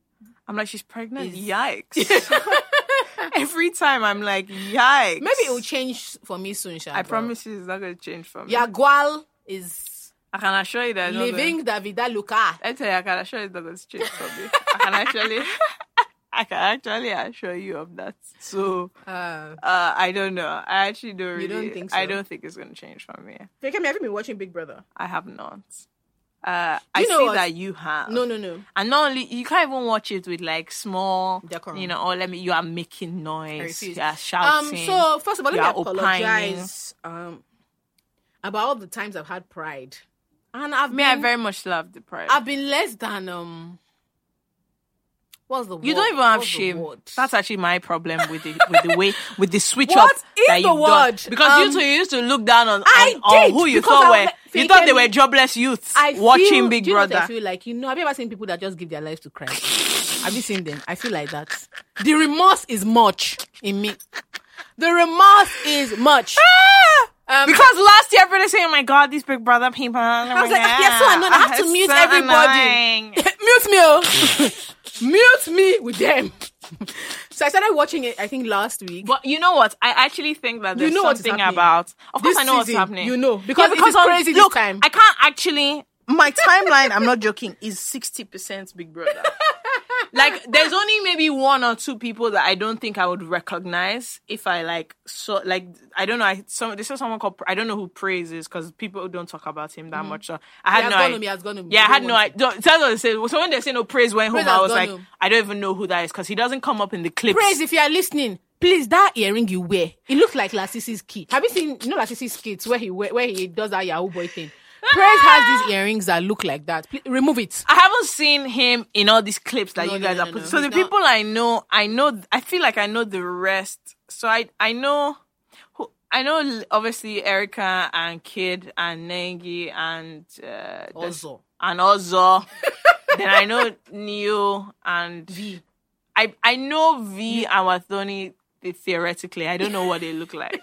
[SPEAKER 4] I'm like, she's pregnant. Yikes. Every time I'm like, yikes.
[SPEAKER 1] Maybe it will change for me soon, Sha.
[SPEAKER 4] I promise you, it's not going to change for me.
[SPEAKER 1] Yagual is
[SPEAKER 4] I can assure you that. it's not gonna-
[SPEAKER 1] leaving Davida Luca.
[SPEAKER 4] I tell you, I can assure you it's not going to change for me. I can actually. I can actually assure you of that. So
[SPEAKER 1] Uh,
[SPEAKER 4] uh, I don't know. I actually don't really.
[SPEAKER 1] You don't think
[SPEAKER 4] I
[SPEAKER 1] so?
[SPEAKER 4] don't think it's going to change for me.
[SPEAKER 1] Fake me, have you been watching Big Brother?
[SPEAKER 4] I have not. Uh, I
[SPEAKER 1] You know
[SPEAKER 4] see
[SPEAKER 1] what?
[SPEAKER 4] that you have.
[SPEAKER 1] No, no, no.
[SPEAKER 4] And not only you can't even watch it with like small,
[SPEAKER 1] Decorum.
[SPEAKER 4] you know, or let me. You are making noise.
[SPEAKER 1] refuse.
[SPEAKER 4] You are
[SPEAKER 1] Um,
[SPEAKER 4] shouting.
[SPEAKER 1] so first of all, let
[SPEAKER 4] You
[SPEAKER 1] me
[SPEAKER 4] are opining.
[SPEAKER 1] apologize um, about all the times I've had pride, and I've
[SPEAKER 4] me, I
[SPEAKER 1] been,
[SPEAKER 4] very much love the pride.
[SPEAKER 1] I've been less than um. What's the word?
[SPEAKER 4] you don't even have
[SPEAKER 1] What's the
[SPEAKER 4] shame.
[SPEAKER 1] word?
[SPEAKER 4] That's actually my problem with the with the way with the switch
[SPEAKER 1] What
[SPEAKER 4] up
[SPEAKER 1] is
[SPEAKER 4] that
[SPEAKER 1] the
[SPEAKER 4] you've done.
[SPEAKER 1] word?
[SPEAKER 4] Because
[SPEAKER 1] Um,
[SPEAKER 4] you two you used to look down on,
[SPEAKER 1] I
[SPEAKER 4] on, on
[SPEAKER 1] did,
[SPEAKER 4] who you
[SPEAKER 1] because
[SPEAKER 4] thought
[SPEAKER 1] I was
[SPEAKER 4] were
[SPEAKER 1] like,
[SPEAKER 4] you thought they
[SPEAKER 1] thinking-
[SPEAKER 4] were jobless youths
[SPEAKER 1] I feel-
[SPEAKER 4] watching Big
[SPEAKER 1] do you know what I
[SPEAKER 4] Brother.
[SPEAKER 1] feel like you know. Have you ever seen people that just give their lives to Christ? have you seen them? I feel like that. The remorse is much in me. The remorse is much.
[SPEAKER 4] Ah!
[SPEAKER 1] Um,
[SPEAKER 4] because last year everybody saying, "Oh my God, these Big Brother people!" I
[SPEAKER 1] was like, "Ah, "Yes, so annoying. I have to mute everybody." mute me, oh. mute me with them. so I started watching it. I think last week.
[SPEAKER 4] But you know what? I actually think that there's
[SPEAKER 1] know what's
[SPEAKER 4] something
[SPEAKER 1] happening.
[SPEAKER 4] about. Of course,
[SPEAKER 1] This
[SPEAKER 4] I know what's
[SPEAKER 1] season,
[SPEAKER 4] happening.
[SPEAKER 1] you know, because it is
[SPEAKER 4] on-
[SPEAKER 1] crazy this
[SPEAKER 4] look,
[SPEAKER 1] time.
[SPEAKER 4] I can't actually. My timeline, I'm not joking, is 60% Big Brother. like, there's only maybe one or two people that I don't think I would recognize if I like. So, like, I don't know. I some this is someone called. I don't know who Praise is because people don't talk about him that much. So I
[SPEAKER 1] has
[SPEAKER 4] had no
[SPEAKER 1] gone
[SPEAKER 4] idea.
[SPEAKER 1] home, he has gone home.
[SPEAKER 4] Yeah, I
[SPEAKER 1] We
[SPEAKER 4] had
[SPEAKER 1] don't
[SPEAKER 4] no
[SPEAKER 1] want
[SPEAKER 4] idea. That's what they say. So when they say no, Praise went
[SPEAKER 1] Praise
[SPEAKER 4] home, I
[SPEAKER 1] has
[SPEAKER 4] was
[SPEAKER 1] gone
[SPEAKER 4] like,
[SPEAKER 1] home.
[SPEAKER 4] I don't even know who that is because he doesn't come up in the clips.
[SPEAKER 1] Praise if you are listening. Please, that earring you wear, it looks like Lassisi's key. Have you seen, you know, Lassisi's kids where he wear, where he does that Yahoo boy thing? Praise has these earrings that look like that. Please, remove it.
[SPEAKER 4] I haven't seen him in all these clips that
[SPEAKER 1] No,
[SPEAKER 4] you
[SPEAKER 1] no,
[SPEAKER 4] guys
[SPEAKER 1] no,
[SPEAKER 4] are
[SPEAKER 1] no,
[SPEAKER 4] putting.
[SPEAKER 1] no.
[SPEAKER 4] So the
[SPEAKER 1] He's not-
[SPEAKER 4] people I know, I know, I feel like I know the rest. So I, I know, who, I know l- obviously Erica and Kid and Nengi and uh, there's-
[SPEAKER 1] Also,
[SPEAKER 4] and Ozo. then I know Neo and V. I I know V and Wathoni the- theoretically. I don't know what they look like.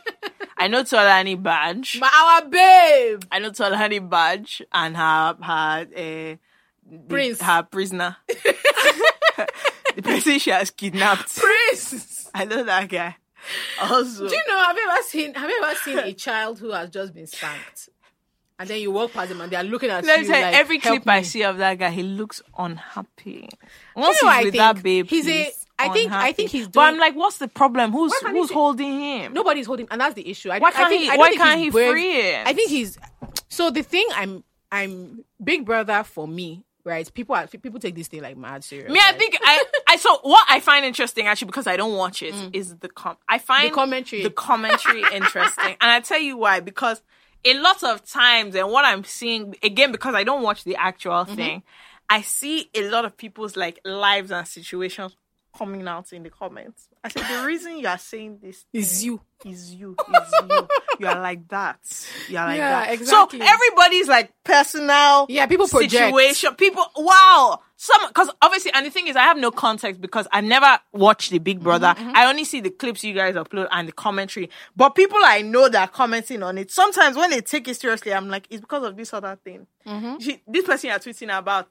[SPEAKER 4] I know Tolani Badge.
[SPEAKER 1] but our babe,
[SPEAKER 4] I know Tolani Badge and her her. Uh,
[SPEAKER 1] Prince,
[SPEAKER 4] her prisoner. the person she has kidnapped.
[SPEAKER 1] Prince.
[SPEAKER 4] I know that guy. Also,
[SPEAKER 1] Do you know? Have you ever seen? Have you ever seen a child who has just been spanked, and then you walk past them and they are looking at
[SPEAKER 4] let me
[SPEAKER 1] you
[SPEAKER 4] tell you,
[SPEAKER 1] like,
[SPEAKER 4] every
[SPEAKER 1] "Help
[SPEAKER 4] clip I
[SPEAKER 1] me."
[SPEAKER 4] see of that guy, he looks unhappy. Once
[SPEAKER 1] know what I
[SPEAKER 4] he's with
[SPEAKER 1] think?
[SPEAKER 4] that babe,
[SPEAKER 1] He's a- I think- I
[SPEAKER 4] unhappy.
[SPEAKER 1] think he's
[SPEAKER 4] But I'm
[SPEAKER 1] doing-
[SPEAKER 4] like, what's the problem? Who's
[SPEAKER 1] can't he
[SPEAKER 4] who's
[SPEAKER 1] say-
[SPEAKER 4] holding him?
[SPEAKER 1] nobody's holding and that's the issue I,
[SPEAKER 4] Why
[SPEAKER 1] I
[SPEAKER 4] can't
[SPEAKER 1] think,
[SPEAKER 4] he-
[SPEAKER 1] I don't
[SPEAKER 4] why
[SPEAKER 1] think
[SPEAKER 4] can't
[SPEAKER 1] he's
[SPEAKER 4] he
[SPEAKER 1] brave.
[SPEAKER 4] free it?
[SPEAKER 1] i think he's so the thing i'm i'm big brother for me right people are people take this thing like mad serious
[SPEAKER 4] Me, I
[SPEAKER 1] right?
[SPEAKER 4] think I, I so what I find interesting actually because I don't watch it is the com. I find
[SPEAKER 1] Mm. The commentary.
[SPEAKER 4] the commentary interesting, and I tell you why because a lot of times and what I'm seeing again because I don't watch the actual
[SPEAKER 1] Mm-hmm.
[SPEAKER 4] thing, I see a lot of people's like lives and situations coming out in the comments, I said, the reason you are saying this
[SPEAKER 1] It's you.
[SPEAKER 4] is you, is you. You are like that. You are like
[SPEAKER 1] Yeah,
[SPEAKER 4] that.
[SPEAKER 1] exactly.
[SPEAKER 4] So everybody's like personal.
[SPEAKER 1] Yeah, people project.
[SPEAKER 4] Situation. People. Wow. Some because obviously, and the thing is, I have no context because I never watched the Big Brother.
[SPEAKER 1] Mm-hmm,
[SPEAKER 4] I only see the clips you guys upload and the commentary. But people I know that are commenting on it. Sometimes when they take it seriously, I'm like, it's because of this other thing.
[SPEAKER 1] Mm-hmm.
[SPEAKER 4] She- this person you're tweeting about,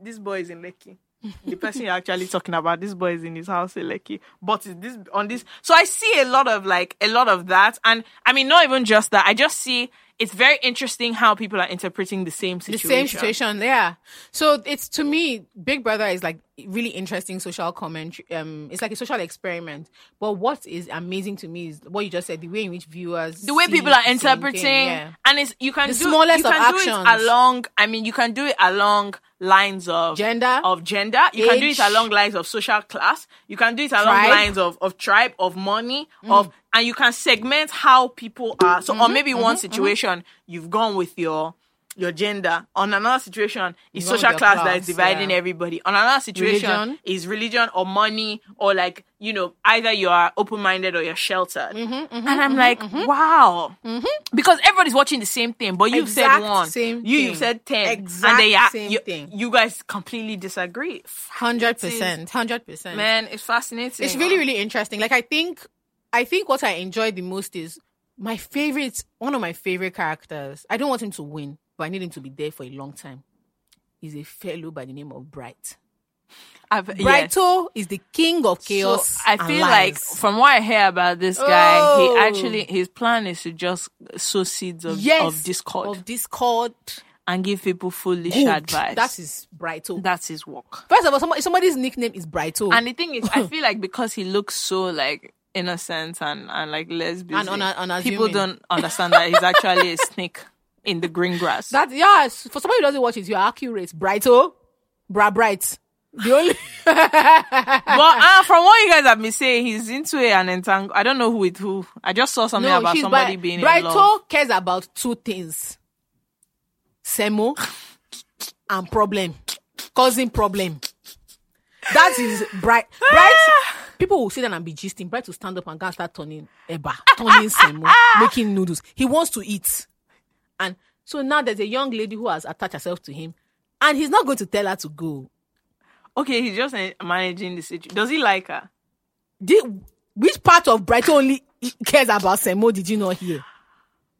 [SPEAKER 4] this boy is in Lekki. the person you're actually talking about, this boy is in his house in Lekki. But is this on this? So I see a lot of like a lot of that, and I mean not even just that. I just see it's very interesting how people are interpreting the same
[SPEAKER 1] the
[SPEAKER 4] situation.
[SPEAKER 1] same situation yeah so it's to me big brother is like really interesting social commentary um it's like a social experiment but what is amazing to me is what you just said the way in which viewers
[SPEAKER 4] the way
[SPEAKER 1] see
[SPEAKER 4] people are
[SPEAKER 1] the same thing,
[SPEAKER 4] interpreting,
[SPEAKER 1] yeah.
[SPEAKER 4] and it's you can
[SPEAKER 1] The
[SPEAKER 4] do
[SPEAKER 1] smallest
[SPEAKER 4] you
[SPEAKER 1] of
[SPEAKER 4] can do
[SPEAKER 1] actions.
[SPEAKER 4] it along. I mean, you can do it along lines of
[SPEAKER 1] Gender,
[SPEAKER 4] of gender. You can do
[SPEAKER 1] age.
[SPEAKER 4] it along lines of social class. You can do it along
[SPEAKER 1] Tribe. Mm.
[SPEAKER 4] lines of of tribe, of money, of and you can segment how people are. So,
[SPEAKER 1] Mm-hmm,
[SPEAKER 4] or maybe one situation you've gone with your. Your gender on another situation is
[SPEAKER 1] Gone with
[SPEAKER 4] social
[SPEAKER 1] your
[SPEAKER 4] class, that
[SPEAKER 1] class,
[SPEAKER 4] is dividing
[SPEAKER 1] yeah.
[SPEAKER 4] everybody. On another situation
[SPEAKER 1] Religion.
[SPEAKER 4] is religion or money or like you know either you are open minded or you're sheltered.
[SPEAKER 1] Mm-hmm,
[SPEAKER 4] and I'm like, wow, because everybody's watching the same thing, but you've
[SPEAKER 1] Exact
[SPEAKER 4] said one,
[SPEAKER 1] same
[SPEAKER 4] you you've
[SPEAKER 1] thing.
[SPEAKER 4] said ten,
[SPEAKER 1] Exact
[SPEAKER 4] and they are,
[SPEAKER 1] same
[SPEAKER 4] you,
[SPEAKER 1] thing.
[SPEAKER 4] You guys completely disagree.
[SPEAKER 1] 100% 100%
[SPEAKER 4] Man, it's fascinating.
[SPEAKER 1] it's really really interesting like i think i think what i enjoy the most is my favorite one of my favorite characters i don't want him to win but i need him to be there for a long time is a fellow by the name of bright
[SPEAKER 4] I've, yes.
[SPEAKER 1] Brighto is the king of chaos.
[SPEAKER 4] So I
[SPEAKER 1] and
[SPEAKER 4] feel like
[SPEAKER 1] lies.
[SPEAKER 4] from what I hear about this guy,
[SPEAKER 1] Oh.
[SPEAKER 4] he actually his plan is to just sow seeds of, of discord
[SPEAKER 1] of discord.
[SPEAKER 4] and give people foolish advice.
[SPEAKER 1] That is Brighto.
[SPEAKER 4] that's his work.
[SPEAKER 1] First of all, somebody, somebody's nickname is Brighto,
[SPEAKER 4] And the thing is, I feel like because he looks so like innocent and and like lesbian,
[SPEAKER 1] And una- unassuming.
[SPEAKER 4] people don't understand that he's actually a snake in the green grass.
[SPEAKER 1] that yes, for somebody who doesn't watch it, you're accurate. Brighto, bra bright. The only
[SPEAKER 4] but uh, from what you guys have been saying, he's into it and entangled. I don't know who with who. I just saw something
[SPEAKER 1] no,
[SPEAKER 4] about
[SPEAKER 1] she's
[SPEAKER 4] somebody
[SPEAKER 1] Bri-
[SPEAKER 4] being in love.
[SPEAKER 1] Brighto cares about two things: Semo and problem, causing problem. That is bright. Bright. People will sit down and be gisting. Bright will stand up and go and start turning eba, turning semo, making noodles. He wants to eat, and so now there's a young lady who has attached herself to him, and he's not going to tell her to go.
[SPEAKER 4] Okay, he's just uh, managing the situation. Does he like her?
[SPEAKER 1] The- which part of Bright only cares about semo? Did you not hear?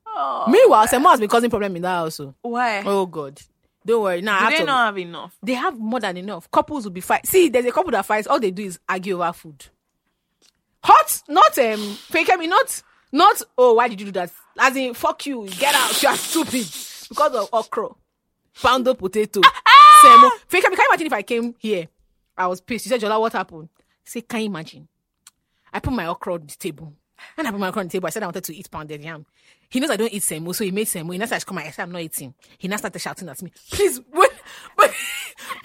[SPEAKER 4] Oh,
[SPEAKER 1] Meanwhile, semo has been causing problem in that house. oh.
[SPEAKER 4] why?
[SPEAKER 1] Oh God, don't worry. Now
[SPEAKER 4] Do they not have enough?
[SPEAKER 1] they have more than enough. Couples will be fight. See, there's a couple that fights. All they do is argue over food. Hot, not um, fake me, not not. Oh, why did you do that? As in, fuck you, get out. You are stupid because of okra, poundo potato,
[SPEAKER 4] Ah,
[SPEAKER 1] semo. Fake me, can you imagine if I came here? I was pissed. You said, Jola, what happened? Say, can you imagine? I put my okra on the table. And I put my okra on the table. I said I wanted to eat pounded yam. He knows I don't eat semo, so he made semo. He now started come. I said I'm not eating. He now started shouting at me, "Please, wait, but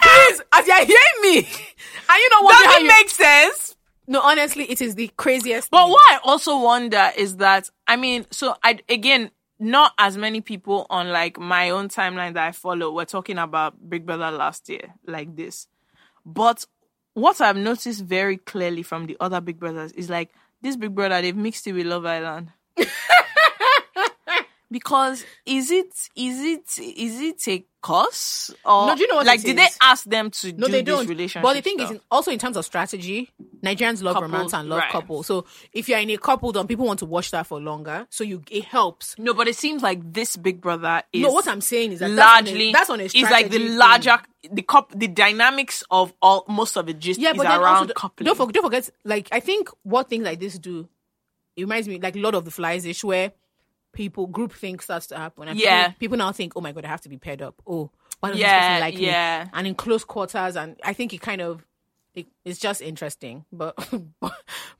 [SPEAKER 1] please!" As you're hearing me, and you know what?
[SPEAKER 4] Does it make sense?
[SPEAKER 1] no, honestly, it is the craziest.
[SPEAKER 4] But
[SPEAKER 1] thing.
[SPEAKER 4] what I also wonder is that I mean, so I again, not as many people on like my own timeline that I follow were talking about Big Brother last year like this. But what I've noticed very clearly from the other Big Brothers is like this Big Brother they've mixed it with Love Island. because is it is it is it a curse or
[SPEAKER 1] No, do you know what
[SPEAKER 4] like
[SPEAKER 1] it
[SPEAKER 4] did
[SPEAKER 1] is?
[SPEAKER 4] they ask them to
[SPEAKER 1] No,
[SPEAKER 4] do
[SPEAKER 1] they
[SPEAKER 4] this
[SPEAKER 1] don't.
[SPEAKER 4] relationship
[SPEAKER 1] But the thing
[SPEAKER 4] stuff?
[SPEAKER 1] is, in, also in terms of strategy, Nigerians love
[SPEAKER 4] Couples,
[SPEAKER 1] romance and love
[SPEAKER 4] right.
[SPEAKER 1] couples. So if you're in a couple, then people want to watch that for longer. So you, it helps.
[SPEAKER 4] no but it seems like this big brother is
[SPEAKER 1] No, what I'm saying is that
[SPEAKER 4] largely
[SPEAKER 1] that's on a, that's on a
[SPEAKER 4] it's like the
[SPEAKER 1] strategy thing.
[SPEAKER 4] larger the cup the dynamics of all most of the gist
[SPEAKER 1] yeah,
[SPEAKER 4] is
[SPEAKER 1] but then
[SPEAKER 4] around
[SPEAKER 1] also,
[SPEAKER 4] coupling.
[SPEAKER 1] Don't, forget, don't forget, like I think what things like this do, it reminds me like Lord of the Flies ish, where people group think starts to happen. And
[SPEAKER 4] Yeah.
[SPEAKER 1] people, people now think, oh my god, I have to be paired up. Oh, why don't this
[SPEAKER 4] Yeah,
[SPEAKER 1] person like
[SPEAKER 4] yeah.
[SPEAKER 1] me? And in close quarters, and I think it kind of. It, it's just interesting, but,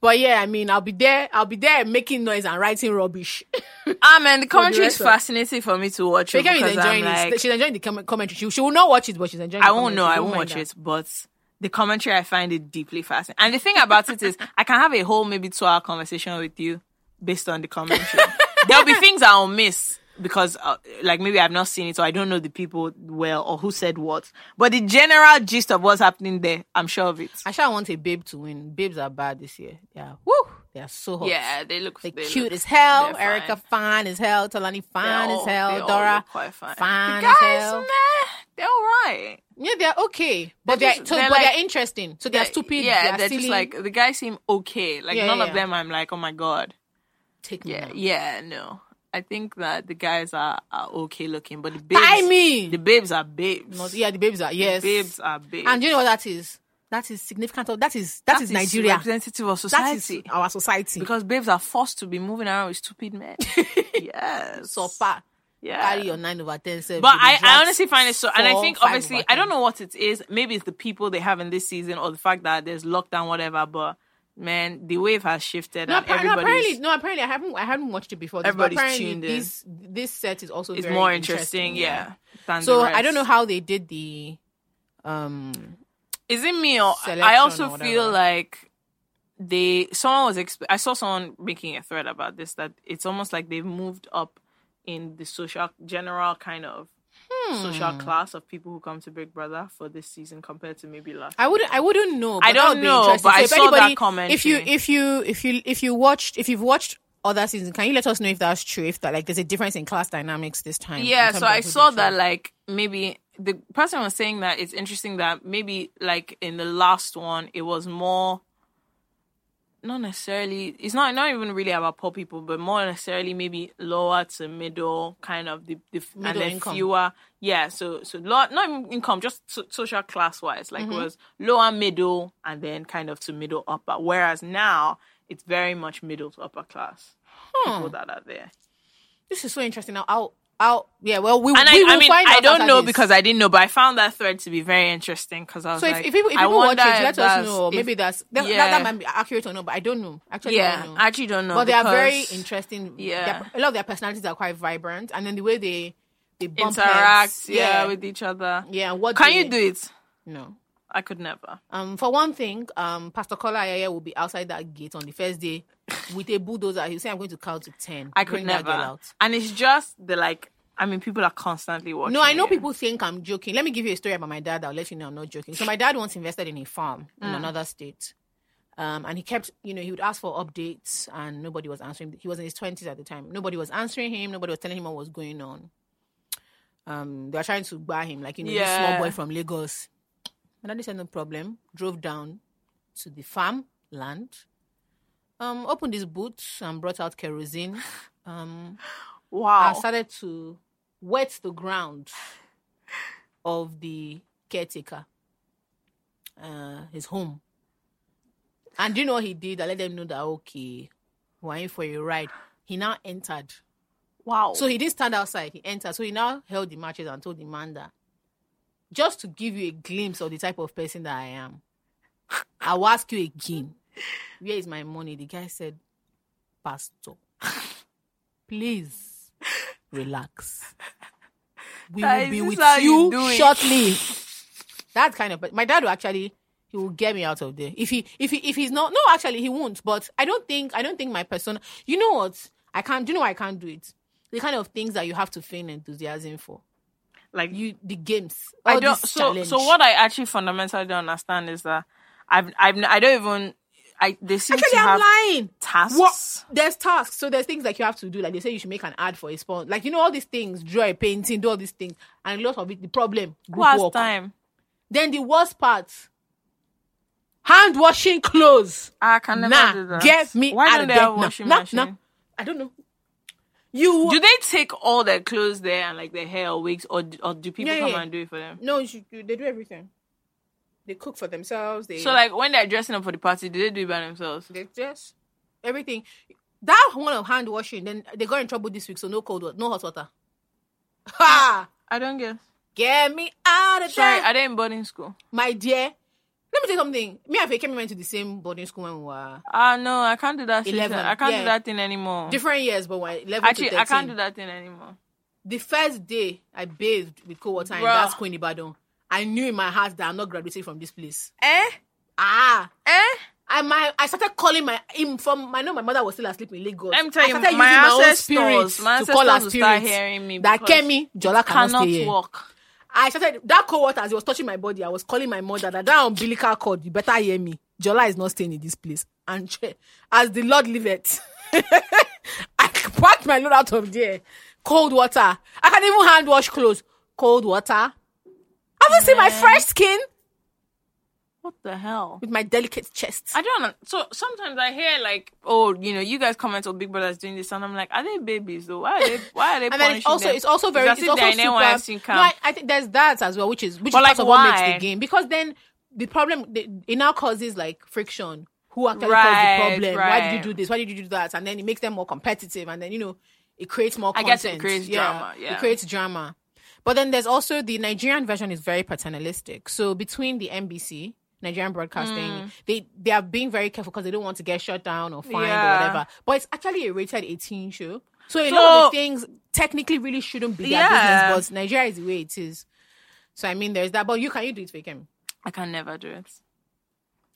[SPEAKER 1] but yeah, I mean, I'll be there. I'll be there making noise and writing rubbish.
[SPEAKER 4] ah man, the commentary is
[SPEAKER 1] rest of-
[SPEAKER 4] fascinating for me to watch. oh,
[SPEAKER 1] Beckham is
[SPEAKER 4] because I'm
[SPEAKER 1] enjoying
[SPEAKER 4] like,
[SPEAKER 1] it. She's enjoying the com- commentary. She, she will not watch it, but she's enjoying.
[SPEAKER 4] I
[SPEAKER 1] the
[SPEAKER 4] won't know.
[SPEAKER 1] commentary.
[SPEAKER 4] I
[SPEAKER 1] Don't
[SPEAKER 4] won't
[SPEAKER 1] mind
[SPEAKER 4] watch
[SPEAKER 1] her.
[SPEAKER 4] it, but the commentary I find it deeply fascinating. And the thing about it is, I can have a whole maybe two hour conversation with you based on the commentary. There'll be things I'll miss. because uh, like maybe I've not seen it, so I don't know the people well or who said what. But the general gist of what's happening there, I'm sure of it.
[SPEAKER 1] I sure want a babe to win. Babes are bad this year. Yeah. Woo! They are so hot.
[SPEAKER 4] Yeah, they look
[SPEAKER 1] They're
[SPEAKER 4] they
[SPEAKER 1] cute
[SPEAKER 4] look-
[SPEAKER 1] as hell.
[SPEAKER 4] they're
[SPEAKER 1] Erica
[SPEAKER 4] fine.
[SPEAKER 1] fine as hell. Tolani
[SPEAKER 4] They
[SPEAKER 1] fine
[SPEAKER 4] all-
[SPEAKER 1] as
[SPEAKER 4] they
[SPEAKER 1] hell.
[SPEAKER 4] all
[SPEAKER 1] Dora
[SPEAKER 4] look quite fine.
[SPEAKER 1] fine
[SPEAKER 4] The guys,
[SPEAKER 1] as hell.
[SPEAKER 4] nah, they're all right.
[SPEAKER 1] Yeah, they're okay, but
[SPEAKER 4] They're
[SPEAKER 1] they're,
[SPEAKER 4] just-
[SPEAKER 1] so-
[SPEAKER 4] they're
[SPEAKER 1] but
[SPEAKER 4] like-
[SPEAKER 1] they're interesting. So they're, stupid.
[SPEAKER 4] Yeah,
[SPEAKER 1] they're,
[SPEAKER 4] they're
[SPEAKER 1] silly.
[SPEAKER 4] just like the guys seem okay. Like
[SPEAKER 1] Yeah,
[SPEAKER 4] none
[SPEAKER 1] yeah,
[SPEAKER 4] of
[SPEAKER 1] yeah.
[SPEAKER 4] them. I'm like, oh my god.
[SPEAKER 1] take me.
[SPEAKER 4] Yeah,
[SPEAKER 1] now.
[SPEAKER 4] yeah, no. I think that the guys are, are okay looking, but the babes,
[SPEAKER 1] Buy me.
[SPEAKER 4] the babes are babes.
[SPEAKER 1] Not- yeah, the babes are yes.
[SPEAKER 4] babes are babes.
[SPEAKER 1] And do you know what that is? That is significant. Of, that is that is
[SPEAKER 4] is
[SPEAKER 1] Nigeria.
[SPEAKER 4] representative of
[SPEAKER 1] That
[SPEAKER 4] society.
[SPEAKER 1] is our society.
[SPEAKER 4] because babes are forced to be moving around with stupid men. yes.
[SPEAKER 1] so far,
[SPEAKER 4] yeah.
[SPEAKER 1] carry your nine over ten. self,
[SPEAKER 4] But
[SPEAKER 1] you
[SPEAKER 4] I, I
[SPEAKER 1] drag
[SPEAKER 4] honestly find it so, and I
[SPEAKER 1] four,
[SPEAKER 4] think
[SPEAKER 1] five
[SPEAKER 4] obviously
[SPEAKER 1] over
[SPEAKER 4] I
[SPEAKER 1] 10.
[SPEAKER 4] don't know what it is. Maybe it's the people they have in this season, or the fact that there's lockdown, whatever. But man, the wave has shifted,
[SPEAKER 1] No,
[SPEAKER 4] and
[SPEAKER 1] appa- no,
[SPEAKER 4] everybody's
[SPEAKER 1] apparently, no, apparently, I haven't, I haven't watched it before. This, but
[SPEAKER 4] Everybody's
[SPEAKER 1] apparently,
[SPEAKER 4] tuned in.
[SPEAKER 1] this this set is also
[SPEAKER 4] it's
[SPEAKER 1] very
[SPEAKER 4] more interesting, yeah. than the
[SPEAKER 1] So I don't
[SPEAKER 4] rest.
[SPEAKER 1] know how they did the, um,
[SPEAKER 4] Is it me or I
[SPEAKER 1] selection
[SPEAKER 4] also
[SPEAKER 1] or whatever.
[SPEAKER 4] feel like they someone was exp- I saw someone making a thread about this that it's almost like they've moved up in the social general kind of
[SPEAKER 1] Hmm.
[SPEAKER 4] social class of people who come to Big Brother for this season compared to maybe last.
[SPEAKER 1] I wouldn't, I wouldn't know. But
[SPEAKER 4] I
[SPEAKER 1] that
[SPEAKER 4] don't
[SPEAKER 1] would be
[SPEAKER 4] know,
[SPEAKER 1] interesting.
[SPEAKER 4] but I
[SPEAKER 1] if
[SPEAKER 4] saw that
[SPEAKER 1] anybody- If
[SPEAKER 4] commentary.
[SPEAKER 1] you, if you, if you, if you watched, if you've watched other seasons, can you let us know if that's true? If that like there's a difference in class dynamics this time? in
[SPEAKER 4] yeah,
[SPEAKER 1] terms
[SPEAKER 4] so
[SPEAKER 1] of
[SPEAKER 4] I
[SPEAKER 1] who they
[SPEAKER 4] saw
[SPEAKER 1] chose.
[SPEAKER 4] that like maybe the person was saying that it's interesting that maybe like in the last one it was more not necessarily it's not not even really about poor people but more necessarily maybe lower to middle kind of the, the and
[SPEAKER 1] Middle
[SPEAKER 4] then
[SPEAKER 1] income.
[SPEAKER 4] fewer yeah so so lower, not even income just so, social class wise like
[SPEAKER 1] Mm-hmm.
[SPEAKER 4] it was lower middle and then kind of to middle upper whereas now it's very much middle to upper class
[SPEAKER 1] Hmm.
[SPEAKER 4] people that are there
[SPEAKER 1] This is so interesting. Now, I'll, I'll, yeah. Well, we,
[SPEAKER 4] and
[SPEAKER 1] we will
[SPEAKER 4] I, I mean,
[SPEAKER 1] find out
[SPEAKER 4] I don't
[SPEAKER 1] after
[SPEAKER 4] know
[SPEAKER 1] this.
[SPEAKER 4] because I didn't know, but I found that thread to be very interesting because I was
[SPEAKER 1] So
[SPEAKER 4] like,
[SPEAKER 1] if, if people, if
[SPEAKER 4] I
[SPEAKER 1] people watch it,
[SPEAKER 4] wonder if
[SPEAKER 1] let us
[SPEAKER 4] that's-
[SPEAKER 1] know.
[SPEAKER 4] if-
[SPEAKER 1] Maybe that's that,
[SPEAKER 4] yeah.
[SPEAKER 1] that, that might be accurate or no, but I don't know. Actually, I
[SPEAKER 4] yeah,
[SPEAKER 1] don't know.
[SPEAKER 4] I actually don't know.
[SPEAKER 1] but they are very
[SPEAKER 4] because
[SPEAKER 1] interesting.
[SPEAKER 4] yeah.
[SPEAKER 1] Their- a lot of their personalities are quite vibrant, and then the way they they bump
[SPEAKER 4] Interact,
[SPEAKER 1] heads.
[SPEAKER 4] yeah, with each other.
[SPEAKER 1] yeah. and What
[SPEAKER 4] Can
[SPEAKER 1] they-
[SPEAKER 4] you do it?
[SPEAKER 1] No.
[SPEAKER 4] I could never.
[SPEAKER 1] Um, for one thing, um, Pastor Kola Ayeye will be outside that gate on the first day with a bulldozer. He'll say, "I'm going to count to ten.
[SPEAKER 4] I could
[SPEAKER 1] Bring that girl
[SPEAKER 4] never.
[SPEAKER 1] out."
[SPEAKER 4] And it's just the like. I mean, people are constantly watching.
[SPEAKER 1] No, I know
[SPEAKER 4] it.
[SPEAKER 1] people think I'm joking. Let me give you a story about my dad. I'll let you know I'm not joking. So my dad once invested in a farm in
[SPEAKER 4] Mm.
[SPEAKER 1] another state. Um, and he kept, you know, he would ask for updates and nobody was answering. He was in his 20s at the time. Nobody was answering him. Nobody was telling him what was going on. Um, they were trying to buy him, like, you know, this
[SPEAKER 4] Yeah.
[SPEAKER 1] small boy from Lagos. My daddy said, no problem. Drove down to the farm land, um, opened his boots and brought out kerosene. Um, I
[SPEAKER 4] Wow.
[SPEAKER 1] started to wet the ground of the caretaker, uh, his home. And you know what he did? I let them know that okay, we're in for a ride. He now entered.
[SPEAKER 4] Wow.
[SPEAKER 1] So he didn't stand outside, he entered. So he now held the matches and told the man that just to give you a glimpse of the type of person that I am, I'll ask you again. Where is my money? The guy said, Pastor, please relax. We
[SPEAKER 4] That
[SPEAKER 1] will
[SPEAKER 4] is-
[SPEAKER 1] be
[SPEAKER 4] this
[SPEAKER 1] with
[SPEAKER 4] how you
[SPEAKER 1] you,
[SPEAKER 4] do it."
[SPEAKER 1] shortly. That kind of but my dad will actually he will get me out of there. If he if he if he's not no actually he won't, but I don't think I don't think my persona you know what? I can't do you know why I can't do it? The kind of things that you have to feign enthusiasm for.
[SPEAKER 4] like
[SPEAKER 1] You the games.
[SPEAKER 4] I
[SPEAKER 1] all
[SPEAKER 4] don't.
[SPEAKER 1] this
[SPEAKER 4] So,
[SPEAKER 1] challenge.
[SPEAKER 4] so what I actually fundamentally don't understand is that I've, I've, I don't even. I they seem
[SPEAKER 1] actually
[SPEAKER 4] to have
[SPEAKER 1] I'm lying.
[SPEAKER 4] tasks.
[SPEAKER 1] What? There's tasks. So there's things like you have to do. Like they say you should make an ad for a sponsor. Like you know all these things, draw a painting, do all these things, and a lot of it. The problem. group
[SPEAKER 4] Last
[SPEAKER 1] work.
[SPEAKER 4] time.
[SPEAKER 1] Then the worst part. Hand washing clothes.
[SPEAKER 4] I can never
[SPEAKER 1] nah,
[SPEAKER 4] do that.
[SPEAKER 1] get me
[SPEAKER 4] Why
[SPEAKER 1] out
[SPEAKER 4] don't
[SPEAKER 1] of
[SPEAKER 4] they
[SPEAKER 1] there.
[SPEAKER 4] have
[SPEAKER 1] Nah,
[SPEAKER 4] washing
[SPEAKER 1] nah,
[SPEAKER 4] machine?
[SPEAKER 1] nah. I don't know. You
[SPEAKER 4] Do they take all their clothes there and like their hair or wigs, or or do people
[SPEAKER 1] Yeah,
[SPEAKER 4] come
[SPEAKER 1] yeah.
[SPEAKER 4] and do it for them?
[SPEAKER 1] no, you should, do- they do everything. They cook for themselves. They
[SPEAKER 4] So like when they're dressing up for the party, do they do it by themselves?
[SPEAKER 1] they just everything. That one of hand washing. Then they got in trouble this week, so no cold water, no hot water. Ha!
[SPEAKER 4] I don't guess.
[SPEAKER 1] Get me out of
[SPEAKER 4] Sorry,
[SPEAKER 1] there.
[SPEAKER 4] are they in boarding school?
[SPEAKER 1] my dear. Let me tell you something. Me and Fake we went to the same boarding school when we were
[SPEAKER 4] Ah no, I can't do that. shit.
[SPEAKER 1] Eleven,
[SPEAKER 4] I can't
[SPEAKER 1] yeah.
[SPEAKER 4] do that thing anymore.
[SPEAKER 1] different years, but we we're 11 to
[SPEAKER 4] Actually,
[SPEAKER 1] 13.
[SPEAKER 4] I can't do that thing anymore.
[SPEAKER 1] The first day I bathed with cold water, and
[SPEAKER 4] Bruh.
[SPEAKER 1] that's Queen Ibadan. I knew in my heart that I'm not graduating from this place.
[SPEAKER 4] Eh?
[SPEAKER 1] Ah,
[SPEAKER 4] Eh?
[SPEAKER 1] I my I started calling my him from I know my mother was still asleep in Lagos.
[SPEAKER 4] Let me tell you,
[SPEAKER 1] I started
[SPEAKER 4] my
[SPEAKER 1] using my own
[SPEAKER 4] ancestors-
[SPEAKER 1] spirit
[SPEAKER 4] my
[SPEAKER 1] to call our
[SPEAKER 4] ancestors will start
[SPEAKER 1] spirits
[SPEAKER 4] hearing me
[SPEAKER 1] that
[SPEAKER 4] because
[SPEAKER 1] Kemi Jola cannot,
[SPEAKER 4] cannot
[SPEAKER 1] stay here.
[SPEAKER 4] walk.
[SPEAKER 1] I started that cohort as he was touching my body. I was calling my mother that that umbilical cord. You better hear me. Jola is not staying in this place. And she- as the Lord liveth, I packed my load out of there. Cold water. I can even hand wash clothes. Cold water. Haven't seen my fresh skin
[SPEAKER 4] What the hell?
[SPEAKER 1] with my delicate chest.
[SPEAKER 4] I don't know. So sometimes I hear like, oh, you know, you guys comment on Big Brother's doing this, and I'm like, are they babies though? Why are they? Why are they?
[SPEAKER 1] and then it's
[SPEAKER 4] punishing
[SPEAKER 1] also
[SPEAKER 4] them?
[SPEAKER 1] it's also very
[SPEAKER 4] as
[SPEAKER 1] it's,
[SPEAKER 4] if
[SPEAKER 1] also
[SPEAKER 4] they're in NYSC
[SPEAKER 1] super. No,
[SPEAKER 4] camp.
[SPEAKER 1] I, I think there's that as well, which is which
[SPEAKER 4] But,
[SPEAKER 1] is
[SPEAKER 4] like,
[SPEAKER 1] part of what makes
[SPEAKER 4] why?
[SPEAKER 1] the game because then the problem the, it now causes like friction. Who actually
[SPEAKER 4] Right,
[SPEAKER 1] caused the problem? Why did
[SPEAKER 4] right.
[SPEAKER 1] you do this? Why did you do that? And then it makes them more competitive, and then you know it creates more.
[SPEAKER 4] I
[SPEAKER 1] content.
[SPEAKER 4] guess it creates drama, yeah.
[SPEAKER 1] it creates drama. But then there's also the Nigerian version is very paternalistic. So between the NBC. Nigerian broadcasting,
[SPEAKER 4] Mm.
[SPEAKER 1] they they are being very careful because they don't want to get shut down or fined
[SPEAKER 4] Yeah.
[SPEAKER 1] or whatever. But it's actually a rated 18 show, so a
[SPEAKER 4] So-
[SPEAKER 1] lot of the things technically really shouldn't be their
[SPEAKER 4] Yeah.
[SPEAKER 1] business, but Nigeria is the way it is. So I mean, there's that. But you can you do it for Kemi?
[SPEAKER 4] I can never do it.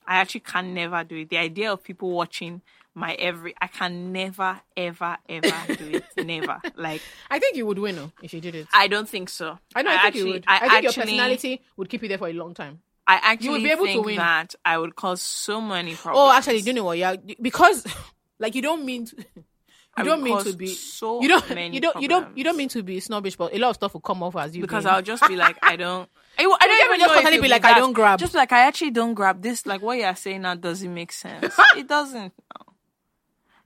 [SPEAKER 4] I actually can never do it. The idea of people watching my every, I can never, ever, ever do it. Never. Like,
[SPEAKER 1] I think you would win oh, if you did it. I,
[SPEAKER 4] I don't think so.
[SPEAKER 1] know. I, think
[SPEAKER 4] actually,
[SPEAKER 1] you would. I, think your
[SPEAKER 4] actually-
[SPEAKER 1] personality would keep you there for a long time.
[SPEAKER 4] I actually
[SPEAKER 1] would be able to
[SPEAKER 4] think
[SPEAKER 1] win.
[SPEAKER 4] that I would cause so many problems.
[SPEAKER 1] Oh, actually, you know what? Yeah, because like you don't mean to, you
[SPEAKER 4] I
[SPEAKER 1] don't
[SPEAKER 4] would
[SPEAKER 1] mean
[SPEAKER 4] cause
[SPEAKER 1] to be
[SPEAKER 4] so
[SPEAKER 1] you don't
[SPEAKER 4] many
[SPEAKER 1] you don't you don't you
[SPEAKER 4] problems.
[SPEAKER 1] don't mean to be snobbish, but a lot of stuff will come off as you
[SPEAKER 4] because
[SPEAKER 1] being-
[SPEAKER 4] I'll just be like, I don't. I, I don't
[SPEAKER 1] get me just
[SPEAKER 4] even know if
[SPEAKER 1] suddenly
[SPEAKER 4] it
[SPEAKER 1] be
[SPEAKER 4] would
[SPEAKER 1] like, I don't grab.
[SPEAKER 4] Just like I actually don't grab this. Like what you're saying now doesn't make sense. it doesn't. No.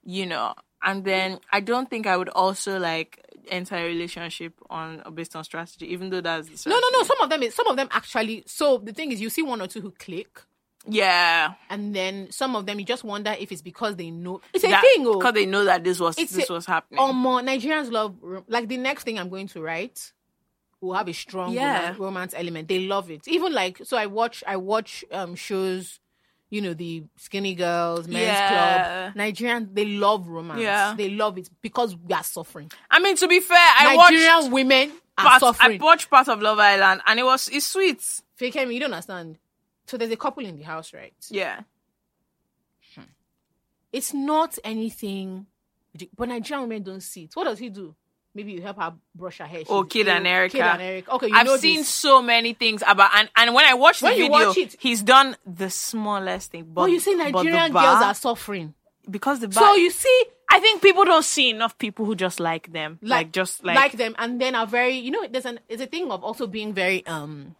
[SPEAKER 4] You know, and then I don't think I would also like enter a relationship on based on strategy, even though that's the
[SPEAKER 1] no
[SPEAKER 4] strategy.
[SPEAKER 1] no no. Some of them is some of them actually. So the thing is, you see one or two who click.
[SPEAKER 4] Yeah,
[SPEAKER 1] And then some of them, you just wonder if it's because they know it's a
[SPEAKER 4] that-
[SPEAKER 1] thing. Oh,
[SPEAKER 4] because they know that this was
[SPEAKER 1] It's
[SPEAKER 4] this
[SPEAKER 1] a- um,
[SPEAKER 4] was happening.
[SPEAKER 1] or more Nigerians love rom- like the next thing I'm going to write will have a strong
[SPEAKER 4] Yeah.
[SPEAKER 1] romance, romance element. They love it. Even like so I watch I watch um shows, you know, the skinny girls, men's
[SPEAKER 4] Yeah.
[SPEAKER 1] club. Nigerians they love romance.
[SPEAKER 4] Yeah.
[SPEAKER 1] They love it because we are suffering.
[SPEAKER 4] I mean, to be fair, I
[SPEAKER 1] Nigerian
[SPEAKER 4] watched.
[SPEAKER 1] women are
[SPEAKER 4] Part, I
[SPEAKER 1] suffering.
[SPEAKER 4] watched part of Love Island and it was it's sweet.
[SPEAKER 1] Fakemi, you don't understand. So there's a couple in the house, right?
[SPEAKER 4] Yeah.
[SPEAKER 1] It's not anything but Nigerian women don't see it. What does he do? Maybe you help her brush her hair. She's
[SPEAKER 4] Oh, Kid
[SPEAKER 1] ill.
[SPEAKER 4] and Erica.
[SPEAKER 1] Kid and Erica. Okay, you know
[SPEAKER 4] I've seen
[SPEAKER 1] this.
[SPEAKER 4] so many things about and, and when I watch the
[SPEAKER 1] When you
[SPEAKER 4] video,
[SPEAKER 1] watch it-
[SPEAKER 4] he's done the smallest thing. But
[SPEAKER 1] But Oh, you see,
[SPEAKER 4] but the
[SPEAKER 1] Nigerian
[SPEAKER 4] bar-
[SPEAKER 1] girls are suffering.
[SPEAKER 4] because the bar,
[SPEAKER 1] So you see,
[SPEAKER 4] I think people don't see enough people who just like them, like,
[SPEAKER 1] like
[SPEAKER 4] just like,
[SPEAKER 1] like, them, and then are very you know there's an there's a thing of also being very um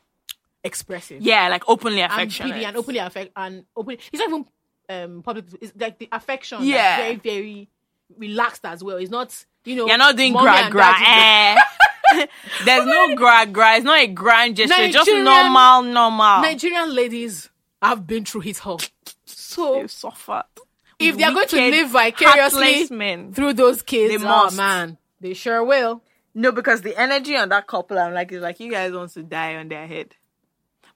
[SPEAKER 1] expressive.
[SPEAKER 4] yeah, like openly
[SPEAKER 1] and
[SPEAKER 4] affectionate.
[SPEAKER 1] PD and openly affect and open. It's not even um public. It's like the affection.
[SPEAKER 4] Yeah.
[SPEAKER 1] Yeah, very very relaxed as well. It's not you know
[SPEAKER 4] You're not doing
[SPEAKER 1] mommy
[SPEAKER 4] gra
[SPEAKER 1] and
[SPEAKER 4] gra.
[SPEAKER 1] daddy.
[SPEAKER 4] Eh. There's no gra gra. It's not a grand gesture. just
[SPEAKER 1] Nigerian-
[SPEAKER 4] normal, normal.
[SPEAKER 1] Nigerian ladies have been through it all. So
[SPEAKER 4] They've suffered.
[SPEAKER 1] if they are going to
[SPEAKER 4] Wicked,
[SPEAKER 1] live
[SPEAKER 4] heartless
[SPEAKER 1] vicariously
[SPEAKER 4] men.
[SPEAKER 1] through those kids,
[SPEAKER 4] They
[SPEAKER 1] oh
[SPEAKER 4] must.
[SPEAKER 1] man, they sure will.
[SPEAKER 4] No, because the energy on that couple, I'm like, it's like you guys want to die on their head.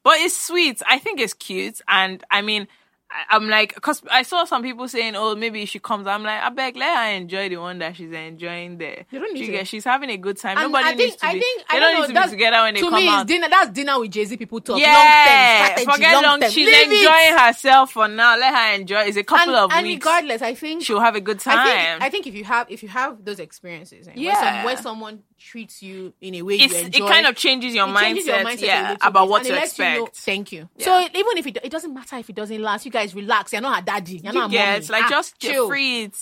[SPEAKER 4] But it's sweet. I think it's cute, and I mean, I, I'm like, because I saw some people saying, "Oh, maybe she comes." I'm like, I beg, let her enjoy the one that she's enjoying there.
[SPEAKER 1] You don't need
[SPEAKER 4] she,
[SPEAKER 1] to.
[SPEAKER 4] get- She's having a good time.
[SPEAKER 1] And
[SPEAKER 4] Nobody
[SPEAKER 1] I think,
[SPEAKER 4] needs to
[SPEAKER 1] I
[SPEAKER 4] be.
[SPEAKER 1] think,
[SPEAKER 4] they
[SPEAKER 1] I
[SPEAKER 4] don't
[SPEAKER 1] don't know.
[SPEAKER 4] need to
[SPEAKER 1] that's-
[SPEAKER 4] be together when they
[SPEAKER 1] to
[SPEAKER 4] come
[SPEAKER 1] me,
[SPEAKER 4] out.
[SPEAKER 1] It's dinner. That's dinner with Jay Z people talk.
[SPEAKER 4] yeah,
[SPEAKER 1] long term, strategy,
[SPEAKER 4] forget
[SPEAKER 1] long,
[SPEAKER 4] long.
[SPEAKER 1] term.
[SPEAKER 4] She's
[SPEAKER 1] Leave it.
[SPEAKER 4] enjoying herself for now. Let her enjoy. It's a couple
[SPEAKER 1] And,
[SPEAKER 4] of
[SPEAKER 1] and
[SPEAKER 4] weeks.
[SPEAKER 1] regardless, I think
[SPEAKER 4] She'll have a good time.
[SPEAKER 1] I think I think if you have if you have those experiences, and where, some-
[SPEAKER 4] Yeah.
[SPEAKER 1] where someone treats you in a way
[SPEAKER 4] it's,
[SPEAKER 1] you
[SPEAKER 4] it
[SPEAKER 1] enjoy,
[SPEAKER 4] kind of changes your,
[SPEAKER 1] it
[SPEAKER 4] mindset,
[SPEAKER 1] changes your mindset a
[SPEAKER 4] yeah,
[SPEAKER 1] little
[SPEAKER 4] about
[SPEAKER 1] bit,
[SPEAKER 4] what
[SPEAKER 1] and
[SPEAKER 4] to
[SPEAKER 1] it lets you
[SPEAKER 4] expect.
[SPEAKER 1] know- thank you. So even if it it doesn't matter if it doesn't last, you guys relax. You're not a daddy. You're
[SPEAKER 4] you
[SPEAKER 1] not a
[SPEAKER 4] get
[SPEAKER 1] mommy.
[SPEAKER 4] like
[SPEAKER 1] Ah,
[SPEAKER 4] just
[SPEAKER 1] chill,
[SPEAKER 4] free it.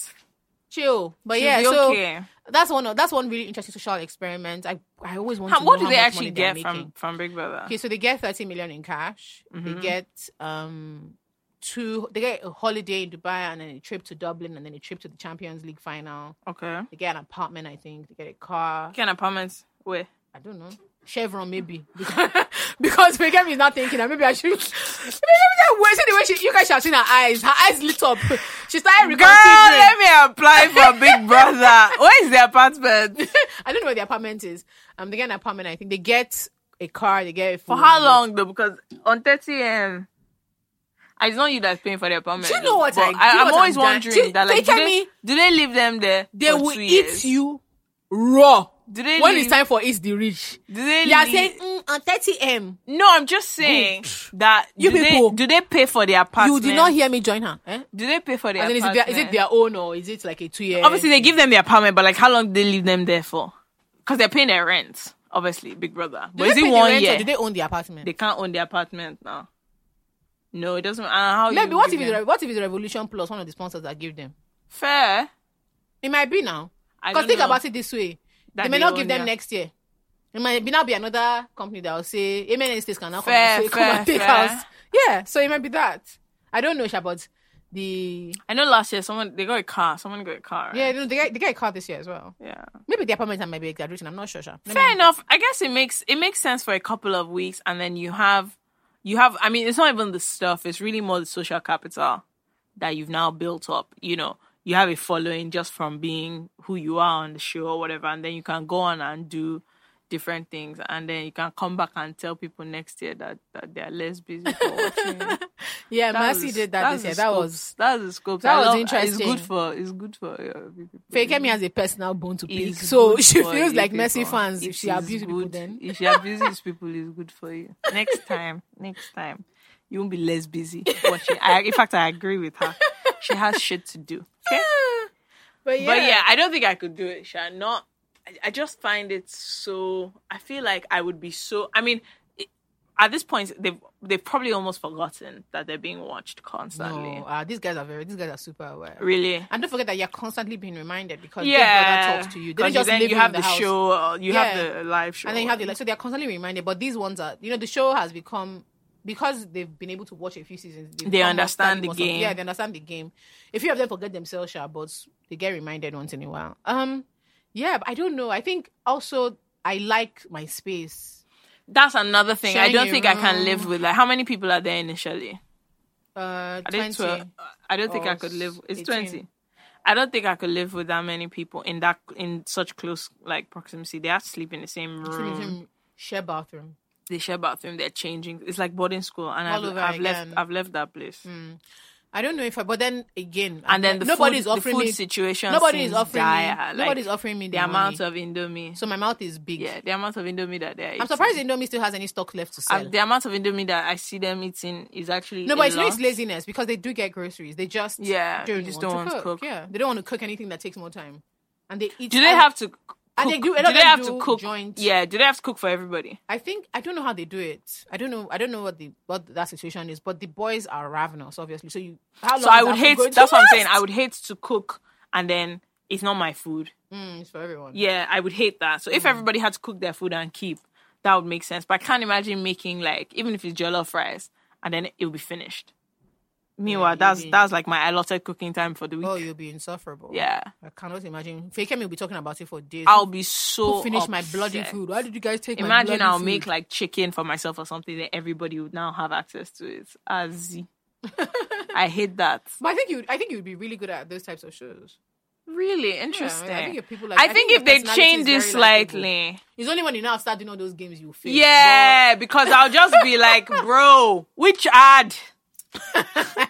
[SPEAKER 1] chill. But
[SPEAKER 4] She'll
[SPEAKER 1] yeah,
[SPEAKER 4] be
[SPEAKER 1] so
[SPEAKER 4] okay.
[SPEAKER 1] that's one of, that's one really interesting social experiment. I I always want
[SPEAKER 4] How,
[SPEAKER 1] to
[SPEAKER 4] what
[SPEAKER 1] know
[SPEAKER 4] do they
[SPEAKER 1] how much
[SPEAKER 4] actually
[SPEAKER 1] money they're
[SPEAKER 4] get from
[SPEAKER 1] making.
[SPEAKER 4] from Big Brother?
[SPEAKER 1] Okay, so they get thirty million in cash.
[SPEAKER 4] Mm-hmm.
[SPEAKER 1] They get um two. They get a holiday in Dubai and then a trip to Dublin and then a trip to the Champions League final.
[SPEAKER 4] Okay,
[SPEAKER 1] They get an apartment, I think. They get a car.
[SPEAKER 4] can apartments where?
[SPEAKER 1] I don't know. Chevron maybe because Pegam is not thinking that maybe I should. Maybe that was the way she. You guys should have seen her eyes. Her eyes lit up. She started
[SPEAKER 4] Girl, let
[SPEAKER 1] reconsidering.
[SPEAKER 4] me apply for Big Brother. Where is the apartment?
[SPEAKER 1] I don't know where the apartment is. Um, they get an apartment. I think they get a car. They get a
[SPEAKER 4] For how long though? Because on 30 m, it's not you that's paying for the apartment.
[SPEAKER 1] Do you know
[SPEAKER 4] though,
[SPEAKER 1] what
[SPEAKER 4] but
[SPEAKER 1] I- do you know
[SPEAKER 4] I'm
[SPEAKER 1] what
[SPEAKER 4] always
[SPEAKER 1] I'm dying-
[SPEAKER 4] wondering
[SPEAKER 1] do you-
[SPEAKER 4] that like
[SPEAKER 1] they
[SPEAKER 4] do
[SPEAKER 1] tell
[SPEAKER 4] they,
[SPEAKER 1] me-
[SPEAKER 4] do they leave them there?
[SPEAKER 1] They
[SPEAKER 4] for
[SPEAKER 1] will
[SPEAKER 4] two
[SPEAKER 1] eat
[SPEAKER 4] years?
[SPEAKER 1] you raw.
[SPEAKER 4] Do they
[SPEAKER 1] When
[SPEAKER 4] leave,
[SPEAKER 1] it's time for is the rich.
[SPEAKER 4] do they
[SPEAKER 1] You are
[SPEAKER 4] leave-
[SPEAKER 1] saying mm, on 30M.
[SPEAKER 4] No, I'm just saying that
[SPEAKER 1] You
[SPEAKER 4] do
[SPEAKER 1] people.
[SPEAKER 4] they do they pay for their apartment?
[SPEAKER 1] You did not hear me join her. Eh?
[SPEAKER 4] Do they pay for their
[SPEAKER 1] And then is it,
[SPEAKER 4] apartment?
[SPEAKER 1] their, is it their own or is it like a two year?
[SPEAKER 4] Obviously, they give them the apartment, but like, how long do they leave them there for? Because they're paying their rent, obviously, Big Brother.
[SPEAKER 1] Do
[SPEAKER 4] But is
[SPEAKER 1] they pay
[SPEAKER 4] it
[SPEAKER 1] the
[SPEAKER 4] one
[SPEAKER 1] rent or
[SPEAKER 4] year?
[SPEAKER 1] Do
[SPEAKER 4] They...
[SPEAKER 1] they own the apartment?
[SPEAKER 4] can't own the apartment now. No, it doesn't. Uh, how
[SPEAKER 1] Let
[SPEAKER 4] you
[SPEAKER 1] me, what
[SPEAKER 4] give
[SPEAKER 1] if it's
[SPEAKER 4] them-
[SPEAKER 1] Re- what if it's Revolution Plus one of the sponsors that give them?
[SPEAKER 4] fair?
[SPEAKER 1] It might be now.
[SPEAKER 4] I
[SPEAKER 1] Because
[SPEAKER 4] don't
[SPEAKER 1] think
[SPEAKER 4] know.
[SPEAKER 1] about it this way:
[SPEAKER 4] That
[SPEAKER 1] they may
[SPEAKER 4] they
[SPEAKER 1] not
[SPEAKER 4] own
[SPEAKER 1] give them
[SPEAKER 4] their-
[SPEAKER 1] next year. It might be now be another company that will say, "Amen." and States can now come,
[SPEAKER 4] Fair,
[SPEAKER 1] and say, come
[SPEAKER 4] fair,
[SPEAKER 1] and take
[SPEAKER 4] fair.
[SPEAKER 1] us." Yeah, so it might be that. I don't know, Sha, but the
[SPEAKER 4] I know last year someone they got a car. Someone got a car. Right?
[SPEAKER 1] yeah, no, they get they get a car this year as well.
[SPEAKER 4] Yeah.
[SPEAKER 1] Maybe the apartment might be exaggerating. I'm not sure, Sha. Let me-
[SPEAKER 4] Fair enough. I guess it makes it makes sense for a couple of weeks, and then you have you have. I mean, it's not even the stuff. It's really more the social capital that you've now built up. You know, you have a following just from being who you are on the show or whatever, and then you can go on and do different things, and then you can come back and tell people next year that, that they are less busy for watching. you.
[SPEAKER 1] Yeah,
[SPEAKER 4] That's
[SPEAKER 1] Mercy
[SPEAKER 4] the-
[SPEAKER 1] did that this
[SPEAKER 4] that's
[SPEAKER 1] year.
[SPEAKER 4] the
[SPEAKER 1] That
[SPEAKER 4] scope.
[SPEAKER 1] was
[SPEAKER 4] that's the scope.
[SPEAKER 1] that
[SPEAKER 4] I
[SPEAKER 1] was
[SPEAKER 4] love-
[SPEAKER 1] interesting.
[SPEAKER 4] It's good for it's good for. Yeah,
[SPEAKER 1] Fekemi has a personal bone to pick,
[SPEAKER 4] is
[SPEAKER 1] so
[SPEAKER 4] good
[SPEAKER 1] she
[SPEAKER 4] for
[SPEAKER 1] feels
[SPEAKER 4] you
[SPEAKER 1] like Mercy
[SPEAKER 4] people.
[SPEAKER 1] fans if
[SPEAKER 4] It
[SPEAKER 1] she
[SPEAKER 4] is
[SPEAKER 1] abuses people.
[SPEAKER 4] good-
[SPEAKER 1] Then
[SPEAKER 4] if she abuses people, it's good for you. Next time, next time, you won't be less busy watching. I, in fact, I agree with her. She has shit to do. Okay? But yeah, I don't think I could do it. Sha. Not. I, I just find it so. I feel like I would be so. I mean, it, at this point, they've they've probably almost forgotten that they're being watched constantly.
[SPEAKER 1] no, uh, these guys are very, these guys are super aware.
[SPEAKER 4] Really.
[SPEAKER 1] And don't forget that you're constantly being reminded because Big
[SPEAKER 4] Yeah,
[SPEAKER 1] Brother talks to you. They
[SPEAKER 4] 'cause
[SPEAKER 1] don't just
[SPEAKER 4] then
[SPEAKER 1] live
[SPEAKER 4] you have
[SPEAKER 1] in
[SPEAKER 4] the,
[SPEAKER 1] the, house.
[SPEAKER 4] show, uh, you
[SPEAKER 1] Yeah.
[SPEAKER 4] have the live show,
[SPEAKER 1] and then you have the like, so they're constantly reminded. But these ones are, you know, the show has become because they've been able to watch a few seasons. they've
[SPEAKER 4] They
[SPEAKER 1] become
[SPEAKER 4] understand the
[SPEAKER 1] more savvy.
[SPEAKER 4] game.
[SPEAKER 1] Yeah, they understand the game. A few of them forget themselves, sure, but they get reminded once in a while. Um, yeah, but I don't know. I think also I like my space.
[SPEAKER 4] That's another thing. I
[SPEAKER 1] Sharing
[SPEAKER 4] don't
[SPEAKER 1] a
[SPEAKER 4] think I can live with like how many people are there initially?
[SPEAKER 1] Uh,
[SPEAKER 4] Are they
[SPEAKER 1] twenty. Oh,
[SPEAKER 4] 12? I don't think
[SPEAKER 1] or
[SPEAKER 4] I could live. It's
[SPEAKER 1] 18.
[SPEAKER 4] twenty. I don't think I could live with that many people in that in such close like proximity. They have to sleep in the same room.
[SPEAKER 1] Share bathroom.
[SPEAKER 4] They share bathroom. They're changing. It's like boarding school, and
[SPEAKER 1] All
[SPEAKER 4] I've,
[SPEAKER 1] over
[SPEAKER 4] I've left.
[SPEAKER 1] again. Mm.
[SPEAKER 4] I've left that place.
[SPEAKER 1] I don't know if I, but then again,
[SPEAKER 4] And then the
[SPEAKER 1] nobody's
[SPEAKER 4] food,
[SPEAKER 1] offering
[SPEAKER 4] the food
[SPEAKER 1] me.
[SPEAKER 4] situation.
[SPEAKER 1] nobody
[SPEAKER 4] seems
[SPEAKER 1] is offering
[SPEAKER 4] dire.
[SPEAKER 1] me.
[SPEAKER 4] Like,
[SPEAKER 1] nobody's offering me
[SPEAKER 4] the,
[SPEAKER 1] the,
[SPEAKER 4] amount
[SPEAKER 1] money.
[SPEAKER 4] of indomie.
[SPEAKER 1] So my mouth is big.
[SPEAKER 4] yeah, the amount of indomie that they're.
[SPEAKER 1] I'm surprised Indomie still has any stock left to sell.
[SPEAKER 4] Uh, the amount of indomie that I see them eating is actually
[SPEAKER 1] no,
[SPEAKER 4] a
[SPEAKER 1] but it's,
[SPEAKER 4] lot.
[SPEAKER 1] not it's laziness because they do get groceries. They just
[SPEAKER 4] Yeah, they
[SPEAKER 1] don't
[SPEAKER 4] just
[SPEAKER 1] want
[SPEAKER 4] don't
[SPEAKER 1] to
[SPEAKER 4] want to
[SPEAKER 1] cook.
[SPEAKER 4] cook.
[SPEAKER 1] Yeah, they don't want to cook anything that takes more time, and they eat.
[SPEAKER 4] Do they
[SPEAKER 1] and
[SPEAKER 4] have to? Cook?
[SPEAKER 1] and they do- a lot
[SPEAKER 4] do
[SPEAKER 1] of
[SPEAKER 4] they
[SPEAKER 1] them
[SPEAKER 4] have
[SPEAKER 1] do
[SPEAKER 4] to cook?
[SPEAKER 1] joint.
[SPEAKER 4] Yeah. Do they have to cook for everybody?
[SPEAKER 1] I think I don't know how they do it. I don't know. I don't know what the what that situation is. But the boys are ravenous, obviously. So you, how long?
[SPEAKER 4] So I
[SPEAKER 1] is that
[SPEAKER 4] would
[SPEAKER 1] food
[SPEAKER 4] hate.
[SPEAKER 1] going to
[SPEAKER 4] That's what I'm
[SPEAKER 1] last?
[SPEAKER 4] saying. I would hate to cook and then it's not my food.
[SPEAKER 1] Mm, it's for everyone.
[SPEAKER 4] Yeah, I would hate that. So
[SPEAKER 1] Mm.
[SPEAKER 4] if everybody had to cook their food and keep, that would make sense. But I can't imagine making like even if it's jollof rice and then it will be finished. Meanwhile,
[SPEAKER 1] you'll
[SPEAKER 4] that's
[SPEAKER 1] be-
[SPEAKER 4] that's like my allotted cooking time for the week.
[SPEAKER 1] Oh, you'll be insufferable.
[SPEAKER 4] yeah,
[SPEAKER 1] I cannot imagine. Fakemi will be talking about it for days.
[SPEAKER 4] I'll be so
[SPEAKER 1] Who finished my bloody
[SPEAKER 4] upset.
[SPEAKER 1] food. Why did you guys take my
[SPEAKER 4] Imagine
[SPEAKER 1] bloody
[SPEAKER 4] I'll
[SPEAKER 1] food?
[SPEAKER 4] make like chicken for myself or something that everybody would now have access to it. As I hate that.
[SPEAKER 1] But I think you, I think you'd be really good at those types of shows.
[SPEAKER 4] Really interesting.
[SPEAKER 1] I think if people like-
[SPEAKER 4] I
[SPEAKER 1] I
[SPEAKER 4] think
[SPEAKER 1] think
[SPEAKER 4] if
[SPEAKER 1] your
[SPEAKER 4] they
[SPEAKER 1] personality
[SPEAKER 4] change it
[SPEAKER 1] is very likable.
[SPEAKER 4] slightly,
[SPEAKER 1] It's only when you now start doing all those games you fail.
[SPEAKER 4] yeah, because I'll just be like, bro, which ad?
[SPEAKER 1] But-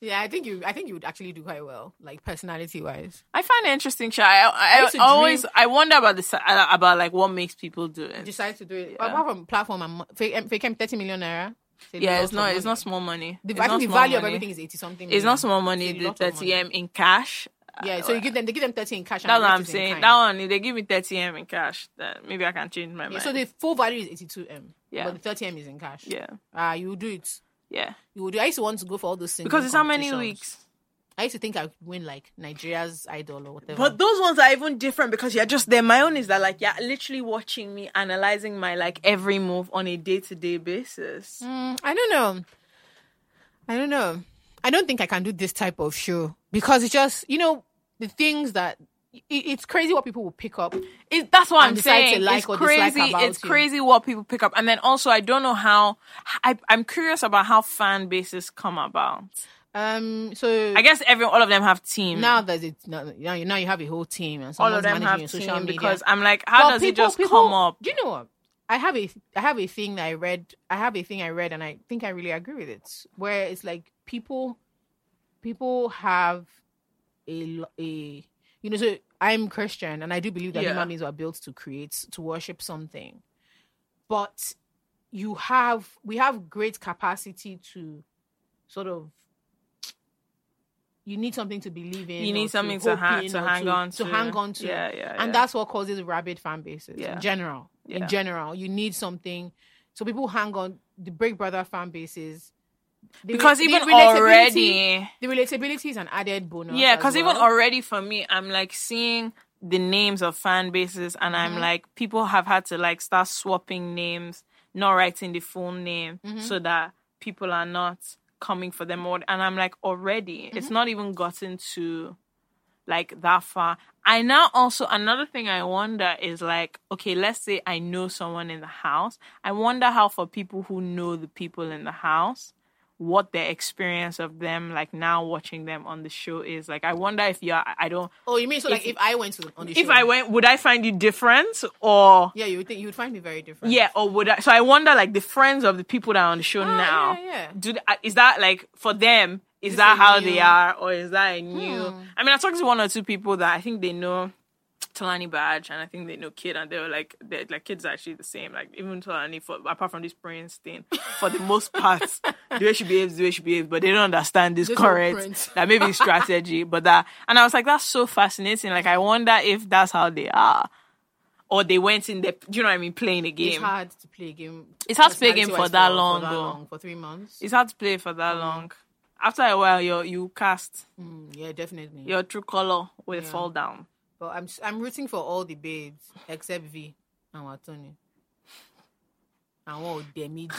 [SPEAKER 1] yeah. I think you, I think you would actually do quite well, like personality wise.
[SPEAKER 4] I find it interesting, Sha. I, I,
[SPEAKER 1] used to
[SPEAKER 4] always
[SPEAKER 1] dream-
[SPEAKER 4] I wonder about this uh, about like what makes people do it.
[SPEAKER 1] Decide to do it. But apart from platform and mo- fake, em- fake em thirty million naira. it's a
[SPEAKER 4] yeah,
[SPEAKER 1] lot
[SPEAKER 4] it's
[SPEAKER 1] of
[SPEAKER 4] not it's
[SPEAKER 1] money.
[SPEAKER 4] not small money.
[SPEAKER 1] The,
[SPEAKER 4] It's
[SPEAKER 1] I
[SPEAKER 4] not
[SPEAKER 1] think the
[SPEAKER 4] small
[SPEAKER 1] value of
[SPEAKER 4] money.
[SPEAKER 1] everything is eighty something.
[SPEAKER 4] It's
[SPEAKER 1] million.
[SPEAKER 4] not small money.
[SPEAKER 1] It's a
[SPEAKER 4] The
[SPEAKER 1] lot of money.
[SPEAKER 4] thirty m in cash.
[SPEAKER 1] Yeah, so you give them, they give them thirty in cash. and
[SPEAKER 4] That's
[SPEAKER 1] the
[SPEAKER 4] what
[SPEAKER 1] rest
[SPEAKER 4] I'm
[SPEAKER 1] is in
[SPEAKER 4] saying.
[SPEAKER 1] kind.
[SPEAKER 4] That one, if they give me 30 m in cash, then maybe I can change my
[SPEAKER 1] Yeah,
[SPEAKER 4] mind.
[SPEAKER 1] so the full value is eighty two m.
[SPEAKER 4] Yeah.
[SPEAKER 1] but the thirty m is in cash.
[SPEAKER 4] yeah,
[SPEAKER 1] Ah, you do it.
[SPEAKER 4] yeah.
[SPEAKER 1] You would. I used to want to go for all those things
[SPEAKER 4] Because it's how many weeks?
[SPEAKER 1] I used to think I would win like Nigeria's Idol or whatever.
[SPEAKER 4] But those ones are even different because you're just there. My own is that like you're literally watching me analyzing my like every move on a day to day basis.
[SPEAKER 1] Mm, I don't know. I don't know. I don't think I can do this type of show because it's just you know the things that it, it's crazy what people will pick up.
[SPEAKER 4] It, that's what I'm
[SPEAKER 1] decide to
[SPEAKER 4] saying.
[SPEAKER 1] like
[SPEAKER 4] it's
[SPEAKER 1] or dislike
[SPEAKER 4] crazy.
[SPEAKER 1] about
[SPEAKER 4] It's
[SPEAKER 1] you.
[SPEAKER 4] crazy what people pick up, and then also I don't know how. I, I'm curious about how fan bases come about.
[SPEAKER 1] Um, so
[SPEAKER 4] I guess every all of them have teams.
[SPEAKER 1] now that it's now, now you now you have a whole team and
[SPEAKER 4] all
[SPEAKER 1] someone's
[SPEAKER 4] of them
[SPEAKER 1] managing
[SPEAKER 4] have
[SPEAKER 1] your
[SPEAKER 4] teams
[SPEAKER 1] social media.
[SPEAKER 4] because I'm like, how
[SPEAKER 1] But
[SPEAKER 4] does
[SPEAKER 1] people-
[SPEAKER 4] it just
[SPEAKER 1] people-
[SPEAKER 4] come up?
[SPEAKER 1] Do you know what? I have a I have a thing that I read. I have a thing I read, and I think I really agree with it. Where it's like people people have a lo- a you know so I'm Christian and I do believe that
[SPEAKER 4] Yeah.
[SPEAKER 1] human beings were built to create, to worship something. But you have, we have great capacity to sort of, you need something to believe in.
[SPEAKER 4] You
[SPEAKER 1] or
[SPEAKER 4] need something to,
[SPEAKER 1] hope
[SPEAKER 4] ha-
[SPEAKER 1] in
[SPEAKER 4] to
[SPEAKER 1] or
[SPEAKER 4] hang on to.
[SPEAKER 1] To hang on to.
[SPEAKER 4] Yeah, yeah.
[SPEAKER 1] And
[SPEAKER 4] yeah.
[SPEAKER 1] that's what causes rabid fan bases
[SPEAKER 4] Yeah.
[SPEAKER 1] in general.
[SPEAKER 4] Yeah.
[SPEAKER 1] In general, you need something. So people hang on the Big Brother fan bases. The re-
[SPEAKER 4] because
[SPEAKER 1] the
[SPEAKER 4] even
[SPEAKER 1] relatability-
[SPEAKER 4] already,
[SPEAKER 1] the relatability is an added bonus.
[SPEAKER 4] yeah,
[SPEAKER 1] as
[SPEAKER 4] because even
[SPEAKER 1] well.
[SPEAKER 4] already for me, I'm like seeing the names of fan bases, and
[SPEAKER 1] Mm-hmm.
[SPEAKER 4] I'm like, people have had to like start swapping names, not writing the full name,
[SPEAKER 1] Mm-hmm.
[SPEAKER 4] so that people are not coming for them. Or, and I'm like, already, it's
[SPEAKER 1] Mm-hmm.
[SPEAKER 4] not even gotten to like that far. I now also another thing I wonder is like, okay, let's say I know someone in the house. I wonder how for people who know the people in the house, what their experience of them like now watching them on the show is. Like I wonder if you're I don't
[SPEAKER 1] Oh, you mean so? Like if I went to the, on the
[SPEAKER 4] if
[SPEAKER 1] show,
[SPEAKER 4] I went would I find you different or
[SPEAKER 1] yeah, you would think you would find me very different.
[SPEAKER 4] yeah, or would I? So I wonder, like the friends of the people that are on the show now,
[SPEAKER 1] Ah, yeah, yeah.
[SPEAKER 4] do they- is that like for them? Is
[SPEAKER 1] Is
[SPEAKER 4] that
[SPEAKER 1] it
[SPEAKER 4] how
[SPEAKER 1] new? Hmm.
[SPEAKER 4] they are, or is that a new? I mean, I talked to one or two people that I think they know Talani Badge, and I think they know Kid, and they were like, they're, like Kid's actually the same. Like even Talani, for apart from this Prince thing, for the most part, the way she behaves, the way she behaves, but they don't understand this
[SPEAKER 1] This whole Prince.
[SPEAKER 4] current that maybe it's strategy, but that. And I was like, that's so fascinating. Like I wonder if that's how they are. Or they went in there, do you know what I mean, playing a game.
[SPEAKER 1] It's hard to play a game.
[SPEAKER 4] It's hard to play a game
[SPEAKER 1] personality-wise
[SPEAKER 4] for that long,
[SPEAKER 1] for, that
[SPEAKER 4] though.
[SPEAKER 1] long for three months.
[SPEAKER 4] It's hard to play for that long. After a while, you you cast
[SPEAKER 1] Mm, yeah, definitely.
[SPEAKER 4] your true color will fall down.
[SPEAKER 1] But I'm s- I'm rooting for all the babes except V and Watoni. And what would Demi do?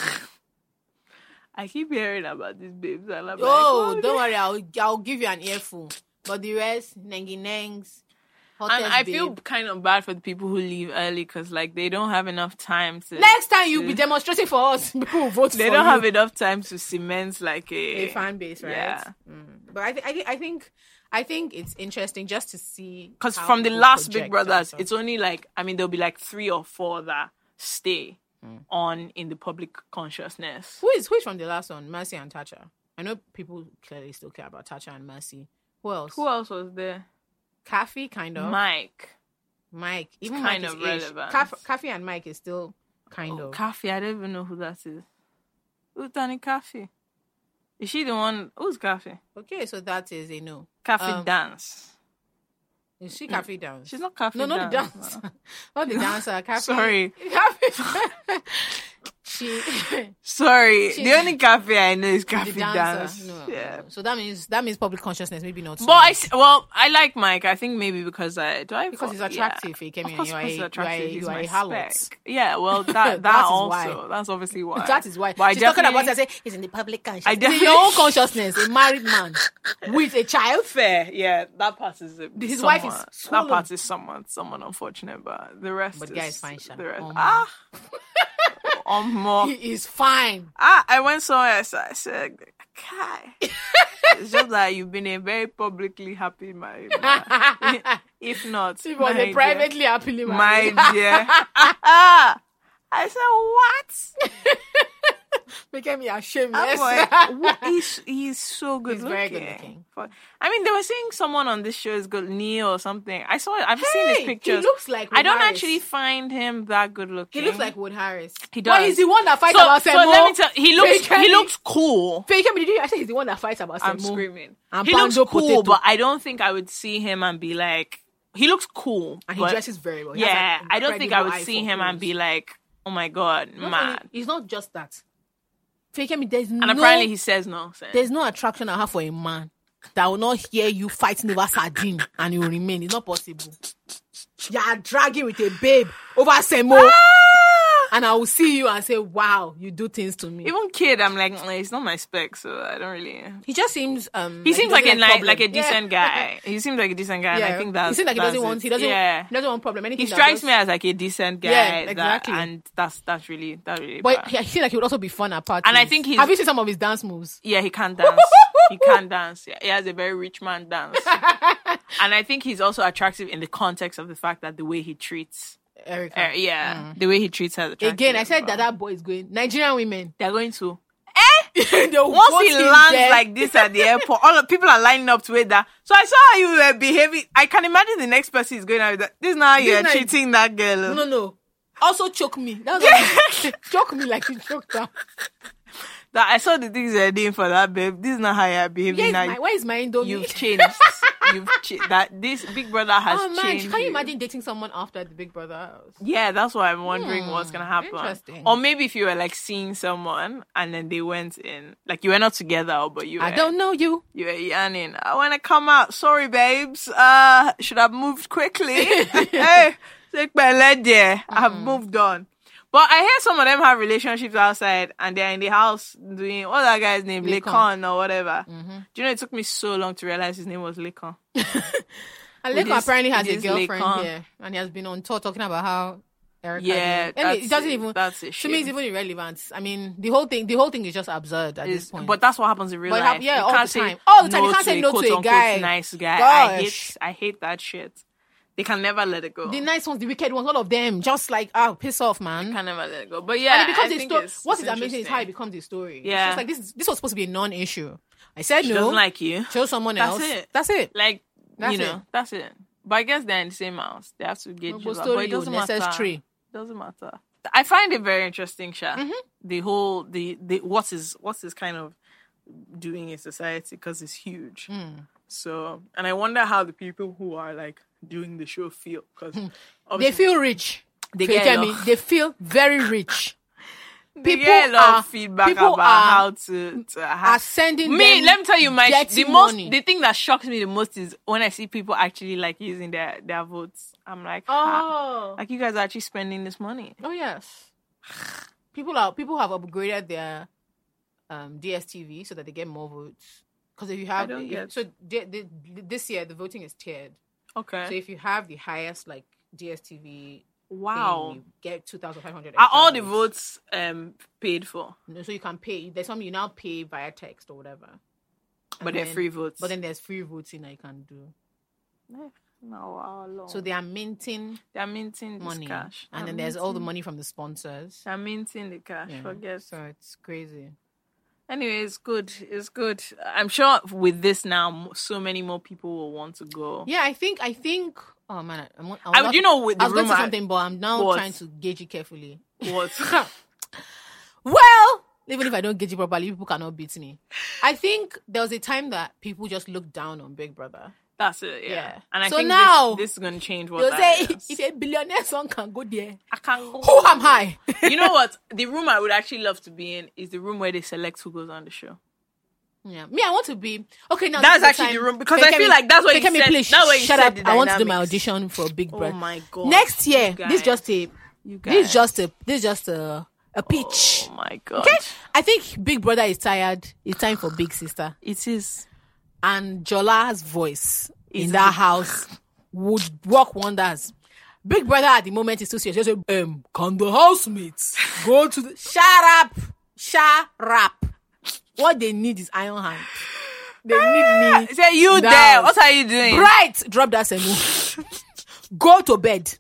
[SPEAKER 4] I keep hearing about these babes, and I'm
[SPEAKER 1] Oh,
[SPEAKER 4] like,
[SPEAKER 1] don't worry, I'll I'll give you an earful. But the rest, nengi nengs,
[SPEAKER 4] And
[SPEAKER 1] hottest
[SPEAKER 4] I feel
[SPEAKER 1] babe.
[SPEAKER 4] kind of bad for the people who leave early because like they don't have enough time to.
[SPEAKER 1] next time you'll be demonstrating for us. People will vote
[SPEAKER 4] they
[SPEAKER 1] for
[SPEAKER 4] don't
[SPEAKER 1] you.
[SPEAKER 4] have enough time to cement like a.
[SPEAKER 1] a fan base, right?
[SPEAKER 4] Yeah.
[SPEAKER 1] Mm. But I, th- I, thi- I think, I think it's interesting just to see
[SPEAKER 4] Because
[SPEAKER 1] how
[SPEAKER 4] from the
[SPEAKER 1] people
[SPEAKER 4] last Big
[SPEAKER 1] project
[SPEAKER 4] Brothers,
[SPEAKER 1] themselves.
[SPEAKER 4] it's only like I mean there'll be like three or four that stay
[SPEAKER 1] Mm.
[SPEAKER 4] on in the public consciousness.
[SPEAKER 1] who is who is from the last one, Mercy and Tacha. I know people clearly still care about Tacha and Mercy. Who else?
[SPEAKER 4] Who else was there?
[SPEAKER 1] Kaffee, kind of.
[SPEAKER 4] Mike.
[SPEAKER 1] Mike, even
[SPEAKER 4] kind
[SPEAKER 1] Mike
[SPEAKER 4] of
[SPEAKER 1] is ish.
[SPEAKER 4] relevant.
[SPEAKER 1] Kaff- Kaffee and Mike is still kind
[SPEAKER 4] Oh,
[SPEAKER 1] of.
[SPEAKER 4] Kaffee, I don't even know who that is. Who's Danny Kaffee? Is she the one? Who's Kaffee?
[SPEAKER 1] okay, so that is a no.
[SPEAKER 4] Kaffee
[SPEAKER 1] Um,
[SPEAKER 4] dance.
[SPEAKER 1] Is
[SPEAKER 4] Mm.
[SPEAKER 1] she Kaffee dance?
[SPEAKER 4] She's not Kaffee.
[SPEAKER 1] no, not the
[SPEAKER 4] dance.
[SPEAKER 1] dancer, not the dancer. Kaffee.
[SPEAKER 4] Sorry.
[SPEAKER 1] Kaffee. she.
[SPEAKER 4] Sorry,
[SPEAKER 1] She's-
[SPEAKER 4] the only Kaffee I know is
[SPEAKER 1] the
[SPEAKER 4] Kaffee
[SPEAKER 1] dancer.
[SPEAKER 4] dance.
[SPEAKER 1] No,
[SPEAKER 4] yeah.
[SPEAKER 1] no. So that means that means public consciousness, maybe not. so
[SPEAKER 4] But I
[SPEAKER 1] much.
[SPEAKER 4] s- well, I like Mike. I think maybe because I do I
[SPEAKER 1] because he's
[SPEAKER 4] yeah.
[SPEAKER 1] attractive. He came
[SPEAKER 4] Of
[SPEAKER 1] in.
[SPEAKER 4] course,
[SPEAKER 1] You are, a-
[SPEAKER 4] because he's
[SPEAKER 1] you are, a-
[SPEAKER 4] attractive. He's
[SPEAKER 1] you are
[SPEAKER 4] my
[SPEAKER 1] a harlot.
[SPEAKER 4] spec. Yeah, well, that that,
[SPEAKER 1] That is
[SPEAKER 4] also
[SPEAKER 1] why.
[SPEAKER 4] that's obviously why.
[SPEAKER 1] That is why
[SPEAKER 4] But I
[SPEAKER 1] she's talking about.
[SPEAKER 4] definitely-
[SPEAKER 1] I say he's in the public consciousness.
[SPEAKER 4] I
[SPEAKER 1] He's in
[SPEAKER 4] definitely-
[SPEAKER 1] your own consciousness, a married man with a child.
[SPEAKER 4] fair. Yeah, that part is a,
[SPEAKER 1] His
[SPEAKER 4] someone-
[SPEAKER 1] wife is
[SPEAKER 4] that
[SPEAKER 1] swollen.
[SPEAKER 4] part is someone someone unfortunate, but the rest.
[SPEAKER 1] But
[SPEAKER 4] is,
[SPEAKER 1] the guy is fine, Sha.
[SPEAKER 4] The rest.
[SPEAKER 1] Omo.
[SPEAKER 4] Ah, Omo.
[SPEAKER 1] He is fine.
[SPEAKER 4] Ah, I went somewhere. So I said, "Kai." it's just that you've been a very publicly happy married. man. if not,
[SPEAKER 1] He was
[SPEAKER 4] my
[SPEAKER 1] a
[SPEAKER 4] dear-
[SPEAKER 1] privately happily
[SPEAKER 4] my
[SPEAKER 1] married.
[SPEAKER 4] dear. Ah, I said, "What?"
[SPEAKER 1] Became me
[SPEAKER 4] That
[SPEAKER 1] shameless.
[SPEAKER 4] boy, what- he's, he's so good
[SPEAKER 1] He's
[SPEAKER 4] looking.
[SPEAKER 1] very good looking.
[SPEAKER 4] Fuck. I mean, they were saying someone on this show is good, Neil or something. I saw, I've seen
[SPEAKER 1] Hey,
[SPEAKER 4] his pictures.
[SPEAKER 1] He looks like. Wood
[SPEAKER 4] I don't
[SPEAKER 1] Harris.
[SPEAKER 4] actually find him that good looking.
[SPEAKER 1] He looks like Wood Harris.
[SPEAKER 4] He
[SPEAKER 1] But
[SPEAKER 4] does.
[SPEAKER 1] he's the one that fights
[SPEAKER 4] so,
[SPEAKER 1] about
[SPEAKER 4] so
[SPEAKER 1] Semo.
[SPEAKER 4] let me tell. He looks.
[SPEAKER 1] Fake
[SPEAKER 4] He
[SPEAKER 1] Kenny.
[SPEAKER 4] looks cool.
[SPEAKER 1] Fake him, did you? I said he's the one that fights about Semo.
[SPEAKER 4] I'm screaming.
[SPEAKER 1] And
[SPEAKER 4] he looks
[SPEAKER 1] Bando
[SPEAKER 4] cool,
[SPEAKER 1] Potato.
[SPEAKER 4] but I don't think I would see him and be like. He looks cool,
[SPEAKER 1] And he
[SPEAKER 4] but-
[SPEAKER 1] dresses very well. He has an
[SPEAKER 4] Yeah, I don't think I
[SPEAKER 1] incredible
[SPEAKER 4] would
[SPEAKER 1] eye
[SPEAKER 4] see
[SPEAKER 1] for
[SPEAKER 4] him and
[SPEAKER 1] clothes.
[SPEAKER 4] be like, "Oh my god,
[SPEAKER 1] Not
[SPEAKER 4] mad."
[SPEAKER 1] only- It's not just that. Fake him, there's
[SPEAKER 4] and
[SPEAKER 1] no.
[SPEAKER 4] apparently, he says nonsense.
[SPEAKER 1] there's no attraction I have for a man that will not hear you fighting over sardine and you will remain. It's not possible. You are dragging with a babe over Semo,
[SPEAKER 4] Ah!
[SPEAKER 1] and I will see you and say, "Wow, you do things to me."
[SPEAKER 4] Even kid, I'm like, "Mm, it's not my spec, so I don't really.
[SPEAKER 1] He just seems um.
[SPEAKER 4] He seems like a
[SPEAKER 1] doesn't
[SPEAKER 4] nice,
[SPEAKER 1] problem.
[SPEAKER 4] like a
[SPEAKER 1] Yeah.
[SPEAKER 4] decent guy. He seems like a decent guy.
[SPEAKER 1] Yeah,
[SPEAKER 4] And I think that's.
[SPEAKER 1] he seems like he
[SPEAKER 4] that's
[SPEAKER 1] doesn't want. He
[SPEAKER 4] it.
[SPEAKER 1] doesn't.
[SPEAKER 4] Yeah.
[SPEAKER 1] He doesn't want problem. Anything
[SPEAKER 4] He
[SPEAKER 1] that
[SPEAKER 4] strikes
[SPEAKER 1] does-
[SPEAKER 4] me as like a decent guy.
[SPEAKER 1] Yeah,
[SPEAKER 4] that-
[SPEAKER 1] exactly.
[SPEAKER 4] and that's that's really that really.
[SPEAKER 1] But
[SPEAKER 4] bad.
[SPEAKER 1] he, he seems like he would also be fun at parties.
[SPEAKER 4] And I think he's-
[SPEAKER 1] Have you seen some of his dance moves?
[SPEAKER 4] Yeah, he can dance. he can dance. Yeah, he has a very rich man dance. and I think he's also attractive in the context of the fact that the way he treats,
[SPEAKER 1] Erica.
[SPEAKER 4] uh, yeah, the way he treats her. is attractive
[SPEAKER 1] Mm. Again, I
[SPEAKER 4] as
[SPEAKER 1] said that
[SPEAKER 4] well.
[SPEAKER 1] that boy is going Nigerian women.
[SPEAKER 4] they're going to. Eh?
[SPEAKER 1] Oh,
[SPEAKER 4] Once he lands like this at the airport, all the people are lining up to wait that. So I saw how you were behaving. I can imagine the next person is going out with that. This is now you're
[SPEAKER 1] now-
[SPEAKER 4] cheating that girl. oh.
[SPEAKER 1] no, no. Also choke me. That's what choke me like you choked her.
[SPEAKER 4] That I saw the things you're doing for that babe. This is not how you're behaving
[SPEAKER 1] Where is
[SPEAKER 4] now.
[SPEAKER 1] my, where is my Indomie?
[SPEAKER 4] You've changed. You've changed. That this Big Brother has
[SPEAKER 1] oh man,
[SPEAKER 4] changed.
[SPEAKER 1] can you imagine dating someone after the Big Brother? house?
[SPEAKER 4] Yeah, that's why I'm wondering what's gonna happen.
[SPEAKER 1] Hmm, interesting.
[SPEAKER 4] Or maybe if you were like seeing someone and then they went in, like you were not together, but you were,
[SPEAKER 1] I don't know you.
[SPEAKER 4] you were yearning. I want to come out. Sorry, babes. Uh, should have moved quickly. hey, take my leg there. I've
[SPEAKER 1] Mm-hmm.
[SPEAKER 4] moved on. But I hear some of them have relationships outside and they're in the house doing what that guy's name,
[SPEAKER 1] Lekon.
[SPEAKER 4] Lekon or whatever.
[SPEAKER 1] Mm-hmm.
[SPEAKER 4] Do you know it took me so long to realize his name was Lekon?
[SPEAKER 1] And Leko
[SPEAKER 4] With this-
[SPEAKER 1] apparently has
[SPEAKER 4] with
[SPEAKER 1] a
[SPEAKER 4] this
[SPEAKER 1] girlfriend
[SPEAKER 4] Lekon.
[SPEAKER 1] here, and he has been on tour talking about how Erica.
[SPEAKER 4] Yeah,
[SPEAKER 1] did- Anyway,
[SPEAKER 4] that's
[SPEAKER 1] it doesn't
[SPEAKER 4] it.
[SPEAKER 1] even.
[SPEAKER 4] That's a
[SPEAKER 1] To me,
[SPEAKER 4] shame.
[SPEAKER 1] it's even irrelevant. I mean, the whole thing, the whole thing is just absurd at
[SPEAKER 4] is-
[SPEAKER 1] this point.
[SPEAKER 4] but that's what happens in real
[SPEAKER 1] But it hap-
[SPEAKER 4] life.
[SPEAKER 1] yeah,
[SPEAKER 4] you
[SPEAKER 1] all the
[SPEAKER 4] can't say
[SPEAKER 1] time. All the time. You can't say no to a
[SPEAKER 4] quote-unquote
[SPEAKER 1] guy.
[SPEAKER 4] Nice guy. I
[SPEAKER 1] Gosh.
[SPEAKER 4] hate. I hate that shit. They can never let it go.
[SPEAKER 1] the
[SPEAKER 4] They
[SPEAKER 1] nice ones, the wicked ones, all of them, just like oh, piss off, man.
[SPEAKER 4] can never let it go. But
[SPEAKER 1] And
[SPEAKER 4] yeah,
[SPEAKER 1] it becomes
[SPEAKER 4] I
[SPEAKER 1] a
[SPEAKER 4] think
[SPEAKER 1] story.
[SPEAKER 4] it's-
[SPEAKER 1] What
[SPEAKER 4] it's
[SPEAKER 1] is amazing is how it
[SPEAKER 4] interesting.
[SPEAKER 1] becomes a story. It's
[SPEAKER 4] Yeah.
[SPEAKER 1] just like this. is- This was supposed to be a non-issue. I said
[SPEAKER 4] She
[SPEAKER 1] no.
[SPEAKER 4] doesn't like you.
[SPEAKER 1] Show someone
[SPEAKER 4] That's
[SPEAKER 1] else.
[SPEAKER 4] it.
[SPEAKER 1] That's it.
[SPEAKER 4] Like
[SPEAKER 1] That's
[SPEAKER 4] you know,
[SPEAKER 1] it.
[SPEAKER 4] that's it. But I guess they're in the same house. They have to get you.
[SPEAKER 1] But
[SPEAKER 4] But
[SPEAKER 1] story
[SPEAKER 4] it doesn't
[SPEAKER 1] illness, that's
[SPEAKER 4] matter.
[SPEAKER 1] true.
[SPEAKER 4] Doesn't matter. I find it very interesting, Sha.
[SPEAKER 1] Mm-hmm.
[SPEAKER 4] The whole the the what is what is kind of doing in society because it's huge.
[SPEAKER 1] Hmm.
[SPEAKER 4] So, and I wonder how the people who are like doing the show feel because
[SPEAKER 1] Hmm. They feel rich.
[SPEAKER 4] They
[SPEAKER 1] Can you
[SPEAKER 4] get
[SPEAKER 1] tell
[SPEAKER 4] a
[SPEAKER 1] me?
[SPEAKER 4] lot.
[SPEAKER 1] They feel very rich.
[SPEAKER 4] people get a lot of feedback
[SPEAKER 1] people
[SPEAKER 4] about
[SPEAKER 1] are-
[SPEAKER 4] how to to
[SPEAKER 1] are
[SPEAKER 4] hack.
[SPEAKER 1] sending
[SPEAKER 4] me.
[SPEAKER 1] them
[SPEAKER 4] Let me tell you, my
[SPEAKER 1] dirty
[SPEAKER 4] the most
[SPEAKER 1] money.
[SPEAKER 4] the thing that shocks me the most is when I see people actually like using their their votes. I'm like, ah,
[SPEAKER 1] Oh,
[SPEAKER 4] like you guys are actually spending this money.
[SPEAKER 1] oh yes. People are people have upgraded their um DSTV so that they get more votes. Because if you have,
[SPEAKER 4] don't
[SPEAKER 1] if-
[SPEAKER 4] get-
[SPEAKER 1] so the- the- this year the voting is tiered.
[SPEAKER 4] Okay,
[SPEAKER 1] So if you have the highest like DSTV, thing,
[SPEAKER 4] wow.
[SPEAKER 1] you get two thousand five hundred.
[SPEAKER 4] Are all the votes um paid for?
[SPEAKER 1] So you can pay. There's some you now pay via text or whatever.
[SPEAKER 4] But
[SPEAKER 1] And
[SPEAKER 4] they're
[SPEAKER 1] then-
[SPEAKER 4] free votes. Eh,
[SPEAKER 1] But then there's free voting that you can do.
[SPEAKER 4] no, wow, Lord.
[SPEAKER 1] So they are minting
[SPEAKER 4] they're minting this
[SPEAKER 1] money,
[SPEAKER 4] cash,
[SPEAKER 1] and
[SPEAKER 4] They're
[SPEAKER 1] then there's all the
[SPEAKER 4] minting-
[SPEAKER 1] money from the sponsors.
[SPEAKER 4] They're minting the cash.
[SPEAKER 1] Yeah.
[SPEAKER 4] Forget.
[SPEAKER 1] So it's crazy.
[SPEAKER 4] Anyway, it's good. It's good. I'm sure with this now, m- so many more people will want to go.
[SPEAKER 1] Yeah, I think I think. Oh man, I'm, I,
[SPEAKER 4] I, you know, with the
[SPEAKER 1] I was going to
[SPEAKER 4] rumor,
[SPEAKER 1] say something, but I'm now
[SPEAKER 4] What?
[SPEAKER 1] trying to gauge it carefully.
[SPEAKER 4] what?
[SPEAKER 1] well, even if I don't gauge it properly, people cannot beat me. I think there was a time that people just looked down on Big Brother.
[SPEAKER 4] That's it. Yeah.
[SPEAKER 1] Yeah.
[SPEAKER 4] And I
[SPEAKER 1] So
[SPEAKER 4] think
[SPEAKER 1] now-
[SPEAKER 4] this, this is going to change
[SPEAKER 1] They'll
[SPEAKER 4] what that
[SPEAKER 1] say
[SPEAKER 4] is.
[SPEAKER 1] if a billionaire son can go there,
[SPEAKER 4] I can't go.
[SPEAKER 1] who am I?
[SPEAKER 4] you know what? The room I would actually love to be in is the room where they select who goes on the show.
[SPEAKER 1] yeah, me. I want to be okay. Now
[SPEAKER 4] That's
[SPEAKER 1] this is
[SPEAKER 4] actually
[SPEAKER 1] time-
[SPEAKER 4] the room, because I
[SPEAKER 1] Fekemi-
[SPEAKER 4] feel like that's what you
[SPEAKER 1] Fekemi,
[SPEAKER 4] said-
[SPEAKER 1] Please,
[SPEAKER 4] that's what you
[SPEAKER 1] shut
[SPEAKER 4] said
[SPEAKER 1] up.
[SPEAKER 4] the
[SPEAKER 1] I want to do my
[SPEAKER 4] dynamics.
[SPEAKER 1] audition for Big Brother.
[SPEAKER 4] Oh my god!
[SPEAKER 1] Next year,
[SPEAKER 4] You
[SPEAKER 1] this
[SPEAKER 4] guys.
[SPEAKER 1] just a
[SPEAKER 4] You guys.
[SPEAKER 1] this just a this just a a pitch.
[SPEAKER 4] Oh my god!
[SPEAKER 1] I think Big Brother is tired. It's time for Big Sister.
[SPEAKER 4] It is.
[SPEAKER 1] And Jola's voice in that house would work wonders. Big Brother at the moment is too serious. Just say, um, can the housemates go to the shut up, shut up. What they need is Iron Hand. They need me.
[SPEAKER 4] Say you
[SPEAKER 1] Now.
[SPEAKER 4] there? What are you doing?
[SPEAKER 1] Right, drop that semu. go to bed.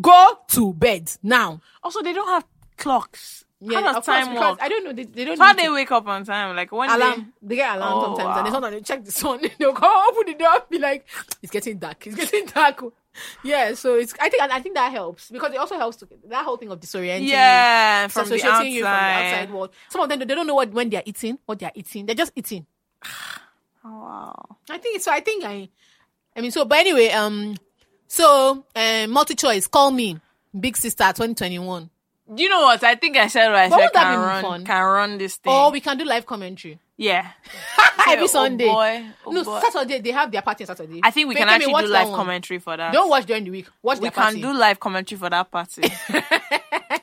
[SPEAKER 1] Go to bed now.
[SPEAKER 4] Also, they don't have clocks. How
[SPEAKER 1] of
[SPEAKER 4] does
[SPEAKER 1] course,
[SPEAKER 4] time
[SPEAKER 1] because
[SPEAKER 4] work?
[SPEAKER 1] I don't know. They, they don't.
[SPEAKER 4] How
[SPEAKER 1] need
[SPEAKER 4] they
[SPEAKER 1] to-
[SPEAKER 4] wake up on time? Like one day.
[SPEAKER 1] alarm. They get alarm
[SPEAKER 4] Oh,
[SPEAKER 1] sometimes, and then
[SPEAKER 4] wow.
[SPEAKER 1] sometimes they check the sun. They'll come open the door, and be like, "It's getting dark. It's getting dark." oh." Yeah, so it's. I think and I think that helps because it also helps to that whole thing of disorienting. you,
[SPEAKER 4] Yeah, from the
[SPEAKER 1] associating
[SPEAKER 4] outside.
[SPEAKER 1] you from the outside world. Some of them they don't know what when they are eating, what they are eating. They're just eating.
[SPEAKER 4] Oh, Wow.
[SPEAKER 1] I think so. I think I. I mean, so but anyway, um, so uh, multi choice. Call me, Big Sister, twenty twenty one.
[SPEAKER 4] You know what? I think I said what I
[SPEAKER 1] But
[SPEAKER 4] said.
[SPEAKER 1] would that
[SPEAKER 4] Can
[SPEAKER 1] be
[SPEAKER 4] run,
[SPEAKER 1] fun?
[SPEAKER 4] can run this thing.
[SPEAKER 1] Or we can do live commentary
[SPEAKER 4] yeah.
[SPEAKER 1] every
[SPEAKER 4] Oh,
[SPEAKER 1] Sunday.
[SPEAKER 4] boy. Oh,
[SPEAKER 1] no,
[SPEAKER 4] boy.
[SPEAKER 1] Saturday they have their party on Saturday.
[SPEAKER 4] I think we can
[SPEAKER 1] Femi,
[SPEAKER 4] actually
[SPEAKER 1] watch
[SPEAKER 4] do
[SPEAKER 1] that
[SPEAKER 4] live
[SPEAKER 1] one.
[SPEAKER 4] commentary for that.
[SPEAKER 1] Don't watch during the week. Watch
[SPEAKER 4] we
[SPEAKER 1] their
[SPEAKER 4] can
[SPEAKER 1] party.
[SPEAKER 4] do live commentary for that party.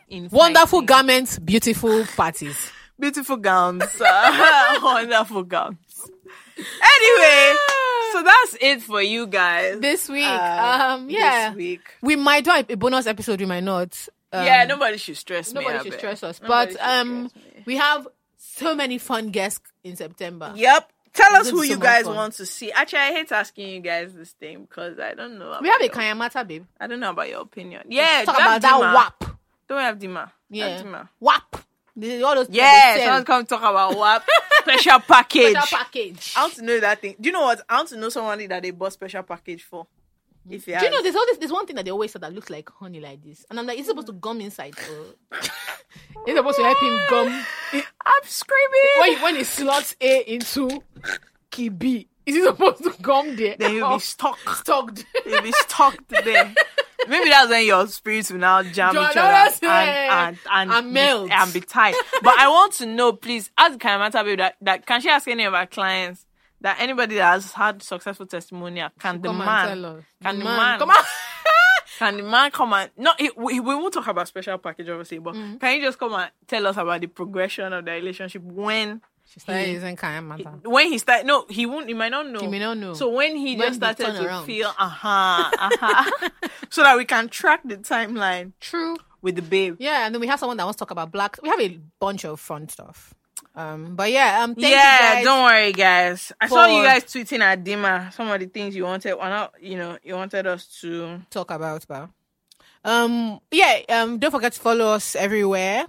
[SPEAKER 4] In
[SPEAKER 1] Wonderful
[SPEAKER 4] fighting.
[SPEAKER 1] garments, beautiful parties.
[SPEAKER 4] beautiful gowns, uh, wonderful gowns. Anyway, so that's it for you guys
[SPEAKER 1] This week,
[SPEAKER 4] Uh,
[SPEAKER 1] um, yeah,
[SPEAKER 4] This week,
[SPEAKER 1] we might do a bonus episode. We might not. Um,
[SPEAKER 4] yeah, nobody should stress me.
[SPEAKER 1] nobody
[SPEAKER 4] I
[SPEAKER 1] should
[SPEAKER 4] bet.
[SPEAKER 1] stress us.
[SPEAKER 4] Nobody
[SPEAKER 1] but
[SPEAKER 4] should
[SPEAKER 1] um,
[SPEAKER 4] stress me.
[SPEAKER 1] we have so many fun guests in September.
[SPEAKER 4] yep. Tell us
[SPEAKER 1] This
[SPEAKER 4] who
[SPEAKER 1] is
[SPEAKER 4] you
[SPEAKER 1] so much
[SPEAKER 4] guys
[SPEAKER 1] fun.
[SPEAKER 4] want to see. Actually, I hate asking you guys this thing because I don't know.
[SPEAKER 1] We have
[SPEAKER 4] about
[SPEAKER 1] a
[SPEAKER 4] your-
[SPEAKER 1] Kayamata babe.
[SPEAKER 4] I don't know about your opinion. Yeah,
[SPEAKER 1] Talk
[SPEAKER 4] do we have
[SPEAKER 1] about that
[SPEAKER 4] Dima?
[SPEAKER 1] WAP.
[SPEAKER 4] Don't we have Dima?
[SPEAKER 1] Yeah,
[SPEAKER 4] Have Dima.
[SPEAKER 1] WAP. This is all those
[SPEAKER 4] Yes,
[SPEAKER 1] all
[SPEAKER 4] let's come talk about what special package.
[SPEAKER 1] that package.
[SPEAKER 4] I want to know that thing. Do you know what? I want to know somebody that they bought special package for. If Mm-hmm. you,
[SPEAKER 1] Do you know there's all this there's one thing that they always said that looks like honey like this, and I'm like, it's supposed to gum inside. Or... it's supposed to help him gum
[SPEAKER 4] I'm screaming.
[SPEAKER 1] when when it slots A into key B. Is it supposed to gum there?
[SPEAKER 4] Then you'll
[SPEAKER 1] Or
[SPEAKER 4] be stuck.
[SPEAKER 1] stuck.
[SPEAKER 4] You'll be stuck there. Maybe that's when your spirits will now jam
[SPEAKER 1] Joanna,
[SPEAKER 4] each other
[SPEAKER 1] that's
[SPEAKER 4] and,
[SPEAKER 1] it.
[SPEAKER 4] and, and,
[SPEAKER 1] And melt.
[SPEAKER 4] Be, and be tight. But I want to know, please, ask Kaimata babe that, that can she ask any of our clients that anybody that has had successful testimonial can the
[SPEAKER 1] Come and
[SPEAKER 4] man
[SPEAKER 1] tell us.
[SPEAKER 4] can the
[SPEAKER 1] Man,
[SPEAKER 4] man
[SPEAKER 1] come on.
[SPEAKER 4] can the man come and no it, we, we won't talk about special package obviously but
[SPEAKER 1] Mm.
[SPEAKER 4] can you just come and tell us about the progression of the relationship when
[SPEAKER 1] That isn't kind matter.
[SPEAKER 4] when he started no he won't he might not know he
[SPEAKER 1] may not know.
[SPEAKER 4] so when he
[SPEAKER 1] When
[SPEAKER 4] just
[SPEAKER 1] the
[SPEAKER 4] started to
[SPEAKER 1] turnaround.
[SPEAKER 4] feel uh-huh uh-huh so that we can track the timeline
[SPEAKER 1] True.
[SPEAKER 4] with the babe
[SPEAKER 1] Yeah, and then we have someone that wants to talk about black. We have a bunch of fun stuff. Um, but yeah, um, thank
[SPEAKER 4] yeah,
[SPEAKER 1] you guys.
[SPEAKER 4] don't worry, guys. I saw you
[SPEAKER 1] for-
[SPEAKER 4] guys tweeting at Dima some of the things you wanted. Well, not, you know, you wanted us to.
[SPEAKER 1] talk about but um yeah um don't forget to follow us everywhere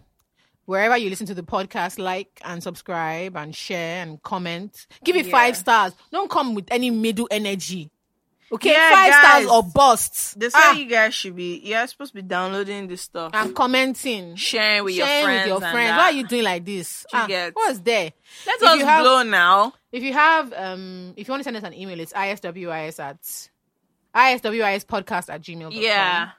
[SPEAKER 1] wherever you listen to the podcast like and subscribe and share and comment give it five stars don't come with any middle energy okay
[SPEAKER 4] Yeah,
[SPEAKER 1] five
[SPEAKER 4] guys.
[SPEAKER 1] stars or busts
[SPEAKER 4] This
[SPEAKER 1] Ah,
[SPEAKER 4] how you guys should be. You're supposed to be downloading this stuff,
[SPEAKER 1] and commenting
[SPEAKER 4] sharing with your
[SPEAKER 1] sharing
[SPEAKER 4] friends.
[SPEAKER 1] with your
[SPEAKER 4] and
[SPEAKER 1] friends
[SPEAKER 4] that.
[SPEAKER 1] why are you doing like this
[SPEAKER 4] You get-
[SPEAKER 1] what's there
[SPEAKER 4] Let
[SPEAKER 1] If
[SPEAKER 4] us
[SPEAKER 1] you have-
[SPEAKER 4] blow now.
[SPEAKER 1] If you have, um, if you want to send us an email, it's iswis at iswispodcast at gmail.
[SPEAKER 4] Yeah.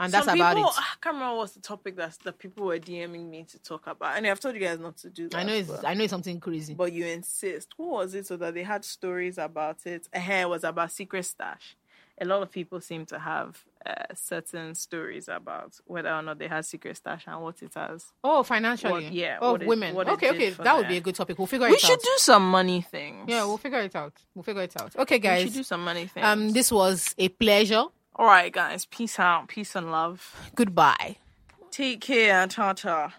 [SPEAKER 1] and that's
[SPEAKER 4] Some
[SPEAKER 1] about
[SPEAKER 4] people,
[SPEAKER 1] it.
[SPEAKER 4] I can't remember what's the topic that the people were DMing me to talk about. And I've told you guys not to do that.
[SPEAKER 1] I know it's,
[SPEAKER 4] but-
[SPEAKER 1] I know it's something crazy.
[SPEAKER 4] but you insist. What was it so that they had stories about it? Uh, it was about secret stash. A lot of people seem to have uh, certain stories about whether or not they had secret stash and what it has.
[SPEAKER 1] Oh, financially.
[SPEAKER 4] What- yeah,
[SPEAKER 1] Oh,
[SPEAKER 4] what it-
[SPEAKER 1] women.
[SPEAKER 4] what it
[SPEAKER 1] okay,
[SPEAKER 4] did
[SPEAKER 1] okay.
[SPEAKER 4] for
[SPEAKER 1] That would
[SPEAKER 4] them.
[SPEAKER 1] be a good topic. We'll figure
[SPEAKER 4] We
[SPEAKER 1] it out.
[SPEAKER 4] should do some money things.
[SPEAKER 1] Yeah, we'll figure it out. We'll figure it out. Okay,
[SPEAKER 4] we should
[SPEAKER 1] guys.
[SPEAKER 4] do some money things.
[SPEAKER 1] Um, this was a pleasure.
[SPEAKER 4] All right, guys. Peace out. Peace and love.
[SPEAKER 1] Goodbye.
[SPEAKER 4] Take care. Ta ta.